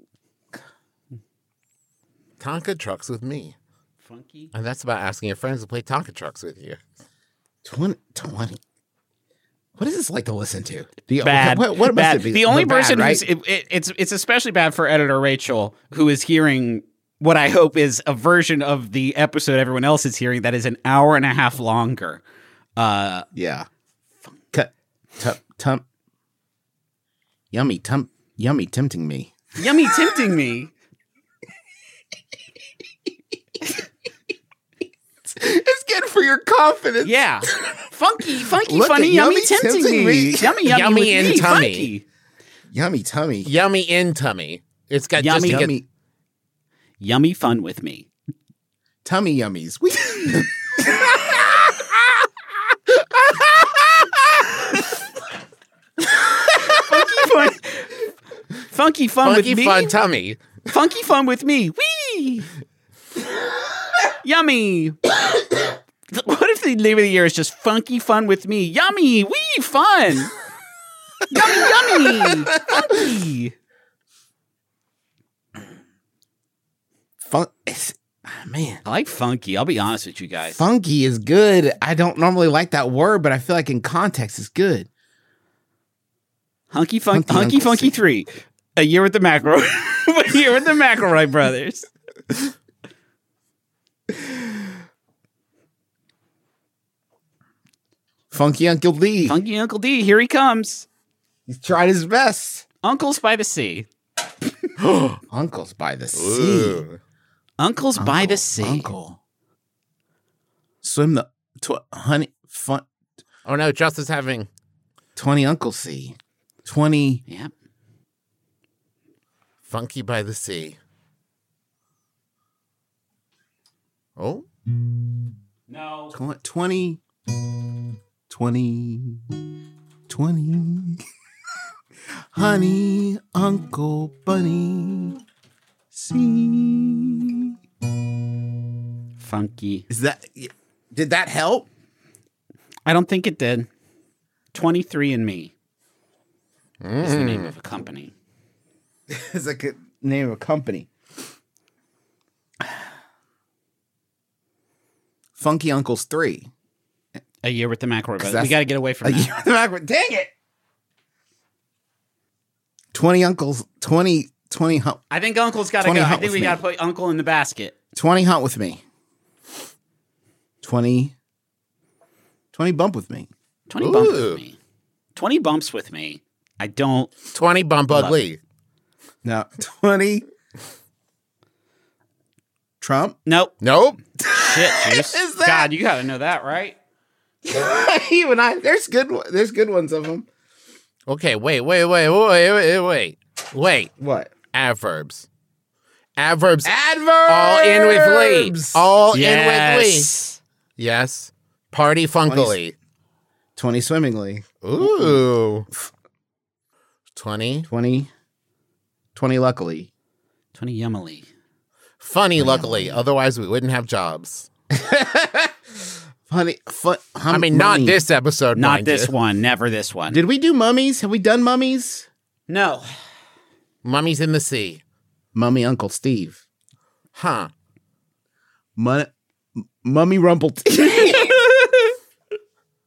Speaker 2: Tonka trucks with me.
Speaker 1: Funky.
Speaker 2: And that's about asking your friends to play Tonka trucks with you.
Speaker 3: 20, 20. What is this like to listen to? The,
Speaker 1: Bad.
Speaker 3: What, what must
Speaker 1: bad.
Speaker 3: it be?
Speaker 1: The only
Speaker 3: bad,
Speaker 1: person
Speaker 3: right?
Speaker 1: who's it, it, it's it's especially bad for editor Rachel who is hearing what I hope is a version of the episode everyone else is hearing that is an hour and a half longer. Uh,
Speaker 3: yeah. Cut. Tump. Tump. Yummy. Tump. Yummy. Tempting me.
Speaker 1: yummy tempting me.
Speaker 3: It's good for your confidence.
Speaker 1: Yeah. Funky, funky,
Speaker 3: Look
Speaker 1: funny,
Speaker 3: at
Speaker 1: yummy,
Speaker 3: yummy
Speaker 1: tempting,
Speaker 3: tempting
Speaker 1: me.
Speaker 3: me.
Speaker 1: Yummy, yummy,
Speaker 2: Yummy
Speaker 1: with
Speaker 2: and
Speaker 1: me.
Speaker 2: tummy.
Speaker 1: Funky.
Speaker 3: Yummy tummy.
Speaker 2: Yummy in tummy. It's got just
Speaker 1: Yummy.
Speaker 2: to
Speaker 3: Yummy.
Speaker 2: get
Speaker 1: Yummy fun with me. (laughs)
Speaker 3: Tummy yummies. We- (laughs)
Speaker 1: Funky fun. Funky fun
Speaker 2: funky
Speaker 1: with me.
Speaker 2: fun tummy.
Speaker 1: Funky fun with me. Wee. yummy. (coughs) what if the name of the year is just funky fun with me? Yummy. Wee fun. yummy, yummy. Funky.
Speaker 3: Fun- it's- ah, man.
Speaker 1: I like funky. I'll be honest with you guys.
Speaker 3: Funky is good. I don't normally like that word, but I feel like in context it's good.
Speaker 1: Hunky Funk,
Speaker 3: Hunky
Speaker 1: Hunky
Speaker 3: Uncle
Speaker 1: Funky
Speaker 3: Sam.
Speaker 1: Three, a year with the McElroy, (laughs) a year with the McElroy brothers.
Speaker 3: Funky Uncle Lee.
Speaker 1: Funky Uncle D, here he comes.
Speaker 3: He's tried his best.
Speaker 1: Uncles by the sea.
Speaker 3: Uncle's by the sea.
Speaker 1: Uncles by the
Speaker 3: Uncle,
Speaker 1: sea.
Speaker 3: Uncle. Swim the tw- honey fun
Speaker 2: Oh no, Justin's having
Speaker 3: twenty Uncle Sea. Twenty
Speaker 1: Yep.
Speaker 2: funky by the sea. Oh,
Speaker 1: No.
Speaker 3: tw- twenty twenty twenty (laughs) Honey Uncle Bunny Sea.
Speaker 1: Funky.
Speaker 3: Is that did that help?
Speaker 1: I don't think it did. Twenty three and Me is the
Speaker 3: Mm.
Speaker 1: name of a company.
Speaker 3: It's like a name of a company. Funky Uncles Three.
Speaker 1: A year with the McElroy brothers. We
Speaker 3: that's-
Speaker 1: got to get away
Speaker 3: A
Speaker 1: from
Speaker 3: year
Speaker 1: that.
Speaker 3: in the backward. Dang it. 20 uncles, 20, 20 hunt,
Speaker 1: I think Uncle's got to
Speaker 3: 20
Speaker 1: go. I
Speaker 3: hunt
Speaker 1: think we
Speaker 3: with
Speaker 1: got to
Speaker 3: me.
Speaker 1: put Uncle in the basket.
Speaker 3: 20 hunt with me. 20, 20 bump with me.
Speaker 1: Twenty bumps
Speaker 2: Ooh.
Speaker 1: with me. Twenty bumps with me. I don't.
Speaker 2: 20 bump ugly.
Speaker 3: No, (laughs) 20 Trump. (laughs)
Speaker 1: Nope.
Speaker 2: Nope.
Speaker 1: Shit, juice. God, you got to know that, right?
Speaker 3: Even I, there's good, one- there's good ones of them.
Speaker 2: Okay, wait, wait, wait, wait, wait, wait. Wait,
Speaker 3: What?
Speaker 2: adverbs. Adverbs.
Speaker 3: Adverb.
Speaker 2: all in with Lee. All in with Lee. Yes. Party funkily.
Speaker 3: 20 swimmingly.
Speaker 2: Mm-hmm. Ooh. 20.
Speaker 3: 20, 20 luckily.
Speaker 1: Twenty yummily.
Speaker 2: Funny, luckily. Otherwise, we wouldn't have jobs.
Speaker 3: Honey, fu-
Speaker 2: I mean, not this episode.
Speaker 1: Not
Speaker 2: mind
Speaker 1: this
Speaker 2: you.
Speaker 1: one. Never this one.
Speaker 3: Did we do mummies? Have we done mummies?
Speaker 1: no.
Speaker 2: Mummy's in the sea.
Speaker 3: Mummy Uncle Steve.
Speaker 2: Huh.
Speaker 3: Mu- Mummy (laughs) Rumpled.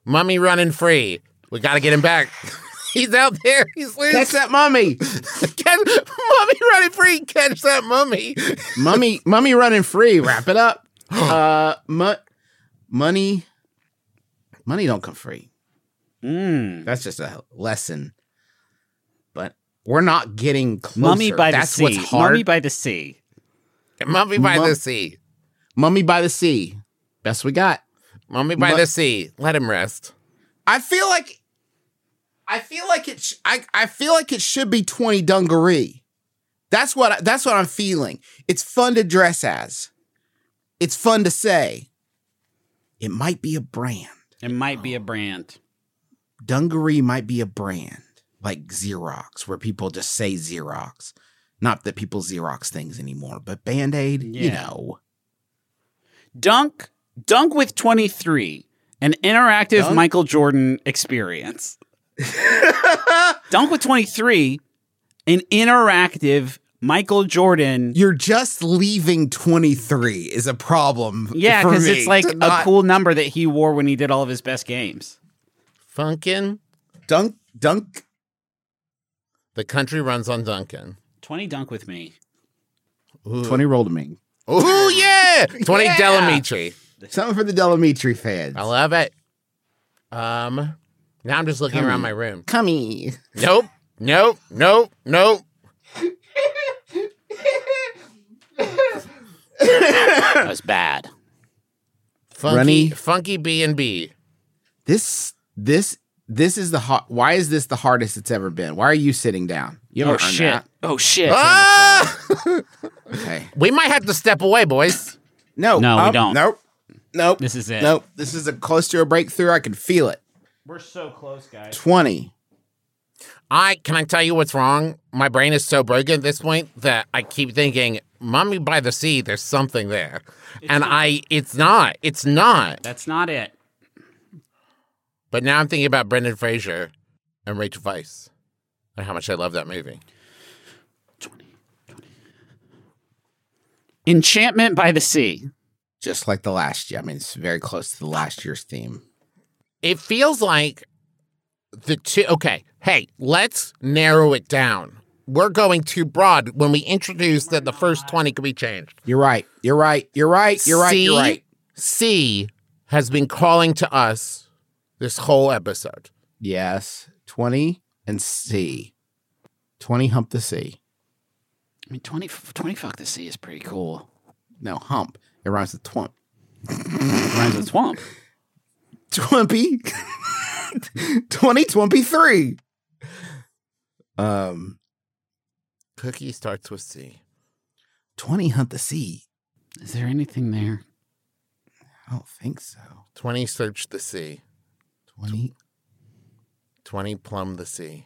Speaker 2: Mummy running free. We got to get him back. (laughs) He's out there. He's
Speaker 3: That's
Speaker 2: loose.
Speaker 3: that mummy.
Speaker 2: Catch, (laughs) mummy running free. Catch that mummy.
Speaker 3: (laughs) mummy, mummy running free. Wrap
Speaker 1: (gasps)
Speaker 3: it up. Uh, mu- money, money don't come free.
Speaker 1: Mm.
Speaker 3: That's just a lesson. But we're not getting closer.
Speaker 1: Mummy by
Speaker 3: That's
Speaker 1: the Sea.
Speaker 3: what's hard.
Speaker 1: Mummy by the Sea.
Speaker 2: Mummy by
Speaker 3: Mum-
Speaker 2: the sea.
Speaker 3: Mummy by the Sea. Best we got.
Speaker 2: Mummy by
Speaker 3: Mu-
Speaker 2: the sea. Let him rest.
Speaker 3: I feel like I feel like it sh- I I feel like it should be 20 dungaree. That's what I, that's what I'm feeling. It's fun to dress as. It's fun to say. It might be a brand.
Speaker 1: It might be a brand.
Speaker 3: Dungaree might be a brand like Xerox where people just say Xerox. Not that people Xerox things anymore, but Band-Aid, you
Speaker 1: Yeah.
Speaker 3: know.
Speaker 1: Dunk, Dunk with 23, an interactive
Speaker 3: Dunk?
Speaker 1: Michael Jordan
Speaker 3: (laughs)
Speaker 1: experience. Dunk with 23, an interactive Michael Jordan.
Speaker 3: You're just leaving 23 is a problem.
Speaker 1: Yeah,
Speaker 3: for
Speaker 1: because
Speaker 3: me
Speaker 1: it's like
Speaker 3: to
Speaker 1: a
Speaker 3: not-
Speaker 1: cool number that he wore when he did all of his best games.
Speaker 2: Funkin.
Speaker 3: dunk dunk
Speaker 2: The country runs on Duncan.
Speaker 1: 20 Dunk with
Speaker 3: (coughs)
Speaker 1: me.
Speaker 3: 20 roll to me. (laughs)
Speaker 2: Ooh yeah. Twenty
Speaker 3: Yeah.
Speaker 2: Delamitri.
Speaker 3: Something for the Delamitri fans.
Speaker 2: I love it. Um. Now I'm just looking around my room.
Speaker 3: Come here.
Speaker 2: Nope. Nope. Nope. Nope.
Speaker 1: That was bad.
Speaker 2: Funky.
Speaker 3: Runny.
Speaker 2: Funky B and B.
Speaker 3: This this this is the hot. Why is this the hardest it's ever been? Why are you sitting down? You
Speaker 1: Oh
Speaker 3: haven't earned
Speaker 1: shit. Ah!
Speaker 3: that. Ah!
Speaker 1: oh shit.
Speaker 3: Okay.
Speaker 2: We might have to step away, boys.
Speaker 3: No.
Speaker 1: No, we
Speaker 3: um,
Speaker 1: don't.
Speaker 3: Nope. Nope.
Speaker 1: This is it.
Speaker 3: Nope. This is a close to a breakthrough. I can feel it.
Speaker 1: We're so close, guys.
Speaker 3: Twenty.
Speaker 2: I can I tell you what's wrong? My brain is so broken at this point that I keep thinking, "Mommy by the sea." There's something there, and I. It's not. It's not.
Speaker 1: That's not it.
Speaker 2: But now I'm thinking about Brendan Fraser and Rachel Weisz and how much I love that movie.
Speaker 1: Enchantment by the Sea.
Speaker 3: Just like the last year. I mean, it's very close to the last year's theme.
Speaker 2: It feels like the two. Okay, hey, let's narrow it down. We're going too broad when we introduce that the first twenty could be changed.
Speaker 3: You're right. You're right. You're right. You're right. You're
Speaker 2: C-
Speaker 3: right.
Speaker 2: C has been calling to us this whole episode.
Speaker 3: Yes. Twenty and C. Twenty hump the C.
Speaker 1: I mean, 20, 20 Fuck the Sea is pretty cool.
Speaker 3: No hump. It rhymes with twump.
Speaker 1: Rhymes with
Speaker 3: (laughs)
Speaker 1: Swamp.
Speaker 3: Twimpy 2023. Um,
Speaker 2: Cookie starts with C.
Speaker 3: 20 Hunt the Sea.
Speaker 1: Is there anything there?
Speaker 3: I don't think so.
Speaker 2: Twenty search the sea.
Speaker 3: 20,
Speaker 2: Twenty plumb the sea.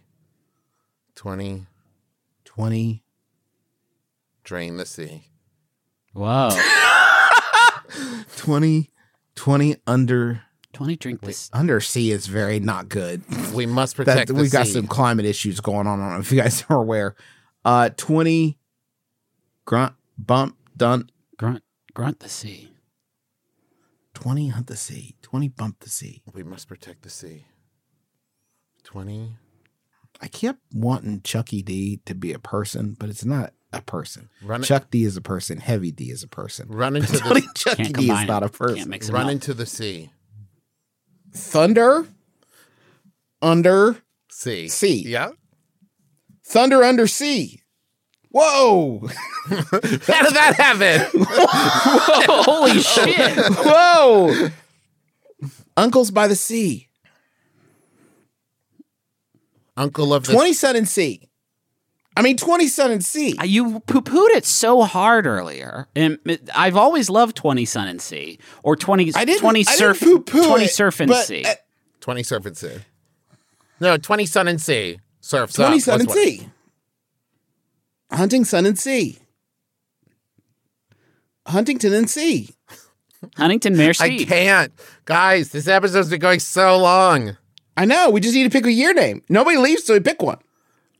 Speaker 2: Twenty
Speaker 3: 20.
Speaker 2: drain the sea.
Speaker 1: Whoa.
Speaker 3: 20, 20 under
Speaker 1: 20 Drink the Sea.
Speaker 3: under sea is very not good.
Speaker 2: We must protect
Speaker 3: That
Speaker 2: the
Speaker 3: we've got
Speaker 2: sea.
Speaker 3: some climate issues going on. I don't know if you guys are aware. Uh, 20 grunt bump dun
Speaker 1: Grunt, grunt the sea.
Speaker 3: 20 hunt the sea. 20 bump the sea.
Speaker 2: We must protect the sea. 20.
Speaker 3: I kept wanting Chucky D to be a person, but it's not a person.
Speaker 2: Run it-
Speaker 3: Chuck D is a person. Heavy D is a person. (laughs)
Speaker 2: Run into
Speaker 3: Tony
Speaker 2: the
Speaker 3: Chucky
Speaker 1: Can't
Speaker 3: D
Speaker 1: combine
Speaker 3: is not
Speaker 1: it.
Speaker 3: a
Speaker 1: Can't
Speaker 3: person.
Speaker 1: mix them
Speaker 2: run
Speaker 1: up. (laughs)
Speaker 2: into the sea.
Speaker 3: Thunder under
Speaker 2: Sea.
Speaker 3: Sea.
Speaker 2: Yeah.
Speaker 3: Thunder under sea. Whoa!
Speaker 2: How did that happen?
Speaker 3: (laughs)
Speaker 1: Holy shit!
Speaker 3: Whoa! Uncles by the sea.
Speaker 2: Uncle of the
Speaker 3: 20 Sun and Sea. I mean, 20 Sun and Sea.
Speaker 1: Uh, you poo-pooed it so hard earlier. And it- I've always loved 20 Sun and Sea or 20
Speaker 3: I didn't,
Speaker 1: 20
Speaker 3: I didn't
Speaker 1: surf
Speaker 3: poo-poo
Speaker 1: 20
Speaker 3: it,
Speaker 1: surf and
Speaker 3: but,
Speaker 1: sea.
Speaker 3: uh,
Speaker 2: 20 Surf and Sea. No, 20 Sun and Sea. Surfs
Speaker 3: 20
Speaker 2: up.
Speaker 3: Sun
Speaker 2: What's
Speaker 3: and
Speaker 2: what?
Speaker 3: Sea. Hunting Sun and Sea. Huntington and Sea.
Speaker 1: Huntington Mare
Speaker 2: I
Speaker 1: Sea.
Speaker 2: can't. Guys, this episode's been going so long.
Speaker 3: I know. We just need to pick a year name. Nobody leaves, so we pick one.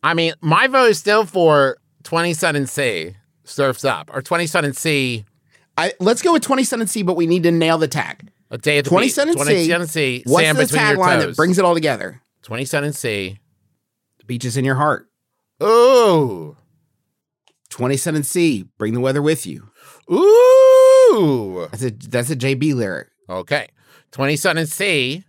Speaker 2: I mean, my vote is still for 20 Sun and Sea. Surfs up. Or 20 Sun and Sea.
Speaker 3: I, let's go with 20 Sun and Sea, but we need to nail the tag.
Speaker 2: A day at the
Speaker 3: 20
Speaker 2: beach.
Speaker 3: Sun and
Speaker 2: 20
Speaker 3: Sea.
Speaker 2: Sun and Sea.
Speaker 3: What's
Speaker 2: sand
Speaker 3: the
Speaker 2: between your
Speaker 3: tagline
Speaker 2: toes.
Speaker 3: that brings it all together?
Speaker 2: 20 Sun and Sea.
Speaker 3: The beach is in your heart.
Speaker 2: Ooh.
Speaker 3: 27 C, bring the weather with you.
Speaker 2: Ooh.
Speaker 3: That's a that's a JB lyric.
Speaker 2: Okay. 20 Sun and Sea.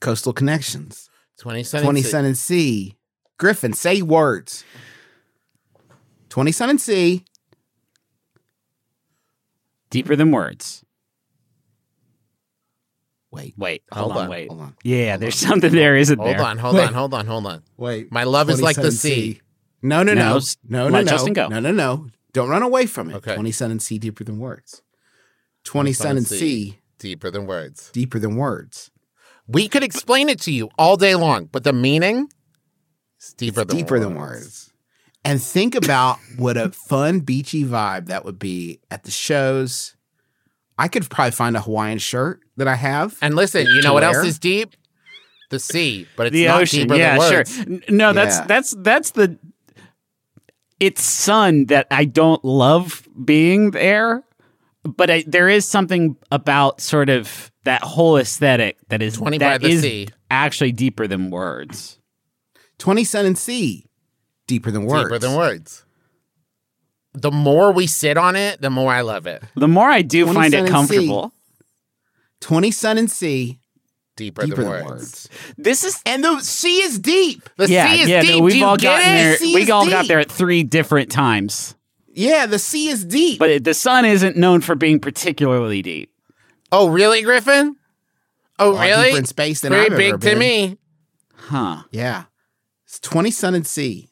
Speaker 3: Coastal Connections,
Speaker 2: 20 Sun.
Speaker 3: 20
Speaker 2: and Sea.
Speaker 3: Sun and Sea, Griffin, say words. 20 Sun and Sea,
Speaker 1: Deeper than words.
Speaker 3: Wait.
Speaker 1: Wait. Hold,
Speaker 2: Hold
Speaker 1: on,
Speaker 2: on,
Speaker 1: Wait.
Speaker 3: hold on.
Speaker 1: Yeah. there's something there, isn't
Speaker 2: Hold
Speaker 1: there?
Speaker 2: on, hold on, hold on, hold on.
Speaker 3: Wait.
Speaker 2: My love is like
Speaker 3: 27
Speaker 2: the sea.
Speaker 3: No, no,
Speaker 1: No,
Speaker 3: no.
Speaker 1: s-
Speaker 3: No, no,
Speaker 1: let
Speaker 3: no.
Speaker 1: Justin go.
Speaker 3: No, no, no. Don't run away from it.
Speaker 2: Okay.
Speaker 3: 20 Sun and Sea deeper than words. 20 Sun and Sea
Speaker 2: Deeper than words.
Speaker 3: deeper than words.
Speaker 2: We could explain it to you all day long, but the meaning is deeper than
Speaker 3: Deeper
Speaker 2: words.
Speaker 3: than words. And think about what a fun beachy vibe that would be at the shows. I could probably find a Hawaiian shirt that I have.
Speaker 2: And listen, you know what
Speaker 3: Where?
Speaker 2: else is deep? The sea, but it's
Speaker 1: the
Speaker 2: not
Speaker 1: ocean.
Speaker 2: deeper
Speaker 1: Yeah,
Speaker 2: than
Speaker 1: sure.
Speaker 2: words.
Speaker 1: N- No, that's
Speaker 3: Yeah.
Speaker 1: that's that's the it's sun that I don't love being there, but I, there is something about sort of that whole aesthetic that is
Speaker 2: 20 by
Speaker 1: that
Speaker 2: the
Speaker 1: is
Speaker 2: sea.
Speaker 1: actually deeper than words.
Speaker 3: 20 Sun and Sea deeper than words.
Speaker 2: Deeper than words. The more we sit on it, the more I love it.
Speaker 1: The more I do
Speaker 3: 20
Speaker 1: find
Speaker 3: sun
Speaker 1: it
Speaker 3: and sea.
Speaker 1: comfortable,
Speaker 3: 20 Sun and Sea
Speaker 2: Deeper,
Speaker 3: deeper
Speaker 2: than,
Speaker 3: than
Speaker 2: words.
Speaker 3: words.
Speaker 1: this is
Speaker 3: And the sea is deep.
Speaker 2: The
Speaker 1: yeah
Speaker 2: sea is
Speaker 1: yeah. no,
Speaker 2: deep. Do
Speaker 1: we've
Speaker 2: you
Speaker 1: all
Speaker 2: get
Speaker 1: gotten
Speaker 2: it?
Speaker 1: there.
Speaker 3: sea
Speaker 1: We
Speaker 3: is
Speaker 1: all got
Speaker 3: deep.
Speaker 1: there at three different times,
Speaker 3: Yeah, the sea is deep.
Speaker 1: but it, the sun isn't known for being particularly deep.
Speaker 2: Oh, really, Griffin? Oh,
Speaker 3: Far
Speaker 2: really?
Speaker 3: deeper in space than
Speaker 2: Very
Speaker 3: I've
Speaker 2: big
Speaker 3: ever
Speaker 2: to
Speaker 3: been.
Speaker 2: me.
Speaker 1: Huh.
Speaker 3: Yeah. It's 20 Sun and Sea.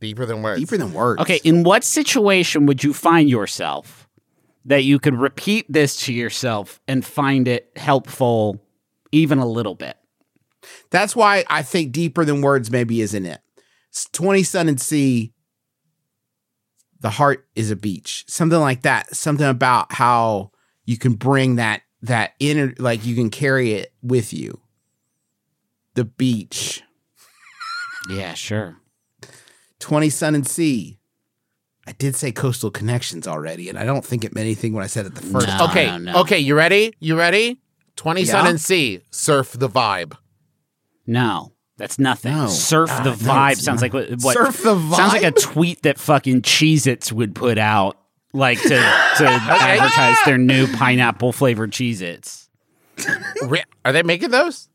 Speaker 2: Deeper than words.
Speaker 3: Deeper than words.
Speaker 1: Okay, in what situation would you find yourself that you could repeat this to yourself and find it helpful even a little bit?
Speaker 3: That's why I think deeper than words maybe isn't it. It's 20 Sun and Sea. The heart is a beach. Something like that. Something about how you can bring that that inner like you can carry it with you. The beach.
Speaker 1: Yeah, sure.
Speaker 3: 20 Sun and Sea. I did say coastal connections already, and I don't think it meant anything when I said it the first
Speaker 1: No.
Speaker 3: time.
Speaker 2: Okay.
Speaker 1: I don't know.
Speaker 2: Okay. You ready? You ready? 20 Sun
Speaker 3: Yeah.
Speaker 2: and Sea. Surf the vibe.
Speaker 1: No, that's nothing.
Speaker 3: No.
Speaker 1: Surf the
Speaker 3: Ah, no,
Speaker 1: vibe
Speaker 3: it's
Speaker 1: sounds like what, what
Speaker 3: Surf the
Speaker 1: sounds like a
Speaker 3: vibe?
Speaker 1: tweet that fucking Cheez Its would put out, like
Speaker 3: (laughs)
Speaker 1: to, to advertise their new pineapple flavored Cheez Its.
Speaker 2: Re- Are they making those?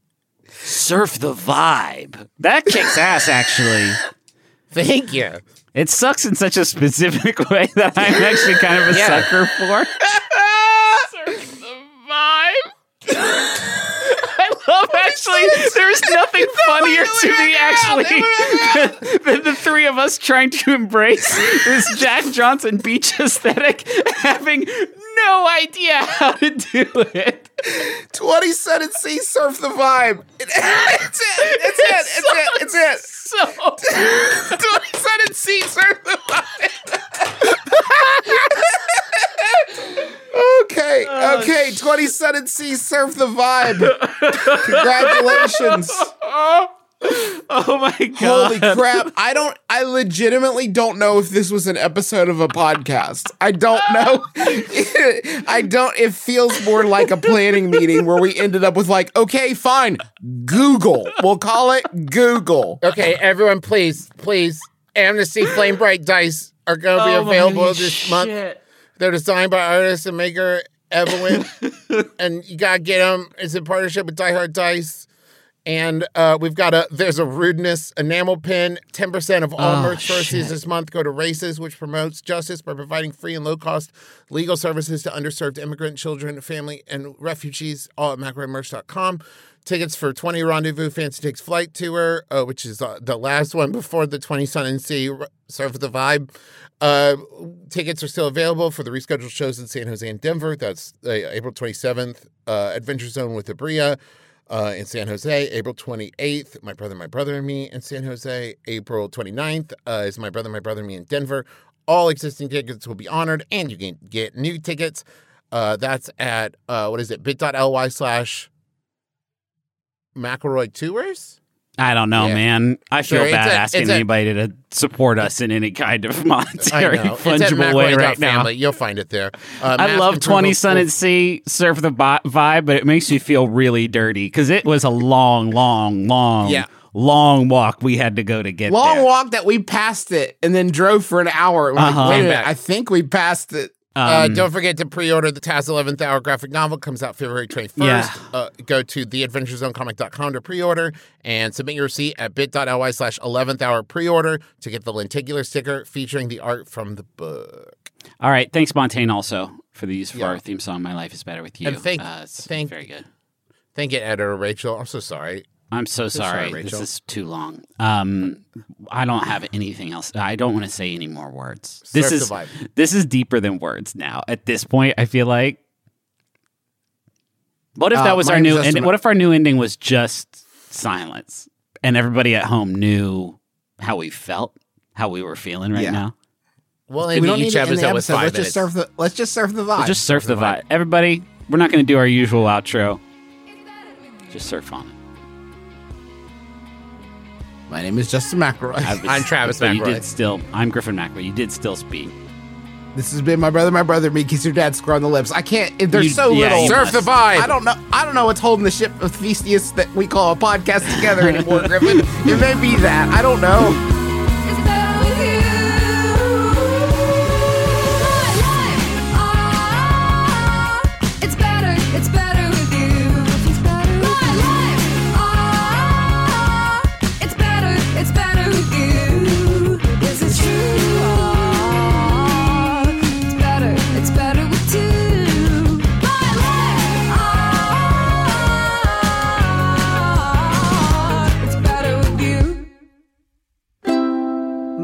Speaker 1: Surf the vibe. That kicks ass, actually.
Speaker 2: Thank you.
Speaker 1: It sucks in such a specific (laughs) way that I'm actually kind of a
Speaker 2: Yeah.
Speaker 1: sucker for. I love actually. There's nothing funnier to me actually (laughs) than the three of us trying to embrace this Jack Johnson beach aesthetic, having no idea how to do it. (laughs)
Speaker 3: 20 Sun and Sea, surf the vibe. (laughs) It's it. It's it. It's it. It's it.
Speaker 1: So
Speaker 3: (laughs) Twenty Sun and Sea, surf the vibe. (laughs) okay. Okay. Twenty Sun and Sea, surf the vibe. (laughs) Congratulations.
Speaker 1: oh my god.
Speaker 3: Holy crap. I don't I legitimately don't know if this was an episode of a podcast. I don't know. (laughs) I don't it feels more like a planning meeting where we ended up with like, okay, fine, Google. We'll call it Google.
Speaker 2: Okay, everyone, please, please. Amnesty Flame Bright Dice are going to
Speaker 1: Oh
Speaker 2: be available this month. They're designed by artist and maker Evelyn. and you got to get them. It's in partnership with Die Hard Dice. And uh, we've got a there's a rudeness enamel pin. Ten percent of all merch proceeds this month go to Races, which promotes justice by providing free and low cost legal services to underserved immigrant children, family, and refugees. All at macromerch.com. Tickets for Twenty Rendezvous Fancy Takes Flight Tour, uh, which is uh, the last one before the Twenty Sun and Sea r- Surf the Vibe. Uh, tickets are still available for the rescheduled shows in San Jose and Denver. That's uh, April twenty seventh. Uh, Adventure Zone with Abria uh, in San Jose, April 28th. My brother, my brother, and me in San Jose. April 29th uh, is my brother, my brother, and me in Denver. All existing tickets will be honored, and you can get new tickets. Uh, that's at uh, what is it? Bit.ly slash McElroy Tours.
Speaker 1: I don't know,
Speaker 2: Yeah.
Speaker 1: man. I feel
Speaker 2: Sure, it's
Speaker 1: bad
Speaker 2: a-
Speaker 1: asking
Speaker 2: it's a-
Speaker 1: anybody to support us in any kind of (laughs) monetary
Speaker 2: it's at
Speaker 1: fungible way right now.
Speaker 2: McElroy.family. You'll find it there. Uh,
Speaker 1: I
Speaker 2: mask
Speaker 1: love
Speaker 2: and
Speaker 1: 20
Speaker 2: purple-
Speaker 1: Sun and Sea surf the bi- vibe, but it makes me feel really dirty because it was a long, long, long,
Speaker 2: Yeah.
Speaker 1: long walk we had to go to get
Speaker 3: Long
Speaker 1: there.
Speaker 3: walk that we passed it and then drove for an hour. We're like,
Speaker 1: Uh-huh.
Speaker 3: Wait a
Speaker 2: Came
Speaker 3: minute,
Speaker 2: back.
Speaker 3: I think we passed it.
Speaker 2: uh, don't forget to pre-order the Taz 11th Hour graphic novel. Comes out February 21st.
Speaker 1: Yeah.
Speaker 2: Uh, go to theadventurezonecomic.com to pre-order and submit your receipt at bit.ly slash 11th Hour pre-order to get the lenticular sticker featuring the art from the book.
Speaker 1: All right. Thanks, Montaigne, also for the use for our theme song, My Life is Better with You.
Speaker 2: And thank-
Speaker 1: uh, it's
Speaker 2: thank-
Speaker 1: very good.
Speaker 2: Thank you, editor Rachel. I'm so sorry.
Speaker 1: I'm so sorry.
Speaker 2: sorry,
Speaker 1: this
Speaker 2: Rachel.
Speaker 1: is too long. Um, I don't have anything else. I don't want to say any more words. This
Speaker 2: Surf
Speaker 1: is
Speaker 2: the vibe.
Speaker 1: this is deeper than words now. At this point, I feel like. What if
Speaker 3: Uh,
Speaker 1: that was
Speaker 3: my
Speaker 1: our
Speaker 3: name's
Speaker 1: new
Speaker 3: Justin
Speaker 1: ending?
Speaker 3: Ma-
Speaker 1: What if our new ending was just silence, and everybody at home knew how we felt, how we were feeling right
Speaker 3: Yeah.
Speaker 1: now?
Speaker 2: Well,
Speaker 3: We
Speaker 2: and
Speaker 3: don't
Speaker 2: each
Speaker 3: need to end
Speaker 2: episode
Speaker 3: the
Speaker 2: was
Speaker 3: episode.
Speaker 2: five
Speaker 3: Let's
Speaker 2: minutes.
Speaker 3: just surf the. Let's just surf the vibe.
Speaker 1: We'll just surf the vibe. Everybody, we're not going to do our usual outro. Just surf on it.
Speaker 3: My name is Justin McElroy.
Speaker 2: I'm Travis
Speaker 1: But you
Speaker 2: McElroy.
Speaker 1: did still. I'm Griffin McElroy. You did still speak.
Speaker 3: this has been my brother, my brother, me. Kiss your dad, square on the lips. I can't. If
Speaker 1: You-
Speaker 3: there's so
Speaker 1: yeah,
Speaker 3: little.
Speaker 1: you
Speaker 2: Surf the
Speaker 1: must.
Speaker 2: vibe.
Speaker 3: I don't know. I don't know what's holding the ship of Theseus that we call a podcast together (laughs) anymore, Griffin. It may be that. I don't know.
Speaker 5: It's better with you. My life, ah, it's better, it's better with you. It's better. My life, ah, it's better, it's better with you. Is it true? Ah, it's better, it's better with you. My life, ah, it's better with you.